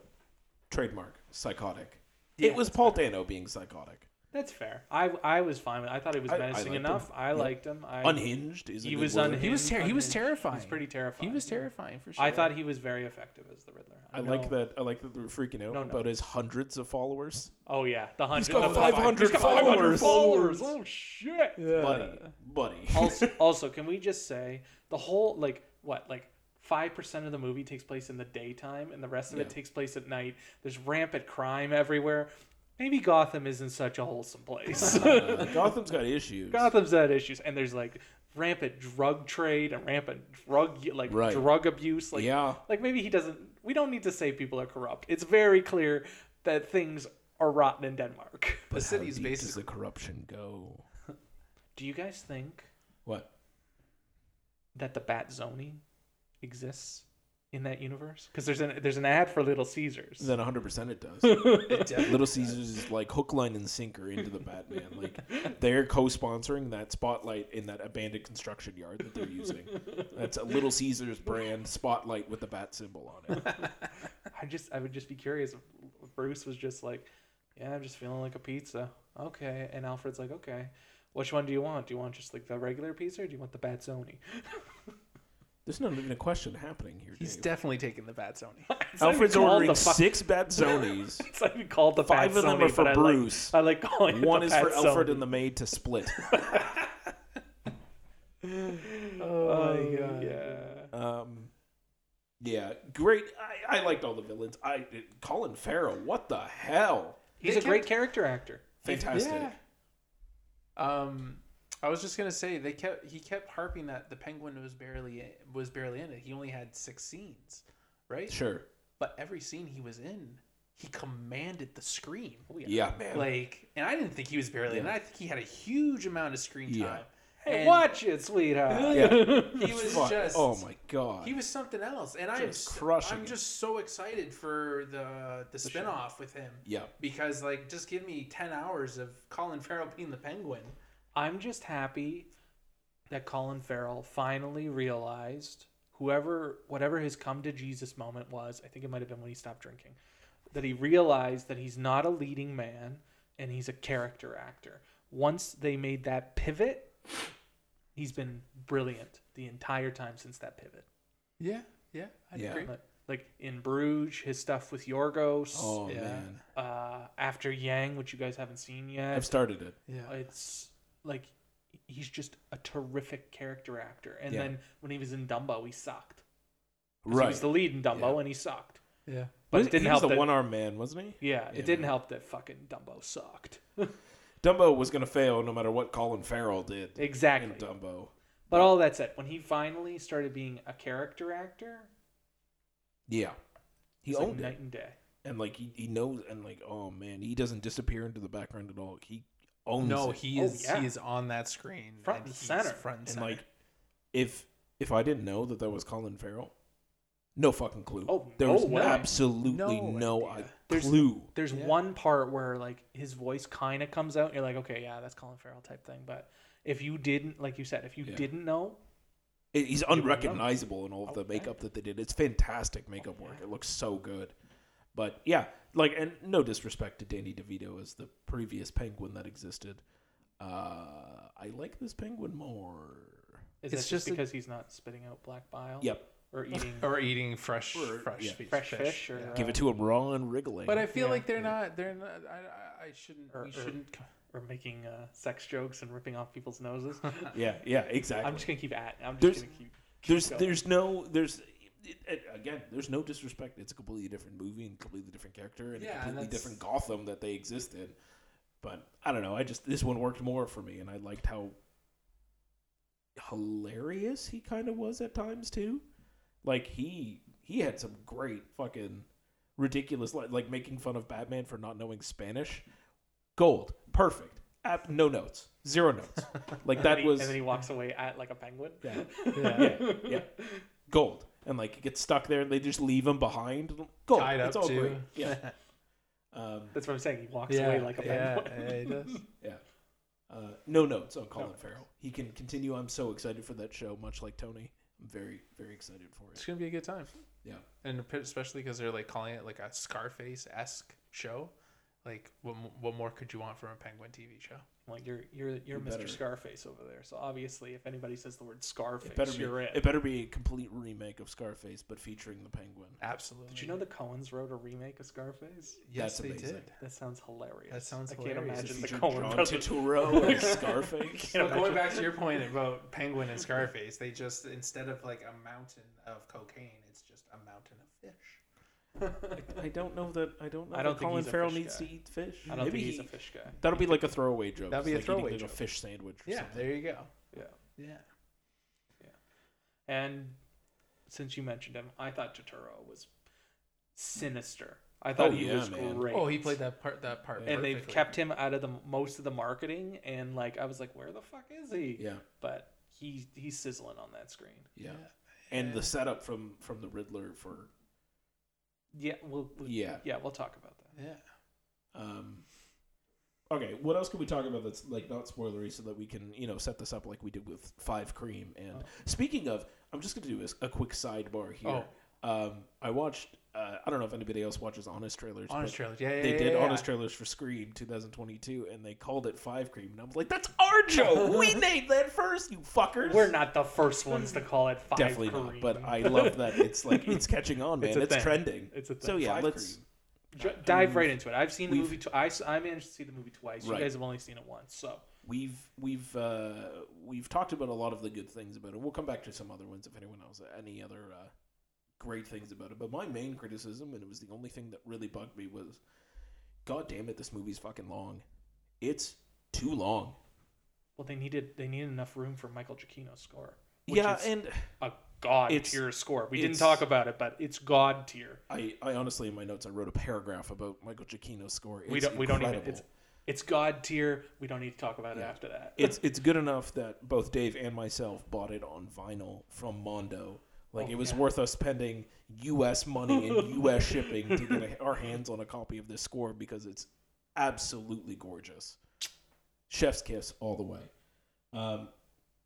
[SPEAKER 2] trademark, psychotic.
[SPEAKER 3] Yeah.
[SPEAKER 2] it was Paul Dano being psychotic.
[SPEAKER 1] That's fair. I I was fine with. It. I thought he was
[SPEAKER 2] I- I
[SPEAKER 1] menacing
[SPEAKER 2] liked him.
[SPEAKER 1] enough. I liked him. I,
[SPEAKER 2] Unhinged is a
[SPEAKER 1] he
[SPEAKER 2] good
[SPEAKER 1] was
[SPEAKER 2] word.
[SPEAKER 1] unhinged.
[SPEAKER 3] He was ter- he was
[SPEAKER 1] unhinged.
[SPEAKER 3] terrifying.
[SPEAKER 1] He was pretty terrifying.
[SPEAKER 3] He was
[SPEAKER 1] yeah.
[SPEAKER 3] terrifying for sure.
[SPEAKER 1] I thought he was very effective as the Riddler.
[SPEAKER 2] I
[SPEAKER 1] know-
[SPEAKER 2] like that. I like that they were freaking out
[SPEAKER 1] No, no.
[SPEAKER 2] about his hundreds of followers.
[SPEAKER 1] Oh yeah, the hundred.
[SPEAKER 2] got
[SPEAKER 1] the
[SPEAKER 2] 500
[SPEAKER 1] He's got 500
[SPEAKER 2] followers.
[SPEAKER 1] followers. Oh shit.
[SPEAKER 2] Buddy,
[SPEAKER 1] uh,
[SPEAKER 2] buddy.
[SPEAKER 1] also, <laughs> also, can we just say the whole like what like five percent of the movie takes place in the daytime, and the rest of it
[SPEAKER 2] Yeah.
[SPEAKER 1] takes place at night. There's rampant crime everywhere. Maybe Gotham isn't such a wholesome
[SPEAKER 2] <laughs>
[SPEAKER 1] place. <laughs>
[SPEAKER 2] Uh, Gotham's got issues.
[SPEAKER 1] Gotham's had issues, and there's like rampant drug trade and rampant drug like
[SPEAKER 2] Right.
[SPEAKER 1] drug abuse. Like,
[SPEAKER 2] Yeah.
[SPEAKER 1] like maybe he doesn't. We don't need to say people are corrupt. It's very clear that things are rotten in Denmark. <laughs>
[SPEAKER 4] The city's
[SPEAKER 2] How deep does
[SPEAKER 4] basically
[SPEAKER 2] the corruption go?
[SPEAKER 1] Do you guys think
[SPEAKER 2] What?
[SPEAKER 1] that the Bat Zoning exists in that universe? Because there's an there's an ad for Little Caesars.
[SPEAKER 2] Then 100%
[SPEAKER 1] <laughs>
[SPEAKER 2] it does. <laughs>
[SPEAKER 4] definitely
[SPEAKER 2] Little Caesars is like hook, line, and sinker into the Batman. Like they're co-sponsoring that spotlight in that abandoned construction yard that they're using. That's a Little Caesars brand spotlight with the bat symbol on it.
[SPEAKER 1] I just I would just be curious if Bruce was just like, yeah, I'm just feeling like a pizza. Okay, and Alfred's like, okay, which one do you want? Do you want just like the regular pizza, or do you want the Bat Zoning?
[SPEAKER 2] There's not even a question happening here.
[SPEAKER 4] he's
[SPEAKER 2] Dave.
[SPEAKER 4] definitely taking the bat zone.
[SPEAKER 1] It's not even
[SPEAKER 2] Alfred's
[SPEAKER 1] called
[SPEAKER 2] ordering
[SPEAKER 1] the fu-
[SPEAKER 2] six bat zonies.
[SPEAKER 1] <laughs> It's not even called the
[SPEAKER 2] Five
[SPEAKER 1] Fat
[SPEAKER 2] of them
[SPEAKER 1] Sony,
[SPEAKER 2] are for
[SPEAKER 1] but
[SPEAKER 2] Bruce.
[SPEAKER 1] I like, I like calling it
[SPEAKER 2] <laughs> One
[SPEAKER 1] the
[SPEAKER 2] is
[SPEAKER 1] Fat
[SPEAKER 2] for Alfred
[SPEAKER 1] Sony.
[SPEAKER 2] and the maid to split.
[SPEAKER 1] Oh my god! Yeah.
[SPEAKER 2] Um, yeah, great. I, I liked all the villains. I Colin Farrell. What the hell?
[SPEAKER 1] He's
[SPEAKER 4] They
[SPEAKER 1] a great character actor.
[SPEAKER 2] <laughs> Fantastic.
[SPEAKER 4] Yeah. Um, I was just gonna say they kept he kept harping that the Penguin was barely was barely in it. He only had six scenes, right?
[SPEAKER 2] Sure.
[SPEAKER 4] But every scene he was in, he commanded the screen.
[SPEAKER 2] Oh, Yeah, man.
[SPEAKER 4] Like, and I didn't think he was barely in. it. I think he had a huge amount of screen
[SPEAKER 2] Yeah.
[SPEAKER 4] time.
[SPEAKER 1] Hey,
[SPEAKER 4] And
[SPEAKER 1] watch it, sweetheart. <laughs>
[SPEAKER 2] Yeah. <laughs>
[SPEAKER 4] He was
[SPEAKER 2] Fuck.
[SPEAKER 4] just.
[SPEAKER 2] oh my god.
[SPEAKER 4] He was something else, and I'm
[SPEAKER 2] Just
[SPEAKER 4] crushing.
[SPEAKER 2] crushing
[SPEAKER 4] I'm
[SPEAKER 2] it.
[SPEAKER 4] just so excited for the the spinoff with him.
[SPEAKER 2] yeah.
[SPEAKER 4] Because like, just give me ten hours of Colin Farrell being the Penguin.
[SPEAKER 1] I'm just happy that Colin Farrell finally realized whoever whatever his come to Jesus moment was, I think it might have been when he stopped drinking, that he realized that he's not a leading man and he's a character actor. Once they made that pivot, he's been brilliant the entire time since that pivot.
[SPEAKER 4] Yeah, yeah, I
[SPEAKER 2] Yeah. agree.
[SPEAKER 1] Like, like in Bruges, his stuff with Yorgos,
[SPEAKER 2] Oh
[SPEAKER 4] Yeah.
[SPEAKER 2] man.
[SPEAKER 1] uh, after Yang, which you guys haven't seen yet.
[SPEAKER 2] I've started it.
[SPEAKER 4] Yeah,
[SPEAKER 1] it's like he's just a terrific character actor. And
[SPEAKER 2] Yeah.
[SPEAKER 1] then when he was in Dumbo, he sucked. 'Cause He
[SPEAKER 2] Right.
[SPEAKER 1] was the lead in Dumbo,
[SPEAKER 2] Yeah.
[SPEAKER 1] and he sucked.
[SPEAKER 4] yeah.
[SPEAKER 1] But
[SPEAKER 2] Wasn't-
[SPEAKER 1] it didn't
[SPEAKER 2] he
[SPEAKER 1] help.
[SPEAKER 2] was the
[SPEAKER 1] that,
[SPEAKER 2] one armed man, wasn't he?
[SPEAKER 1] yeah,
[SPEAKER 2] Yeah,
[SPEAKER 1] it didn't
[SPEAKER 2] man.
[SPEAKER 1] help that fucking Dumbo sucked.
[SPEAKER 2] Dumbo was gonna fail no matter what Colin Farrell did in
[SPEAKER 1] exactly.
[SPEAKER 2] Dumbo.
[SPEAKER 1] But all that said, when he finally started being a character actor,
[SPEAKER 2] Yeah. He
[SPEAKER 1] it's like
[SPEAKER 2] owned it.
[SPEAKER 1] night and day.
[SPEAKER 2] And like he, he knows and like, oh man, he doesn't disappear into the background at all. He owns
[SPEAKER 4] No,
[SPEAKER 2] it.
[SPEAKER 4] he
[SPEAKER 1] Oh,
[SPEAKER 4] is
[SPEAKER 1] yeah.
[SPEAKER 4] he is on that screen
[SPEAKER 1] Front and
[SPEAKER 4] he's
[SPEAKER 1] center.
[SPEAKER 4] Front and,
[SPEAKER 2] and
[SPEAKER 4] center.
[SPEAKER 2] like if if I didn't know that that was Colin Farrell, no fucking clue.
[SPEAKER 1] Oh,
[SPEAKER 2] there
[SPEAKER 1] no
[SPEAKER 2] was
[SPEAKER 1] way.
[SPEAKER 2] absolutely
[SPEAKER 4] No
[SPEAKER 2] no,
[SPEAKER 4] idea.
[SPEAKER 2] i-
[SPEAKER 1] There's-
[SPEAKER 2] clue.
[SPEAKER 1] There's
[SPEAKER 4] Yeah.
[SPEAKER 1] one part where like his voice kind of comes out, and you're like, okay, yeah, that's Colin Farrell type thing. But if you didn't, like you said, if you
[SPEAKER 2] Yeah.
[SPEAKER 1] didn't know,
[SPEAKER 2] It- He's
[SPEAKER 1] don't know.
[SPEAKER 2] unrecognizable in all of the makeup that they did. It's fantastic makeup work. It looks so good. But yeah, like, and no disrespect to Danny DeVito as the previous penguin that existed. Uh, I like this penguin more.
[SPEAKER 1] is
[SPEAKER 4] It's just
[SPEAKER 1] that just
[SPEAKER 4] a-
[SPEAKER 1] because he's not spitting out black bile?
[SPEAKER 2] Yep.
[SPEAKER 1] Or eating
[SPEAKER 4] or eating fresh
[SPEAKER 2] Or-
[SPEAKER 4] fresh
[SPEAKER 2] yeah.
[SPEAKER 4] fish,
[SPEAKER 1] fresh fish, or
[SPEAKER 2] Give
[SPEAKER 1] uh,
[SPEAKER 2] it to him raw and wriggling.
[SPEAKER 4] But I feel
[SPEAKER 1] Yeah.
[SPEAKER 4] like they're not. They're not. I, I, I shouldn't.
[SPEAKER 1] Or-
[SPEAKER 4] we
[SPEAKER 1] or-
[SPEAKER 4] shouldn't. co-
[SPEAKER 1] or making uh, sex jokes and ripping off people's noses.
[SPEAKER 2] yeah, yeah, exactly.
[SPEAKER 1] I'm just gonna keep at. I'm just
[SPEAKER 2] There's-
[SPEAKER 1] gonna keep.
[SPEAKER 2] there's
[SPEAKER 1] going.
[SPEAKER 2] there's no there's it, it, again there's no disrespect it's a completely different movie and completely different character and
[SPEAKER 4] Yeah,
[SPEAKER 2] a
[SPEAKER 4] and
[SPEAKER 2] completely
[SPEAKER 4] that's-
[SPEAKER 2] different gotham that they exist in but i don't know i just this one worked more for me and i liked how hilarious he kind of was at times too like he he had some great fucking ridiculous like, like making fun of batman for not knowing spanish gold perfect Ab- no notes
[SPEAKER 4] <laughs>
[SPEAKER 2] zero notes like
[SPEAKER 1] and
[SPEAKER 2] that
[SPEAKER 1] he-
[SPEAKER 2] was
[SPEAKER 1] And then he walks away at like a penguin.
[SPEAKER 2] yeah. <laughs> Yeah. yeah. Gold. And like it gets stuck there and they just leave him behind. Gold.
[SPEAKER 4] Tied
[SPEAKER 2] it's
[SPEAKER 4] up,
[SPEAKER 2] all
[SPEAKER 4] too. <laughs>
[SPEAKER 2] great. Yeah. um,
[SPEAKER 1] That's what I'm saying. He walks
[SPEAKER 4] Yeah,
[SPEAKER 1] away like a
[SPEAKER 4] yeah,
[SPEAKER 1] penguin. <laughs>
[SPEAKER 4] yeah, he does.
[SPEAKER 2] yeah. Uh, no notes on Colin
[SPEAKER 1] No.
[SPEAKER 2] Farrell. He can continue. I'm so excited for that show, much like Tony. I'm very, very excited for
[SPEAKER 4] It's
[SPEAKER 2] it.
[SPEAKER 4] gonna be a good time.
[SPEAKER 2] Yeah.
[SPEAKER 4] and p- especially because they're like calling it like a Scarface esque show,
[SPEAKER 3] Like, what m- what more could you want from a Penguin TV show?
[SPEAKER 1] Like you're you're you're
[SPEAKER 2] It
[SPEAKER 1] Mr.
[SPEAKER 2] better-
[SPEAKER 1] Scarface over there. So obviously, if anybody says the word Scarface,
[SPEAKER 2] It better be
[SPEAKER 1] you're it.
[SPEAKER 2] it better be a complete remake of Scarface, but featuring the Penguin.
[SPEAKER 3] Absolutely.
[SPEAKER 1] Did you know the Coens wrote a remake of Scarface?
[SPEAKER 3] Yes,
[SPEAKER 2] That's
[SPEAKER 3] they
[SPEAKER 2] amazing.
[SPEAKER 3] did.
[SPEAKER 1] That sounds hilarious.
[SPEAKER 3] That sounds
[SPEAKER 1] I
[SPEAKER 3] hilarious.
[SPEAKER 1] can't imagine the
[SPEAKER 2] Featuring
[SPEAKER 1] Coen
[SPEAKER 2] John
[SPEAKER 1] brothers. <laughs>
[SPEAKER 2] Turturro as Scarface.
[SPEAKER 1] Can't
[SPEAKER 3] So going
[SPEAKER 1] imagine-
[SPEAKER 3] back to your point about Penguin and Scarface, they just instead of like a mountain of cocaine, it's just a mountain of fish.
[SPEAKER 2] I don't know that I don't know.
[SPEAKER 1] I don't think
[SPEAKER 2] that Colin
[SPEAKER 1] he's a
[SPEAKER 2] Farrell
[SPEAKER 1] fish
[SPEAKER 2] needs
[SPEAKER 1] guy.
[SPEAKER 2] to eat fish.
[SPEAKER 1] I don't
[SPEAKER 2] Maybe
[SPEAKER 1] think he's
[SPEAKER 2] he-
[SPEAKER 1] a fish guy.
[SPEAKER 2] that'll be like a throwaway joke.
[SPEAKER 3] That'll be a
[SPEAKER 2] It's like eating,
[SPEAKER 3] throwaway
[SPEAKER 2] like
[SPEAKER 3] joke.
[SPEAKER 2] a fish sandwich. Or
[SPEAKER 3] Yeah,
[SPEAKER 2] something.
[SPEAKER 3] there you go.
[SPEAKER 1] Yeah.
[SPEAKER 3] Yeah.
[SPEAKER 1] And since you mentioned him, I thought Totoro was sinister. I
[SPEAKER 2] Oh,
[SPEAKER 1] thought he
[SPEAKER 2] yeah,
[SPEAKER 1] was
[SPEAKER 2] man.
[SPEAKER 1] great.
[SPEAKER 3] Oh, he played that part. That part.
[SPEAKER 1] And they've
[SPEAKER 3] perfectly.
[SPEAKER 1] kept him out of the most of the marketing, and like I was like, where the fuck is he?
[SPEAKER 2] Yeah,
[SPEAKER 1] But he he's sizzling on that screen.
[SPEAKER 2] yeah. And the setup from from the Riddler for
[SPEAKER 1] Yeah, we'll, we'll
[SPEAKER 2] yeah.
[SPEAKER 1] yeah we'll talk about that.
[SPEAKER 3] Yeah.
[SPEAKER 2] Um, okay, what else can we talk about that's like not spoilery, so that we can you know set this up like we did with Five Cream? And
[SPEAKER 1] Oh.
[SPEAKER 2] speaking of, I'm just gonna do a, a quick sidebar here.
[SPEAKER 3] Oh.
[SPEAKER 2] Um, I watched. Uh, I don't know if anybody else watches Honest Trailers.
[SPEAKER 3] Honest
[SPEAKER 2] but
[SPEAKER 3] trailer. Yeah, yeah.
[SPEAKER 2] They
[SPEAKER 3] yeah,
[SPEAKER 2] did
[SPEAKER 3] yeah,
[SPEAKER 2] honest trailers for Scream 2022, and they called it Five Cream, and I was like, "That's our
[SPEAKER 1] <laughs>
[SPEAKER 2] joke. we named that first, you fuckers."
[SPEAKER 1] We're not the first ones to call it five.
[SPEAKER 2] definitely
[SPEAKER 1] Kareem.
[SPEAKER 2] not, but
[SPEAKER 1] <laughs>
[SPEAKER 2] I love that it's like it's catching on, man.
[SPEAKER 1] It's
[SPEAKER 2] It's,
[SPEAKER 1] a thing.
[SPEAKER 2] trending.
[SPEAKER 1] It's a thing.
[SPEAKER 2] So yeah,
[SPEAKER 1] Five
[SPEAKER 2] let's.
[SPEAKER 1] Cream. Ju- dive right into it. I've seen the
[SPEAKER 2] we've-
[SPEAKER 1] movie. Tw- I s- I managed to see the movie twice.
[SPEAKER 2] Right.
[SPEAKER 1] You guys have only seen it once, so
[SPEAKER 2] we've we've uh, we've talked about a lot of the good things about it. We'll come back to some other ones if anyone else any other uh, great things about it. But my main criticism, and it was the only thing that really bugged me, was, God damn it, this movie's fucking long. It's too long.
[SPEAKER 1] well they needed they needed enough room for Michael Giacchino's score.
[SPEAKER 2] yeah,
[SPEAKER 1] is
[SPEAKER 2] and
[SPEAKER 1] a god
[SPEAKER 2] It's-
[SPEAKER 1] tier score. We didn't
[SPEAKER 2] it's-
[SPEAKER 1] talk about it, but it's god tier.
[SPEAKER 2] I, I honestly in my notes I wrote a paragraph about Michael Giacchino's score. It's
[SPEAKER 1] We don't we don't even
[SPEAKER 2] incredible.
[SPEAKER 1] it's it's god tier. We don't need to talk about it
[SPEAKER 2] Yeah.
[SPEAKER 1] after that.
[SPEAKER 2] it's it's good enough that both Dave and myself bought it on vinyl from Mondo. Like
[SPEAKER 1] Oh,
[SPEAKER 2] it was
[SPEAKER 1] yeah.
[SPEAKER 2] worth us spending U.S.
[SPEAKER 1] <laughs>
[SPEAKER 2] money and U.S. shipping to get a, our hands on a copy of this score because it's absolutely gorgeous. Chef's kiss all the way. Um,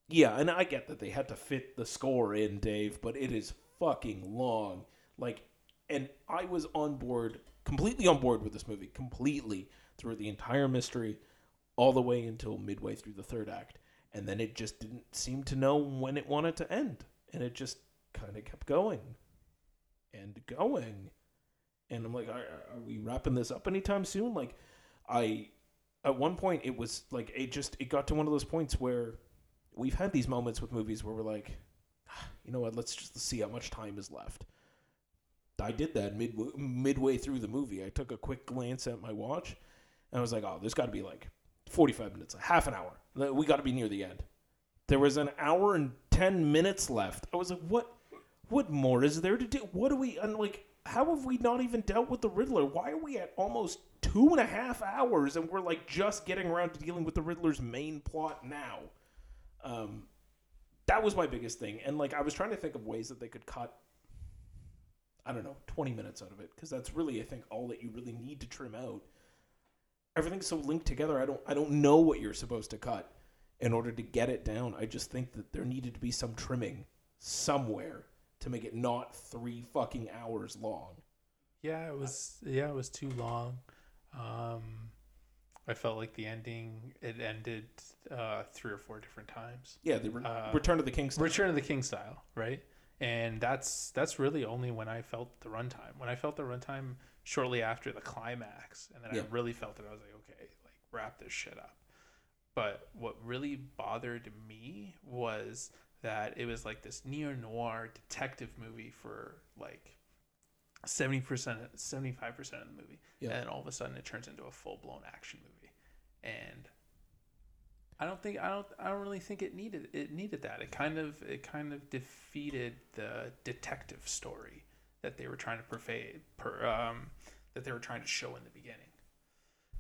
[SPEAKER 2] yeah, and I get that they had to fit the score in, Dave, but it is fucking long. Like, and I was on board, completely on board with this movie, completely through the entire mystery, all the way until midway through the third act, and then it just didn't seem to know when it wanted to end, and it just kind of kept going and going, and I'm like, are, are we wrapping this up anytime soon? Like, I at one point it was like it just it got to one of those points where we've had these moments with movies where we're like "Ah, you know what let's just see how much time is left i did that mid- midway through the movie i took a quick glance at my watch and i was like oh there's got to be like 45 minutes half an hour Like, we got to be near the end there was an hour and 10 minutes left i was like what what more is there to do what do we and like how have we not even dealt with the riddler why are we at almost two and a half hours and we're like just getting around to dealing with the riddler's main plot now um, that was my biggest thing and like i was trying to think of ways that they could cut i don't know 20 minutes out of it because that's really i think all that you really need to trim out everything's so linked together i don't i don't know what you're supposed to cut in order to get it down i just think that there needed to be some trimming somewhere to make it not three fucking hours long
[SPEAKER 3] Yeah, it was. Yeah, it was too long. Um, I felt like the ending. It ended uh, three or four different times.
[SPEAKER 2] yeah the re-
[SPEAKER 3] Uh,
[SPEAKER 2] return of the king stuff.
[SPEAKER 3] Return of the King style, right? And that's that's really only when I felt the runtime. When I felt the runtime shortly after the climax, and then
[SPEAKER 2] Yeah.
[SPEAKER 3] I really felt it. I was like, okay, like wrap this shit up. But what really bothered me was that it was like this neo noir detective movie for like seventy percent, seventy five percent of the movie,
[SPEAKER 2] Yeah.
[SPEAKER 3] and then all of a sudden it turns into a full blown action movie, and I don't think I don't I don't really think it needed it needed that. It kind of it kind of defeated the detective story that they were trying to pervade per, um, that they were trying to show in the beginning.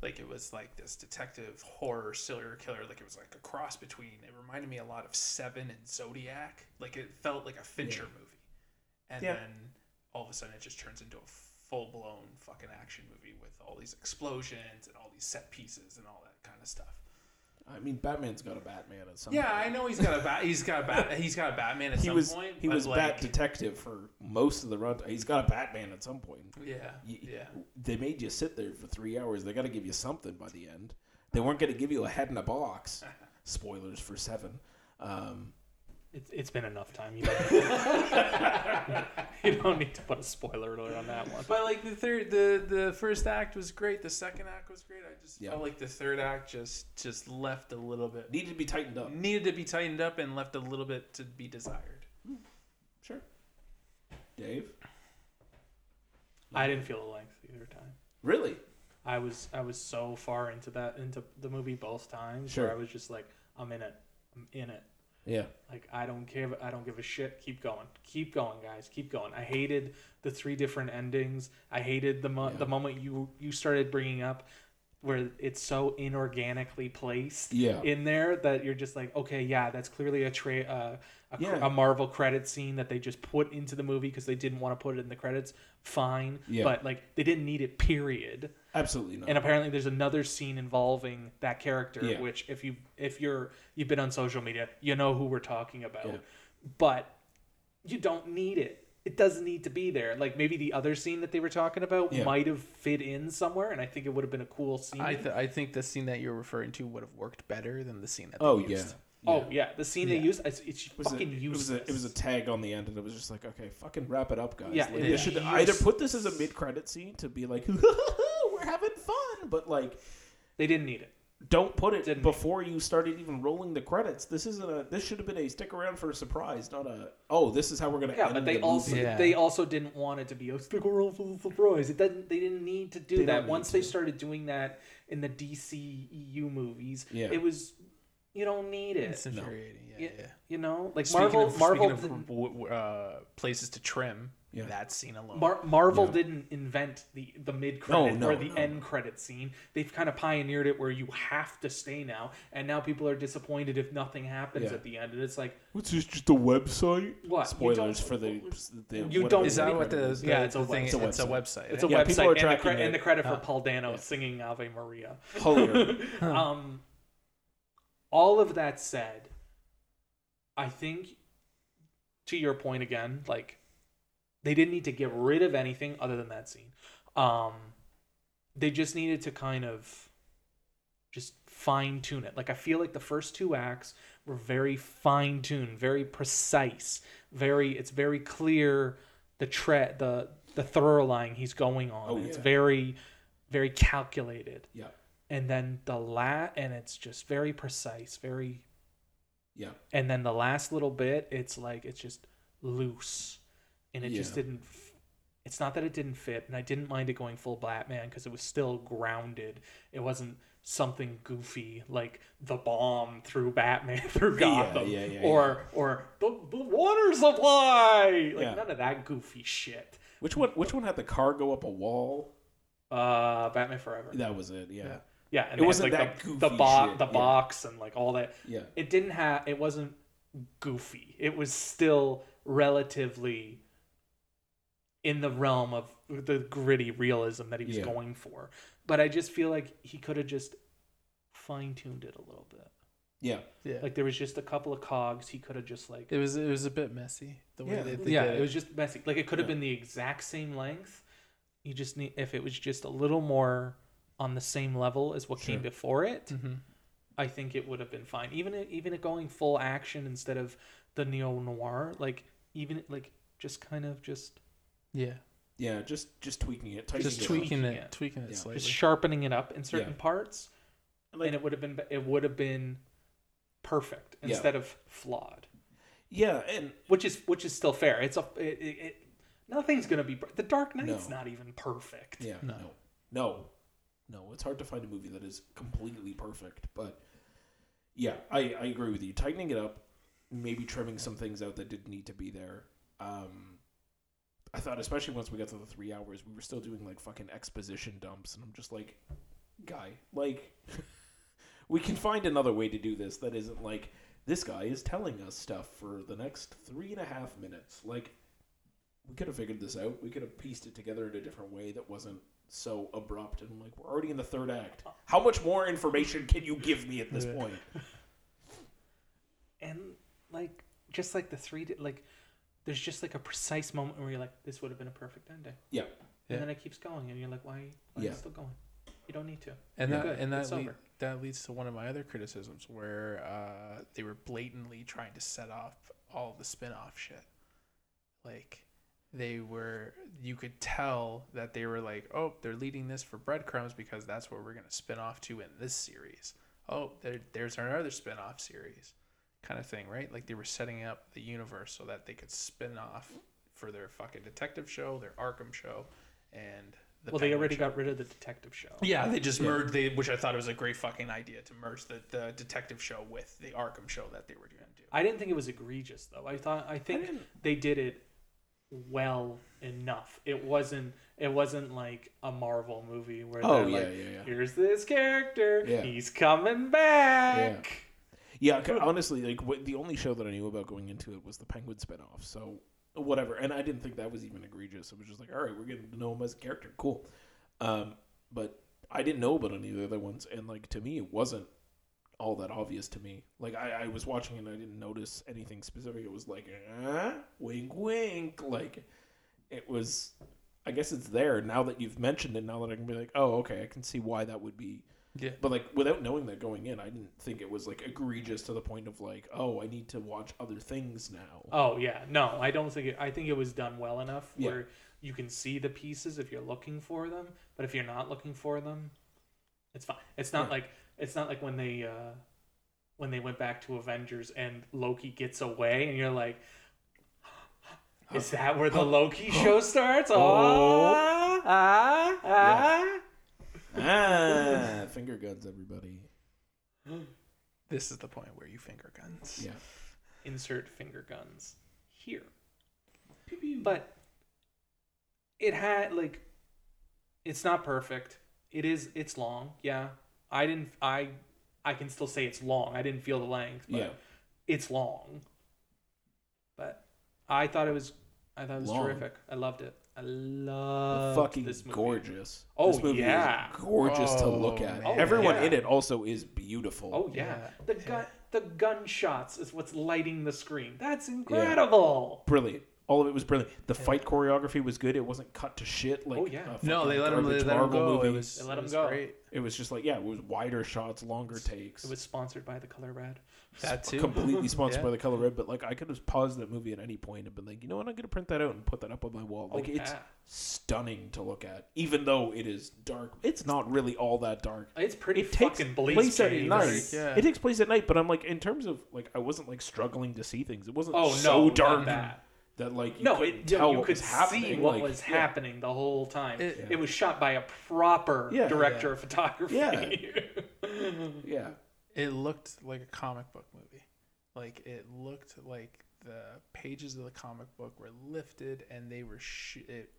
[SPEAKER 3] Like it was like this detective horror serial killer. Like it was like a cross between. It reminded me a lot of Seven and Zodiac. Like it felt like a Fincher movie, and
[SPEAKER 2] Yeah.
[SPEAKER 3] then all of a sudden it just turns into a full blown fucking action movie with all these explosions and all these set pieces and all that kind of stuff.
[SPEAKER 2] I mean, Batman's got a Batman at some.
[SPEAKER 4] Yeah,
[SPEAKER 2] point.
[SPEAKER 4] I know he's got a bat. He's got a bat. He's got a Batman at
[SPEAKER 2] he
[SPEAKER 4] some
[SPEAKER 2] was
[SPEAKER 4] point.
[SPEAKER 2] he
[SPEAKER 4] but
[SPEAKER 2] was
[SPEAKER 4] like,
[SPEAKER 2] Bat Detective for most of the run. He's got a Batman at some point.
[SPEAKER 4] Yeah,
[SPEAKER 2] You-
[SPEAKER 4] yeah.
[SPEAKER 2] They made you sit there for three hours. They got to give you something by the end. They weren't going to give you a head in a
[SPEAKER 1] <laughs>
[SPEAKER 2] box. Spoilers for seven. Um,
[SPEAKER 1] It's, it's been enough time. You don't, <laughs> you don't need to put a spoiler alert on that one.
[SPEAKER 4] But like the third, the the first act was great. The second act was great. I just
[SPEAKER 2] Yeah.
[SPEAKER 4] felt like the third act just just left a little bit
[SPEAKER 2] needed to be tightened
[SPEAKER 1] Mm,
[SPEAKER 2] up.
[SPEAKER 4] needed to be tightened up and left a little bit to be desired.
[SPEAKER 2] Sure. Dave,
[SPEAKER 1] I didn't feel the length either time.
[SPEAKER 2] really?
[SPEAKER 1] I was I was so far into that into the movie both times
[SPEAKER 2] Sure.
[SPEAKER 1] where I was just like I'm in it. I'm in it.
[SPEAKER 2] Yeah.
[SPEAKER 1] Like I don't give I don't give a shit. Keep going. Keep going, guys. Keep going. I hated the three different endings. I hated the mo-
[SPEAKER 2] Yeah.
[SPEAKER 1] the moment you you started bringing up where it's so inorganically placed
[SPEAKER 2] Yeah.
[SPEAKER 1] in there that you're just like, okay, yeah, that's clearly a tra- uh, a, cr-
[SPEAKER 2] Yeah.
[SPEAKER 1] a Marvel credit scene that they just put into the movie because they didn't want to put it in the credits. Fine,
[SPEAKER 2] Yeah.
[SPEAKER 1] but like they didn't need it. Period.
[SPEAKER 2] Absolutely not.
[SPEAKER 1] And apparently, there's another scene involving that character,
[SPEAKER 2] Yeah.
[SPEAKER 1] which if you if you're you've been on social media, you know who we're talking about.
[SPEAKER 2] Yeah.
[SPEAKER 1] But you don't need it. It doesn't need to be there. Like maybe the other scene that they were talking about
[SPEAKER 2] Yeah.
[SPEAKER 1] might have fit in somewhere, and I think it would have been a cool scene.
[SPEAKER 3] I, th- I think the scene that you're referring to would have worked better than the scene that they
[SPEAKER 2] oh
[SPEAKER 3] used.
[SPEAKER 2] yeah.
[SPEAKER 1] Oh yeah, the scene
[SPEAKER 3] Yeah.
[SPEAKER 1] they used it's, it's
[SPEAKER 2] was a-
[SPEAKER 1] fucking
[SPEAKER 2] it was
[SPEAKER 1] useless.
[SPEAKER 2] a, it was a tag on the end, and it was just like, okay, fucking wrap it up, guys.
[SPEAKER 1] Yeah,
[SPEAKER 2] Like,
[SPEAKER 1] it
[SPEAKER 2] they
[SPEAKER 1] was
[SPEAKER 2] should
[SPEAKER 1] use-
[SPEAKER 2] either put this as a mid-credit scene to be like, <laughs> we're having fun, but like,
[SPEAKER 1] they didn't need it.
[SPEAKER 2] don't put it
[SPEAKER 1] Didn't make-
[SPEAKER 2] before you started even rolling the credits. This isn't a. This should have been a stick around for a surprise, not a. Oh, this is how we're gonna.
[SPEAKER 1] Yeah,
[SPEAKER 2] end
[SPEAKER 1] but they
[SPEAKER 2] the
[SPEAKER 1] also
[SPEAKER 2] movie.
[SPEAKER 3] Yeah.
[SPEAKER 1] they also didn't want it to be a stick around for the surprise. It doesn't. They didn't need to do
[SPEAKER 2] They don't
[SPEAKER 1] that.
[SPEAKER 2] need
[SPEAKER 1] Once they
[SPEAKER 2] to.
[SPEAKER 1] started doing that in the DC EU movies,
[SPEAKER 2] Yeah.
[SPEAKER 1] it was you don't need it.
[SPEAKER 3] It's infuriating. Yeah,
[SPEAKER 1] you,
[SPEAKER 3] yeah.
[SPEAKER 1] you know, like
[SPEAKER 3] Speaking
[SPEAKER 1] Marvel.
[SPEAKER 3] of,
[SPEAKER 1] Marvel.
[SPEAKER 3] speaking
[SPEAKER 1] didn't-
[SPEAKER 3] of w- w- uh, places to trim,
[SPEAKER 2] Yeah.
[SPEAKER 3] that scene alone.
[SPEAKER 1] Mar- Marvel
[SPEAKER 2] Yeah.
[SPEAKER 1] didn't invent the the mid credit
[SPEAKER 2] No, no,
[SPEAKER 1] or the
[SPEAKER 2] no.
[SPEAKER 1] end credit scene. They've kind of pioneered it where you have to stay now, and now people are disappointed if nothing happens
[SPEAKER 2] Yeah.
[SPEAKER 1] at the end. And it's like,
[SPEAKER 2] What's this? Just a website?
[SPEAKER 1] What? You don't-
[SPEAKER 2] Spoilers for the. the
[SPEAKER 1] You
[SPEAKER 2] whatever
[SPEAKER 1] don't-
[SPEAKER 3] is that
[SPEAKER 1] Yeah.
[SPEAKER 3] what the,
[SPEAKER 1] Yeah,
[SPEAKER 3] the-
[SPEAKER 1] it's a
[SPEAKER 3] the thing?
[SPEAKER 1] web-
[SPEAKER 3] It's a website. It's a website.
[SPEAKER 1] <laughs> it's a
[SPEAKER 2] Yeah, people
[SPEAKER 1] website
[SPEAKER 2] are
[SPEAKER 1] and the,
[SPEAKER 2] tracking
[SPEAKER 1] cre-
[SPEAKER 2] it.
[SPEAKER 1] and the credit
[SPEAKER 3] Uh,
[SPEAKER 1] for Paul Dano
[SPEAKER 2] Yeah.
[SPEAKER 1] singing Ave Maria. <laughs>
[SPEAKER 2] <laughs> Holy-
[SPEAKER 4] <laughs>
[SPEAKER 1] um, all of that said, I think to your point again, like they didn't need to get rid of anything other than that scene. Um, they just needed to kind of just fine tune it. Like I feel like the first two acts were very fine tuned, very precise, very it's very clear the tre the the thorough line he's going on.
[SPEAKER 2] Oh,
[SPEAKER 1] It's
[SPEAKER 2] yeah.
[SPEAKER 1] very very calculated
[SPEAKER 2] yeah,
[SPEAKER 1] and then the la and it's just very precise very
[SPEAKER 2] yeah.
[SPEAKER 1] and then the last little bit it's like it's just loose and it just
[SPEAKER 2] Yeah.
[SPEAKER 1] didn't f- it's not that it didn't fit and i didn't mind it going full batman because it was still grounded it wasn't something goofy like the bomb through batman <laughs> through
[SPEAKER 2] Yeah,
[SPEAKER 1] gotham
[SPEAKER 2] yeah, yeah,
[SPEAKER 1] or or the, the water supply like
[SPEAKER 2] Yeah.
[SPEAKER 1] none of that goofy shit
[SPEAKER 2] Which one? Which one had the car go up a wall?
[SPEAKER 1] uh batman forever
[SPEAKER 2] That was it. Yeah,
[SPEAKER 1] yeah and
[SPEAKER 2] It
[SPEAKER 1] it wasn't
[SPEAKER 2] wasn't that
[SPEAKER 1] like the, the,
[SPEAKER 2] goofy
[SPEAKER 1] bo-
[SPEAKER 2] shit,
[SPEAKER 1] the
[SPEAKER 2] yeah.
[SPEAKER 1] box and like all that
[SPEAKER 2] yeah.
[SPEAKER 1] it didn't have it wasn't goofy it was still relatively in the realm of the gritty realism that he was
[SPEAKER 2] Yeah.
[SPEAKER 1] going for but i just feel like he could have just fine-tuned it a little bit
[SPEAKER 2] yeah.
[SPEAKER 3] yeah.
[SPEAKER 1] like there was just a couple of cogs he could have just like
[SPEAKER 3] it was it was a bit messy the way
[SPEAKER 2] Yeah.
[SPEAKER 3] that they
[SPEAKER 1] yeah
[SPEAKER 3] did
[SPEAKER 1] it was just messy like it could have
[SPEAKER 2] Yeah.
[SPEAKER 1] been the exact same length you just need if it was just a little more on the same level as what
[SPEAKER 2] Sure. Mm-hmm.
[SPEAKER 1] came before it
[SPEAKER 3] Mhm.
[SPEAKER 1] I think it would have been fine. Even it, even it going full action instead of the neo noir, like even it- like just kind of just
[SPEAKER 3] yeah.
[SPEAKER 2] Yeah, just just tweaking it, tightening
[SPEAKER 3] Just
[SPEAKER 2] it up.
[SPEAKER 3] tweaking it,
[SPEAKER 1] Yeah.
[SPEAKER 3] tweaking it
[SPEAKER 2] Yeah.
[SPEAKER 3] slightly.
[SPEAKER 1] just sharpening it up in certain
[SPEAKER 2] Yeah.
[SPEAKER 1] parts,
[SPEAKER 2] Like-
[SPEAKER 1] and it would have been it would have been perfect
[SPEAKER 2] Yeah.
[SPEAKER 1] instead of flawed,
[SPEAKER 2] Yeah, and
[SPEAKER 1] which is which is still fair. It's a it, it, it nothing's gonna be per- the Dark Knight's
[SPEAKER 2] No.
[SPEAKER 1] not even perfect.
[SPEAKER 2] yeah, no.
[SPEAKER 3] No.
[SPEAKER 2] no, no, It's hard to find a movie that is completely perfect, but yeah, I I agree with you. Tightening it up, maybe trimming some things out that didn't need to be there. Um, I thought especially once we got to the three hours, we were still doing like fucking exposition dumps, and I'm just like, guy, like, <laughs> we can find another way to do this that isn't like this guy is telling us stuff for the next three and a half minutes. Like, we could have figured this out. We could have pieced it together in a different way that wasn't so abrupt. And I'm like, we're already in the third act. How much more information can you give me at this point?
[SPEAKER 1] and like just like the three di- like there's just like a precise moment where you're like this would have been a perfect ending
[SPEAKER 2] Yeah.
[SPEAKER 3] Yeah.
[SPEAKER 1] and then it keeps going and you're like why, why
[SPEAKER 2] Yeah.
[SPEAKER 1] is it still going you don't need to
[SPEAKER 3] And
[SPEAKER 1] Yeah.
[SPEAKER 3] that
[SPEAKER 1] Good.
[SPEAKER 3] and that
[SPEAKER 1] It's
[SPEAKER 3] lead-
[SPEAKER 1] over.
[SPEAKER 3] that leads to one of my other criticisms where uh, they were blatantly trying to set off all the spin-off shit. Like they were you could tell that they were like, "Oh, they're leading this for breadcrumbs because that's where we're going to spin off to in this series." Oh, there, there's our other spin-off series kind of thing, right? Like they were setting up the universe so that they could spin off for their fucking detective show, their Arkham show, and the
[SPEAKER 1] well they
[SPEAKER 3] Penguin
[SPEAKER 1] already
[SPEAKER 3] show.
[SPEAKER 1] got rid of the detective show
[SPEAKER 3] Yeah, they just merged. They, which I thought was a great fucking idea to merge the, the detective show with the Arkham show that they were going to do.
[SPEAKER 1] i didn't think it was egregious though i thought i think they did it well enough it wasn't it wasn't like a marvel movie where they're
[SPEAKER 2] Oh, yeah,
[SPEAKER 1] like
[SPEAKER 2] yeah, yeah.
[SPEAKER 1] here's this character
[SPEAKER 2] Yeah.
[SPEAKER 1] he's coming back
[SPEAKER 2] Yeah, 'cause honestly, like what, the only show that I knew about going into it was the Penguin spinoff. So whatever, and I didn't think that was even egregious. It was just like, all right, we're getting to know him as a character, cool. Um, but I didn't know about any of the other ones, and like to me, it wasn't all that obvious to me. Like I, I was watching it, and I didn't notice anything specific. It was like, eh? wink, wink. Like it was. I guess it's there now that you've mentioned it. Now that I can be like, oh, okay, I can see why that would be but like without knowing that going in, I didn't think it was like egregious to the point of like, oh, I need to watch other things now.
[SPEAKER 1] Oh yeah, no, I don't think it. I think it was done well enough
[SPEAKER 2] Yeah.
[SPEAKER 1] where you can see the pieces if you're looking for them, but if you're not looking for them, it's fine. It's not
[SPEAKER 2] Yeah.
[SPEAKER 1] like it's not like when they uh, when they went back to Avengers and Loki gets away, and you're like, <gasps> is that where the
[SPEAKER 2] <gasps>
[SPEAKER 1] Loki show starts? Oh,
[SPEAKER 2] <laughs> Oh.
[SPEAKER 1] ah, ah.
[SPEAKER 2] ah, finger guns, everybody.
[SPEAKER 3] This is the point where you finger guns.
[SPEAKER 2] Yeah,
[SPEAKER 1] insert finger guns here. But it had like it's not perfect. It is it's long. Yeah. I didn't I I can still say it's long. I didn't feel the length, but
[SPEAKER 2] yeah.
[SPEAKER 1] it's long. But I thought it was I thought it was
[SPEAKER 2] Long.
[SPEAKER 1] terrific. I loved it. I
[SPEAKER 2] The
[SPEAKER 1] love
[SPEAKER 2] fucking
[SPEAKER 1] this movie.
[SPEAKER 2] gorgeous.
[SPEAKER 1] Oh,
[SPEAKER 2] this movie
[SPEAKER 1] yeah.
[SPEAKER 2] is gorgeous to look
[SPEAKER 3] Oh,
[SPEAKER 2] at.
[SPEAKER 3] man.
[SPEAKER 2] Everyone
[SPEAKER 1] yeah.
[SPEAKER 2] in it also is beautiful.
[SPEAKER 1] Oh yeah.
[SPEAKER 3] Yeah.
[SPEAKER 1] The
[SPEAKER 3] Yeah.
[SPEAKER 1] gun the gunshots is what's lighting the screen. That's incredible.
[SPEAKER 2] brilliant. All of it was brilliant. The fight choreography was good. It wasn't cut to shit. Like,
[SPEAKER 1] Oh, yeah.
[SPEAKER 2] a
[SPEAKER 3] No, they
[SPEAKER 2] fucking
[SPEAKER 3] let him. They
[SPEAKER 2] garbage
[SPEAKER 3] let him
[SPEAKER 2] Marvel
[SPEAKER 3] go. It
[SPEAKER 2] movie.
[SPEAKER 3] was,
[SPEAKER 1] They let
[SPEAKER 3] it
[SPEAKER 1] him
[SPEAKER 3] was
[SPEAKER 1] go.
[SPEAKER 3] Great.
[SPEAKER 2] It was just like yeah, it was wider shots, longer takes.
[SPEAKER 1] It was sponsored by the color red.
[SPEAKER 3] That too. <laughs>
[SPEAKER 2] completely sponsored
[SPEAKER 3] Yeah.
[SPEAKER 2] by the color red, but like I could have paused that movie at any point and been like, you know what, I'm gonna print that out and put that up on my wall. Like
[SPEAKER 1] Oh,
[SPEAKER 2] it's
[SPEAKER 1] yeah.
[SPEAKER 2] stunning to look at, even though it is dark. It's not really all that dark.
[SPEAKER 1] It's pretty
[SPEAKER 2] It takes
[SPEAKER 1] fucking bleak.
[SPEAKER 2] place at
[SPEAKER 1] James.
[SPEAKER 2] night.
[SPEAKER 3] Yeah.
[SPEAKER 2] It takes place at night, but I'm like, in terms of like, I wasn't like struggling to see things. It wasn't
[SPEAKER 1] Oh,
[SPEAKER 2] so
[SPEAKER 1] no, not
[SPEAKER 2] dark
[SPEAKER 1] that.
[SPEAKER 2] that, like you
[SPEAKER 1] No,
[SPEAKER 2] couldn't
[SPEAKER 1] it,
[SPEAKER 2] tell
[SPEAKER 1] you
[SPEAKER 2] what
[SPEAKER 1] could
[SPEAKER 2] was happening.
[SPEAKER 1] see what
[SPEAKER 2] like,
[SPEAKER 1] was
[SPEAKER 2] yeah.
[SPEAKER 1] happening the whole time. It,
[SPEAKER 3] It-
[SPEAKER 1] was shot by a proper
[SPEAKER 2] Yeah.
[SPEAKER 1] director of photography. <laughs>
[SPEAKER 2] Yeah,
[SPEAKER 3] It looked like a comic book movie. Like it looked like the pages of the comic book were lifted and they were sh- it,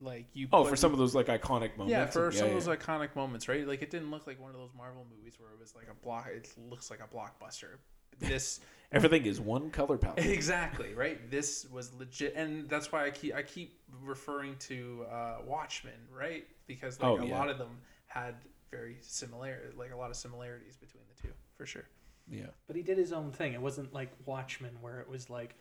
[SPEAKER 3] like you.
[SPEAKER 2] Oh,
[SPEAKER 3] put-
[SPEAKER 2] for some of those like iconic moments.
[SPEAKER 3] Yeah, for
[SPEAKER 2] and-
[SPEAKER 3] some
[SPEAKER 2] yeah.
[SPEAKER 3] of those iconic moments, right? Like it didn't look like one of those Marvel movies where it was like a block. It looks like a blockbuster. This
[SPEAKER 2] everything is one color palette. <laughs>
[SPEAKER 3] exactly right. This was legit, and that's why I keep I keep referring to uh, Watchmen, right? Because like
[SPEAKER 2] Oh,
[SPEAKER 3] a
[SPEAKER 2] yeah.
[SPEAKER 3] lot of them had very similar, like a lot of similarities between the two, for sure.
[SPEAKER 2] Yeah,
[SPEAKER 1] But he did his own thing. It wasn't like Watchmen where it was like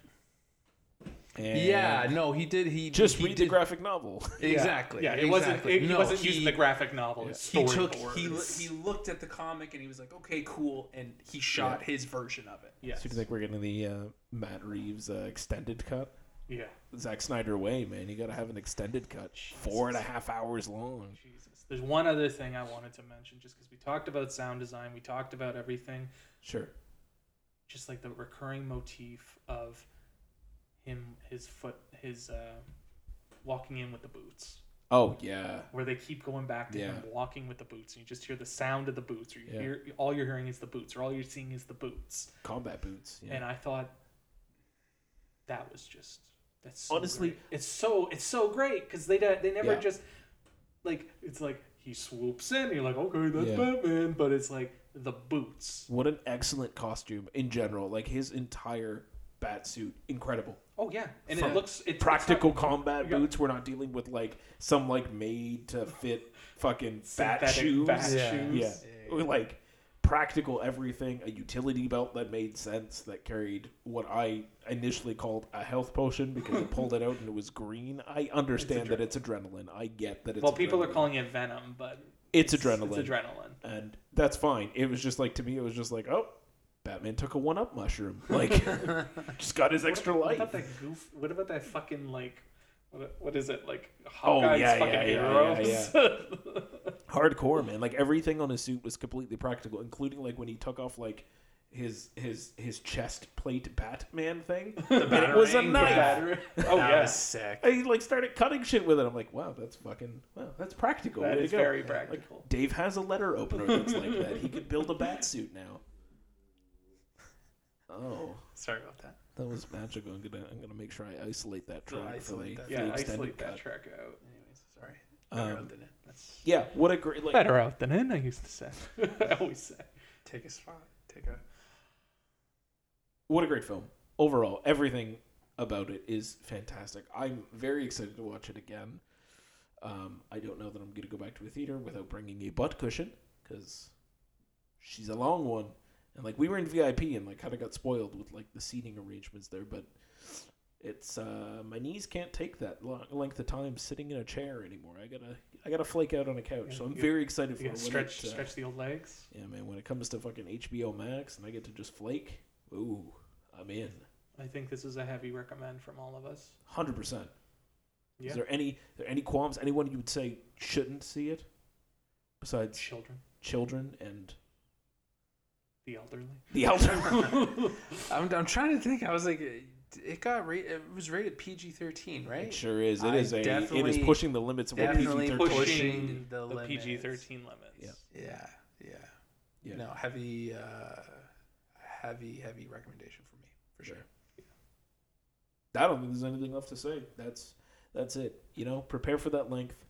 [SPEAKER 2] And
[SPEAKER 3] no, he did. He
[SPEAKER 2] Just read the graphic novel. <laughs>
[SPEAKER 3] Exactly.
[SPEAKER 1] Yeah, it wasn't it, he wasn't using the graphic novel. It's
[SPEAKER 3] he took he,
[SPEAKER 1] storyboards.
[SPEAKER 3] l- he looked at the comic and he was like okay cool and he shot his version of it
[SPEAKER 1] yes.
[SPEAKER 2] So you think we're getting the uh, Matt Reeves uh, extended cut?
[SPEAKER 1] Yeah.
[SPEAKER 2] Zack Snyder way, man. You got to have an extended cut, four and a half hours long.
[SPEAKER 1] Jesus. There's one other thing I wanted to mention just because we talked about sound design, we talked about everything.
[SPEAKER 2] Sure.
[SPEAKER 1] just like the recurring motif of him his foot his uh walking in with the boots
[SPEAKER 2] Oh yeah,
[SPEAKER 1] where they keep going back to him
[SPEAKER 2] Yeah.
[SPEAKER 1] walking with the boots and you just hear the sound of the boots or you
[SPEAKER 2] Yeah.
[SPEAKER 1] hear all you're hearing is the boots or all you're seeing is the boots
[SPEAKER 2] combat boots. Yeah.
[SPEAKER 1] and i thought that was just that's so
[SPEAKER 2] Honestly-
[SPEAKER 1] great. it's so it's so great because they don't- they never
[SPEAKER 2] Yeah.
[SPEAKER 1] just like it's like he swoops in and you're like okay that's
[SPEAKER 2] Yeah.
[SPEAKER 1] batman but it's like the boots
[SPEAKER 2] what an excellent costume in general. Like his entire bat suit incredible.
[SPEAKER 1] Oh yeah, and it
[SPEAKER 2] From
[SPEAKER 1] looks it, it's not-
[SPEAKER 2] Practical combat boots. We're not dealing with like some like made to fit fucking bat
[SPEAKER 1] Synthetic
[SPEAKER 2] shoes.
[SPEAKER 1] bat
[SPEAKER 2] yeah.
[SPEAKER 1] shoes.
[SPEAKER 2] Yeah. Or, like practical everything, a utility belt that made sense that carried what I initially called a health potion because I pulled it out and it was green. I understand that it's adrenaline. I get that it's
[SPEAKER 1] Well, people are
[SPEAKER 2] adrenaline.
[SPEAKER 1] calling it venom, but
[SPEAKER 2] it's adrenaline.
[SPEAKER 1] It's adrenaline.
[SPEAKER 2] and that's fine. It was just like to me it was just like, "Oh, Batman took a one-up mushroom."
[SPEAKER 1] <laughs>
[SPEAKER 2] Like just got his extra
[SPEAKER 1] What
[SPEAKER 2] life.
[SPEAKER 1] about that goof? What about that fucking like? What, what is it like?
[SPEAKER 2] Oh,
[SPEAKER 1] Hawkeye's
[SPEAKER 2] yeah,
[SPEAKER 1] fucking
[SPEAKER 2] yeah, yeah,
[SPEAKER 1] <laughs> heroes.
[SPEAKER 2] hardcore man like everything on his suit was completely practical including like when he took off like his his his chest plate batman
[SPEAKER 1] <laughs>
[SPEAKER 2] thing and it was a
[SPEAKER 4] Batarang,
[SPEAKER 2] knife <laughs>
[SPEAKER 1] oh
[SPEAKER 4] That was
[SPEAKER 1] yes,
[SPEAKER 4] sick.
[SPEAKER 2] and he like started cutting shit with it i'm like wow that's fucking wow that's practical
[SPEAKER 1] that
[SPEAKER 2] Way to
[SPEAKER 1] is
[SPEAKER 2] go.
[SPEAKER 1] very
[SPEAKER 2] like
[SPEAKER 1] practical.
[SPEAKER 2] dave has a letter opener that's like that he could build a bat
[SPEAKER 1] <laughs>
[SPEAKER 2] suit now oh
[SPEAKER 4] Sorry about that.
[SPEAKER 2] that was magical i'm gonna i'm gonna make sure i isolate that track
[SPEAKER 4] isolate
[SPEAKER 2] for
[SPEAKER 4] that.
[SPEAKER 2] the, for
[SPEAKER 1] yeah,
[SPEAKER 2] the extended
[SPEAKER 1] isolate
[SPEAKER 2] cut
[SPEAKER 1] that track out.
[SPEAKER 4] Anyways, sorry.
[SPEAKER 2] Um,
[SPEAKER 4] Better out than in. That's-
[SPEAKER 2] yeah what a great like
[SPEAKER 4] Better out than in, I used to say.
[SPEAKER 1] <laughs> I always say.
[SPEAKER 4] Take a spot. Take a.
[SPEAKER 2] what a great film overall everything about it is fantastic i'm very excited to watch it again um, i don't know that i'm going to go back to a theater without bringing a butt cushion because she's a long one and like we were in vip and like kind of got spoiled with like the seating arrangements there but it's uh my knees can't take that long length of time sitting in a chair anymore i gotta i gotta flake out on a couch so i'm
[SPEAKER 1] You-
[SPEAKER 2] very excited for
[SPEAKER 1] You
[SPEAKER 2] when
[SPEAKER 1] gotta stretch,
[SPEAKER 2] it, uh,
[SPEAKER 1] stretch the old legs.
[SPEAKER 2] yeah man when it comes to fucking hbo max and i get to just flake ooh i'm in
[SPEAKER 1] I think this is a heavy recommend from all of us.
[SPEAKER 2] Hundred percent.
[SPEAKER 1] Yeah.
[SPEAKER 2] Is there any there any qualms? Anyone you would say shouldn't see it, besides
[SPEAKER 1] Children,
[SPEAKER 2] children and
[SPEAKER 1] the
[SPEAKER 2] <laughs>
[SPEAKER 1] elderly.
[SPEAKER 2] the elder?
[SPEAKER 1] <laughs>
[SPEAKER 4] I'm, I'm trying to think. I was like, it it got ra- it was rated PG-13, right?
[SPEAKER 2] <laughs> It sure is. It
[SPEAKER 4] I
[SPEAKER 2] is a. It is
[SPEAKER 4] definitely-
[SPEAKER 2] pushing the limits of what PG
[SPEAKER 4] definitely
[SPEAKER 2] thirteen.
[SPEAKER 4] pushing
[SPEAKER 1] Pushing
[SPEAKER 4] the
[SPEAKER 1] the,
[SPEAKER 4] limits.
[SPEAKER 1] PG thirteen limits.
[SPEAKER 2] Yeah.
[SPEAKER 4] Yeah, yeah,
[SPEAKER 2] Yeah.
[SPEAKER 4] No, heavy, uh, heavy, heavy recommendation for me for sure.
[SPEAKER 2] I don't think there's anything left to say. That's that's it. You know, prepare for that length.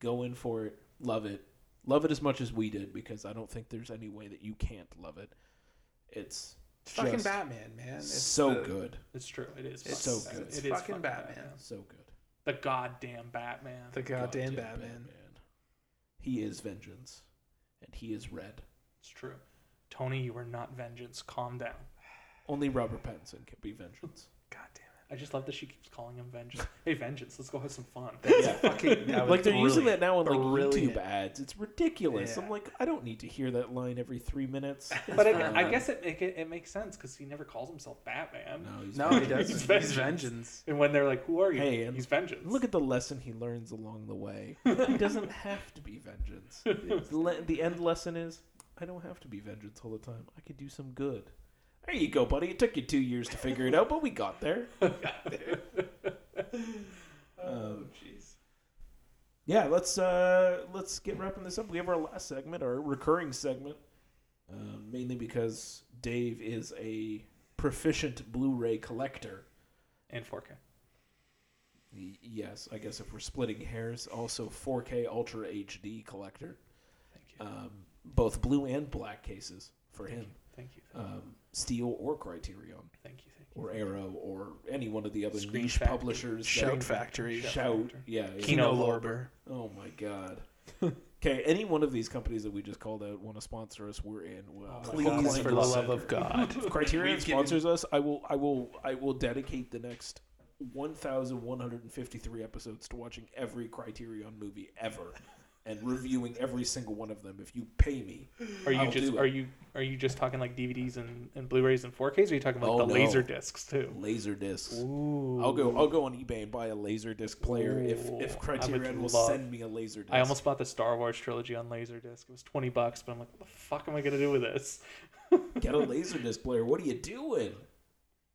[SPEAKER 2] Go in for it. Love it. Love it as much as we did because I don't think there's any way that you can't love it. It's
[SPEAKER 4] It's fucking
[SPEAKER 2] Just
[SPEAKER 4] Batman, man. It's
[SPEAKER 2] so
[SPEAKER 4] the-
[SPEAKER 2] good,
[SPEAKER 1] It's true. It is.
[SPEAKER 4] It's
[SPEAKER 1] fucking
[SPEAKER 2] so
[SPEAKER 1] Batman.
[SPEAKER 2] good.
[SPEAKER 1] It
[SPEAKER 4] It's
[SPEAKER 1] is
[SPEAKER 4] fucking Batman.
[SPEAKER 2] so good.
[SPEAKER 1] The goddamn Batman.
[SPEAKER 4] The goddamn Batman.
[SPEAKER 2] He is vengeance, and he is red.
[SPEAKER 1] It's true. Tony, you are not vengeance. Calm down.
[SPEAKER 2] Only Robert Pattinson can
[SPEAKER 4] <laughs>
[SPEAKER 2] be vengeance.
[SPEAKER 4] God damn
[SPEAKER 1] I just love that she keeps calling him vengeance. Hey, vengeance. Let's go have some fun.
[SPEAKER 2] Yeah. <laughs>
[SPEAKER 4] it. Fucking, that was
[SPEAKER 2] like they're using
[SPEAKER 4] brilliant.
[SPEAKER 2] that now on like
[SPEAKER 4] Brilliant.
[SPEAKER 2] YouTube ads. It's ridiculous.
[SPEAKER 4] Yeah.
[SPEAKER 2] I'm like, I don't need to hear that line every
[SPEAKER 4] <laughs>
[SPEAKER 2] three minutes.
[SPEAKER 1] But
[SPEAKER 2] It's
[SPEAKER 1] I,
[SPEAKER 2] fine.
[SPEAKER 1] I guess it, make it it makes sense because he never calls himself Batman.
[SPEAKER 2] no, he's
[SPEAKER 4] No, he
[SPEAKER 2] vengeance.
[SPEAKER 4] doesn't. He's
[SPEAKER 1] vengeance.
[SPEAKER 4] vengeance.
[SPEAKER 1] And when they're like, "Who are you?"
[SPEAKER 2] Hey, and
[SPEAKER 1] he's vengeance.
[SPEAKER 2] Look at the lesson he learns along the way. He doesn't have to be vengeance. The, le- the end lesson is, I don't have to be vengeance all the time. I could do some good. There you go, buddy. It took you two years to figure it out, but we got there.
[SPEAKER 4] Oh jeez.
[SPEAKER 2] yeah let's uh let's get wrapping this up we have our last segment our recurring segment uh, mainly because dave is a proficient blu-ray collector
[SPEAKER 1] and 4K.
[SPEAKER 2] Y- yes i guess if we're splitting hairs also 4k ultra hd collector
[SPEAKER 1] Thank you.
[SPEAKER 2] um, both blue and black cases for him
[SPEAKER 1] Thank you. Thank you.
[SPEAKER 2] um, steel or criterion
[SPEAKER 1] Thank you. Thank you.
[SPEAKER 2] or arrow or any one of the other
[SPEAKER 1] Screen
[SPEAKER 2] niche
[SPEAKER 1] Factory.
[SPEAKER 2] publishers that-
[SPEAKER 4] Shout Factory.
[SPEAKER 1] Shout
[SPEAKER 2] shout
[SPEAKER 1] Factory.
[SPEAKER 2] yeah, yeah.
[SPEAKER 1] Kino
[SPEAKER 4] Kino
[SPEAKER 1] Lorber.
[SPEAKER 4] Lorber.
[SPEAKER 2] Oh my
[SPEAKER 1] <laughs>
[SPEAKER 2] god. Okay, any one of these companies that we just called out want to sponsor us, we're in. Well,
[SPEAKER 1] Oh my
[SPEAKER 4] Please,
[SPEAKER 1] God.
[SPEAKER 2] decline
[SPEAKER 4] for
[SPEAKER 2] to
[SPEAKER 4] the love
[SPEAKER 2] send her.
[SPEAKER 4] of God. <laughs>
[SPEAKER 2] If Criterion
[SPEAKER 4] We've given-
[SPEAKER 2] sponsors us, I will I will I will dedicate the next 1153 episodes to watching every Criterion movie ever and reviewing every single one of them if you pay me.
[SPEAKER 1] Are you
[SPEAKER 2] I'll
[SPEAKER 1] just
[SPEAKER 2] do it.
[SPEAKER 1] are you are you just talking like DVDs and, and Blu-rays and 4Ks? Or are you talking about
[SPEAKER 2] Oh,
[SPEAKER 1] the
[SPEAKER 2] no.
[SPEAKER 1] laser discs too?
[SPEAKER 2] Laser discs.
[SPEAKER 1] Ooh.
[SPEAKER 2] I'll go I'll go on eBay and buy a laser disc player if
[SPEAKER 1] Ooh, I
[SPEAKER 2] if
[SPEAKER 1] would
[SPEAKER 2] Criterion will
[SPEAKER 1] love-
[SPEAKER 2] send me a laser disc.
[SPEAKER 1] I almost bought the Star Wars trilogy on Laserdisc. It was twenty bucks, but I'm like, what the fuck am I gonna do with this?
[SPEAKER 2] Get a laser disc player. What are you doing?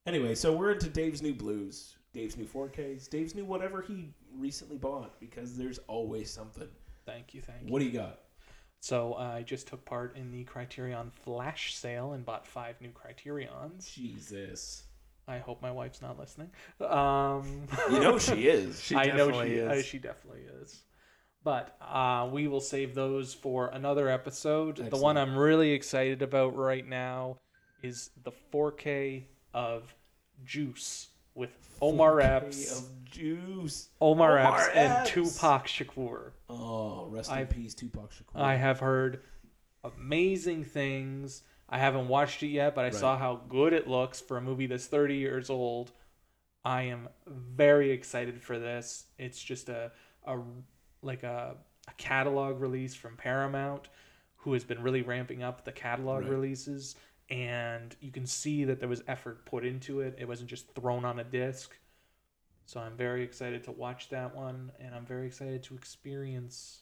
[SPEAKER 2] Anyway, so we're into Dave's new blues, Dave's new 4Ks, Dave's new whatever he recently bought because there's always something.
[SPEAKER 1] Thank you, thank you.
[SPEAKER 2] What do you got?
[SPEAKER 1] So uh, I just took part in the Criterion flash sale and bought five new Criterions.
[SPEAKER 2] Jesus.
[SPEAKER 1] I hope my wife's not listening. Um,
[SPEAKER 2] You know she is.
[SPEAKER 4] She
[SPEAKER 1] I know she
[SPEAKER 4] definitely
[SPEAKER 1] I,
[SPEAKER 4] is.
[SPEAKER 1] she definitely is. But uh, we will save those for another episode. The one
[SPEAKER 2] Excellent.
[SPEAKER 1] I'm really excited about right now is the 4K of Juice with Omar Epps,
[SPEAKER 2] of juice.
[SPEAKER 1] Omar
[SPEAKER 2] Omar
[SPEAKER 1] Epps, and
[SPEAKER 2] Epps.
[SPEAKER 1] Tupac Shakur.
[SPEAKER 2] Oh, rest
[SPEAKER 1] I-
[SPEAKER 2] in peace, Tupac Shakur.
[SPEAKER 1] I have heard amazing things. I haven't watched it yet, but I saw how good it looks for a movie that's 30 years old. I am very excited for this. It's just a, a like a, a catalog release from Paramount, who has been really ramping up the catalog
[SPEAKER 2] Right.
[SPEAKER 1] releases. And you can see that there was effort put into it. It wasn't just thrown on a disc. So I'm very excited to watch that one, and I'm very excited to experience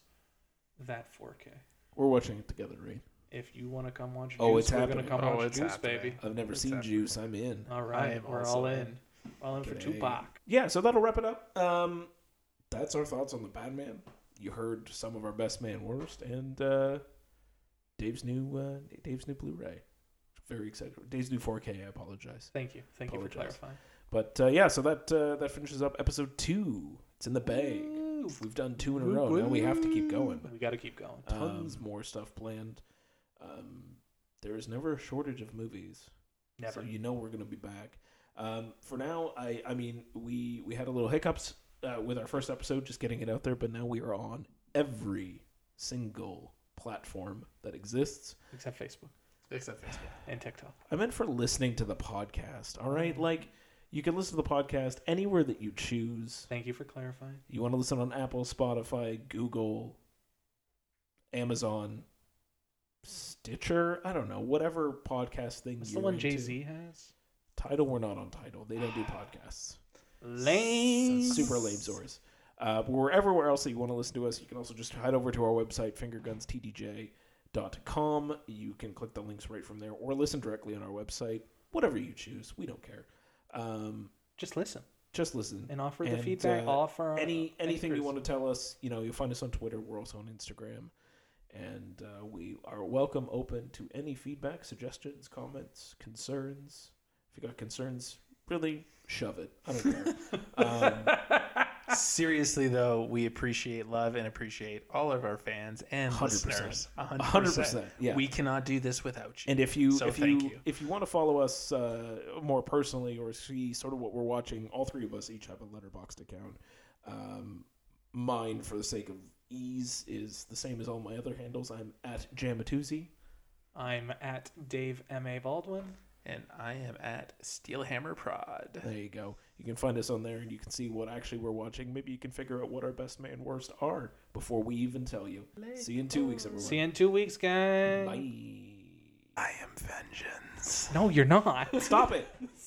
[SPEAKER 1] that 4K.
[SPEAKER 2] We're watching it together, right?
[SPEAKER 1] If you want to come watch Juice,
[SPEAKER 2] Oh, it's
[SPEAKER 1] we're
[SPEAKER 2] happening.
[SPEAKER 1] gonna come
[SPEAKER 3] Oh,
[SPEAKER 1] watch
[SPEAKER 3] it's
[SPEAKER 1] Juice,
[SPEAKER 3] happening.
[SPEAKER 1] baby.
[SPEAKER 2] I've never
[SPEAKER 3] It's
[SPEAKER 2] seen
[SPEAKER 3] happening.
[SPEAKER 2] Juice. I'm in.
[SPEAKER 1] All
[SPEAKER 3] I
[SPEAKER 1] right,
[SPEAKER 3] am
[SPEAKER 1] we're
[SPEAKER 3] also
[SPEAKER 1] all in.
[SPEAKER 3] in.
[SPEAKER 1] All in for
[SPEAKER 2] Okay.
[SPEAKER 1] Tupac.
[SPEAKER 2] Yeah, so that'll wrap it up. Um, that's our thoughts on the bad man. You heard some of our best man worst and uh, Dave's new uh, Dave's new Blu-ray. Very excited. Dave's new 4K. I apologize.
[SPEAKER 1] Thank you, thank you for
[SPEAKER 2] Apologize.
[SPEAKER 1] clarifying.
[SPEAKER 2] But uh, yeah, so that uh, that finishes up episode two. It's in the bag.
[SPEAKER 1] Woo.
[SPEAKER 2] We've done two in a row. Now we have to keep going.
[SPEAKER 1] We got to keep going.
[SPEAKER 2] Tons more stuff planned. Um, there is never a shortage of movies.
[SPEAKER 1] Never.
[SPEAKER 2] So you know we're gonna be back. Um, for now, I I mean we we had a little hiccups uh, with our first episode, just getting it out there, but now we are on every single platform that exists.
[SPEAKER 1] Except Facebook
[SPEAKER 4] Except Facebook.
[SPEAKER 1] and TikTok.
[SPEAKER 2] I meant for listening to the podcast. All right, like you can listen to the podcast anywhere that you choose.
[SPEAKER 1] Thank you for clarifying.
[SPEAKER 2] You want to listen on Apple, Spotify, Google, Amazon, Stitcher. I don't know whatever podcast thing.
[SPEAKER 1] What's the
[SPEAKER 2] you're
[SPEAKER 1] one
[SPEAKER 2] into.
[SPEAKER 1] Jay Z has?
[SPEAKER 2] Title. We're not on Title. They don't do podcasts.
[SPEAKER 1] Lame.
[SPEAKER 2] That's super lame Zors. Uh, but wherever else that you want to listen to us, you can also just head over to our website, fingergunstdj.com. You can click the links right from there or listen directly on our website. Whatever you choose, we don't care. Um,
[SPEAKER 1] Just listen
[SPEAKER 2] just listen.
[SPEAKER 1] and offer the
[SPEAKER 2] And,
[SPEAKER 1] feedback.
[SPEAKER 2] uh,
[SPEAKER 1] offer
[SPEAKER 2] Any anything you want
[SPEAKER 1] to.
[SPEAKER 2] to tell us, you know, you'll find us on Twitter. We're also on Instagram, and uh, we are welcome, open to any feedback, suggestions, comments, concerns. If you got concerns, really shove it. I don't
[SPEAKER 4] <laughs>
[SPEAKER 2] care. um,
[SPEAKER 4] Seriously, though, we appreciate love and appreciate all of our fans and
[SPEAKER 2] 100%.
[SPEAKER 4] listeners.
[SPEAKER 2] A hundred percent. Yeah.
[SPEAKER 4] We cannot do this without you.
[SPEAKER 2] and if you
[SPEAKER 4] So
[SPEAKER 2] if you,
[SPEAKER 4] thank you.
[SPEAKER 2] if you want to follow us uh, more personally or see sort of what we're watching, all three of us each have a letterboxed account. Um, mine, for the sake of ease, is the same as all my other handles. I'm at Jamatuzzi.
[SPEAKER 1] I'm at Dave M A Baldwin.
[SPEAKER 4] And I am at Steelhammer Prod.
[SPEAKER 2] There you go. You can find us on there, and you can see what actually we're watching. Maybe you can figure out what our best man worst are before we even tell you. See you in two weeks, everyone.
[SPEAKER 1] See you in two weeks, guys.
[SPEAKER 2] Bye.
[SPEAKER 4] I am vengeance.
[SPEAKER 1] <laughs> No, you're not.
[SPEAKER 2] Stop it.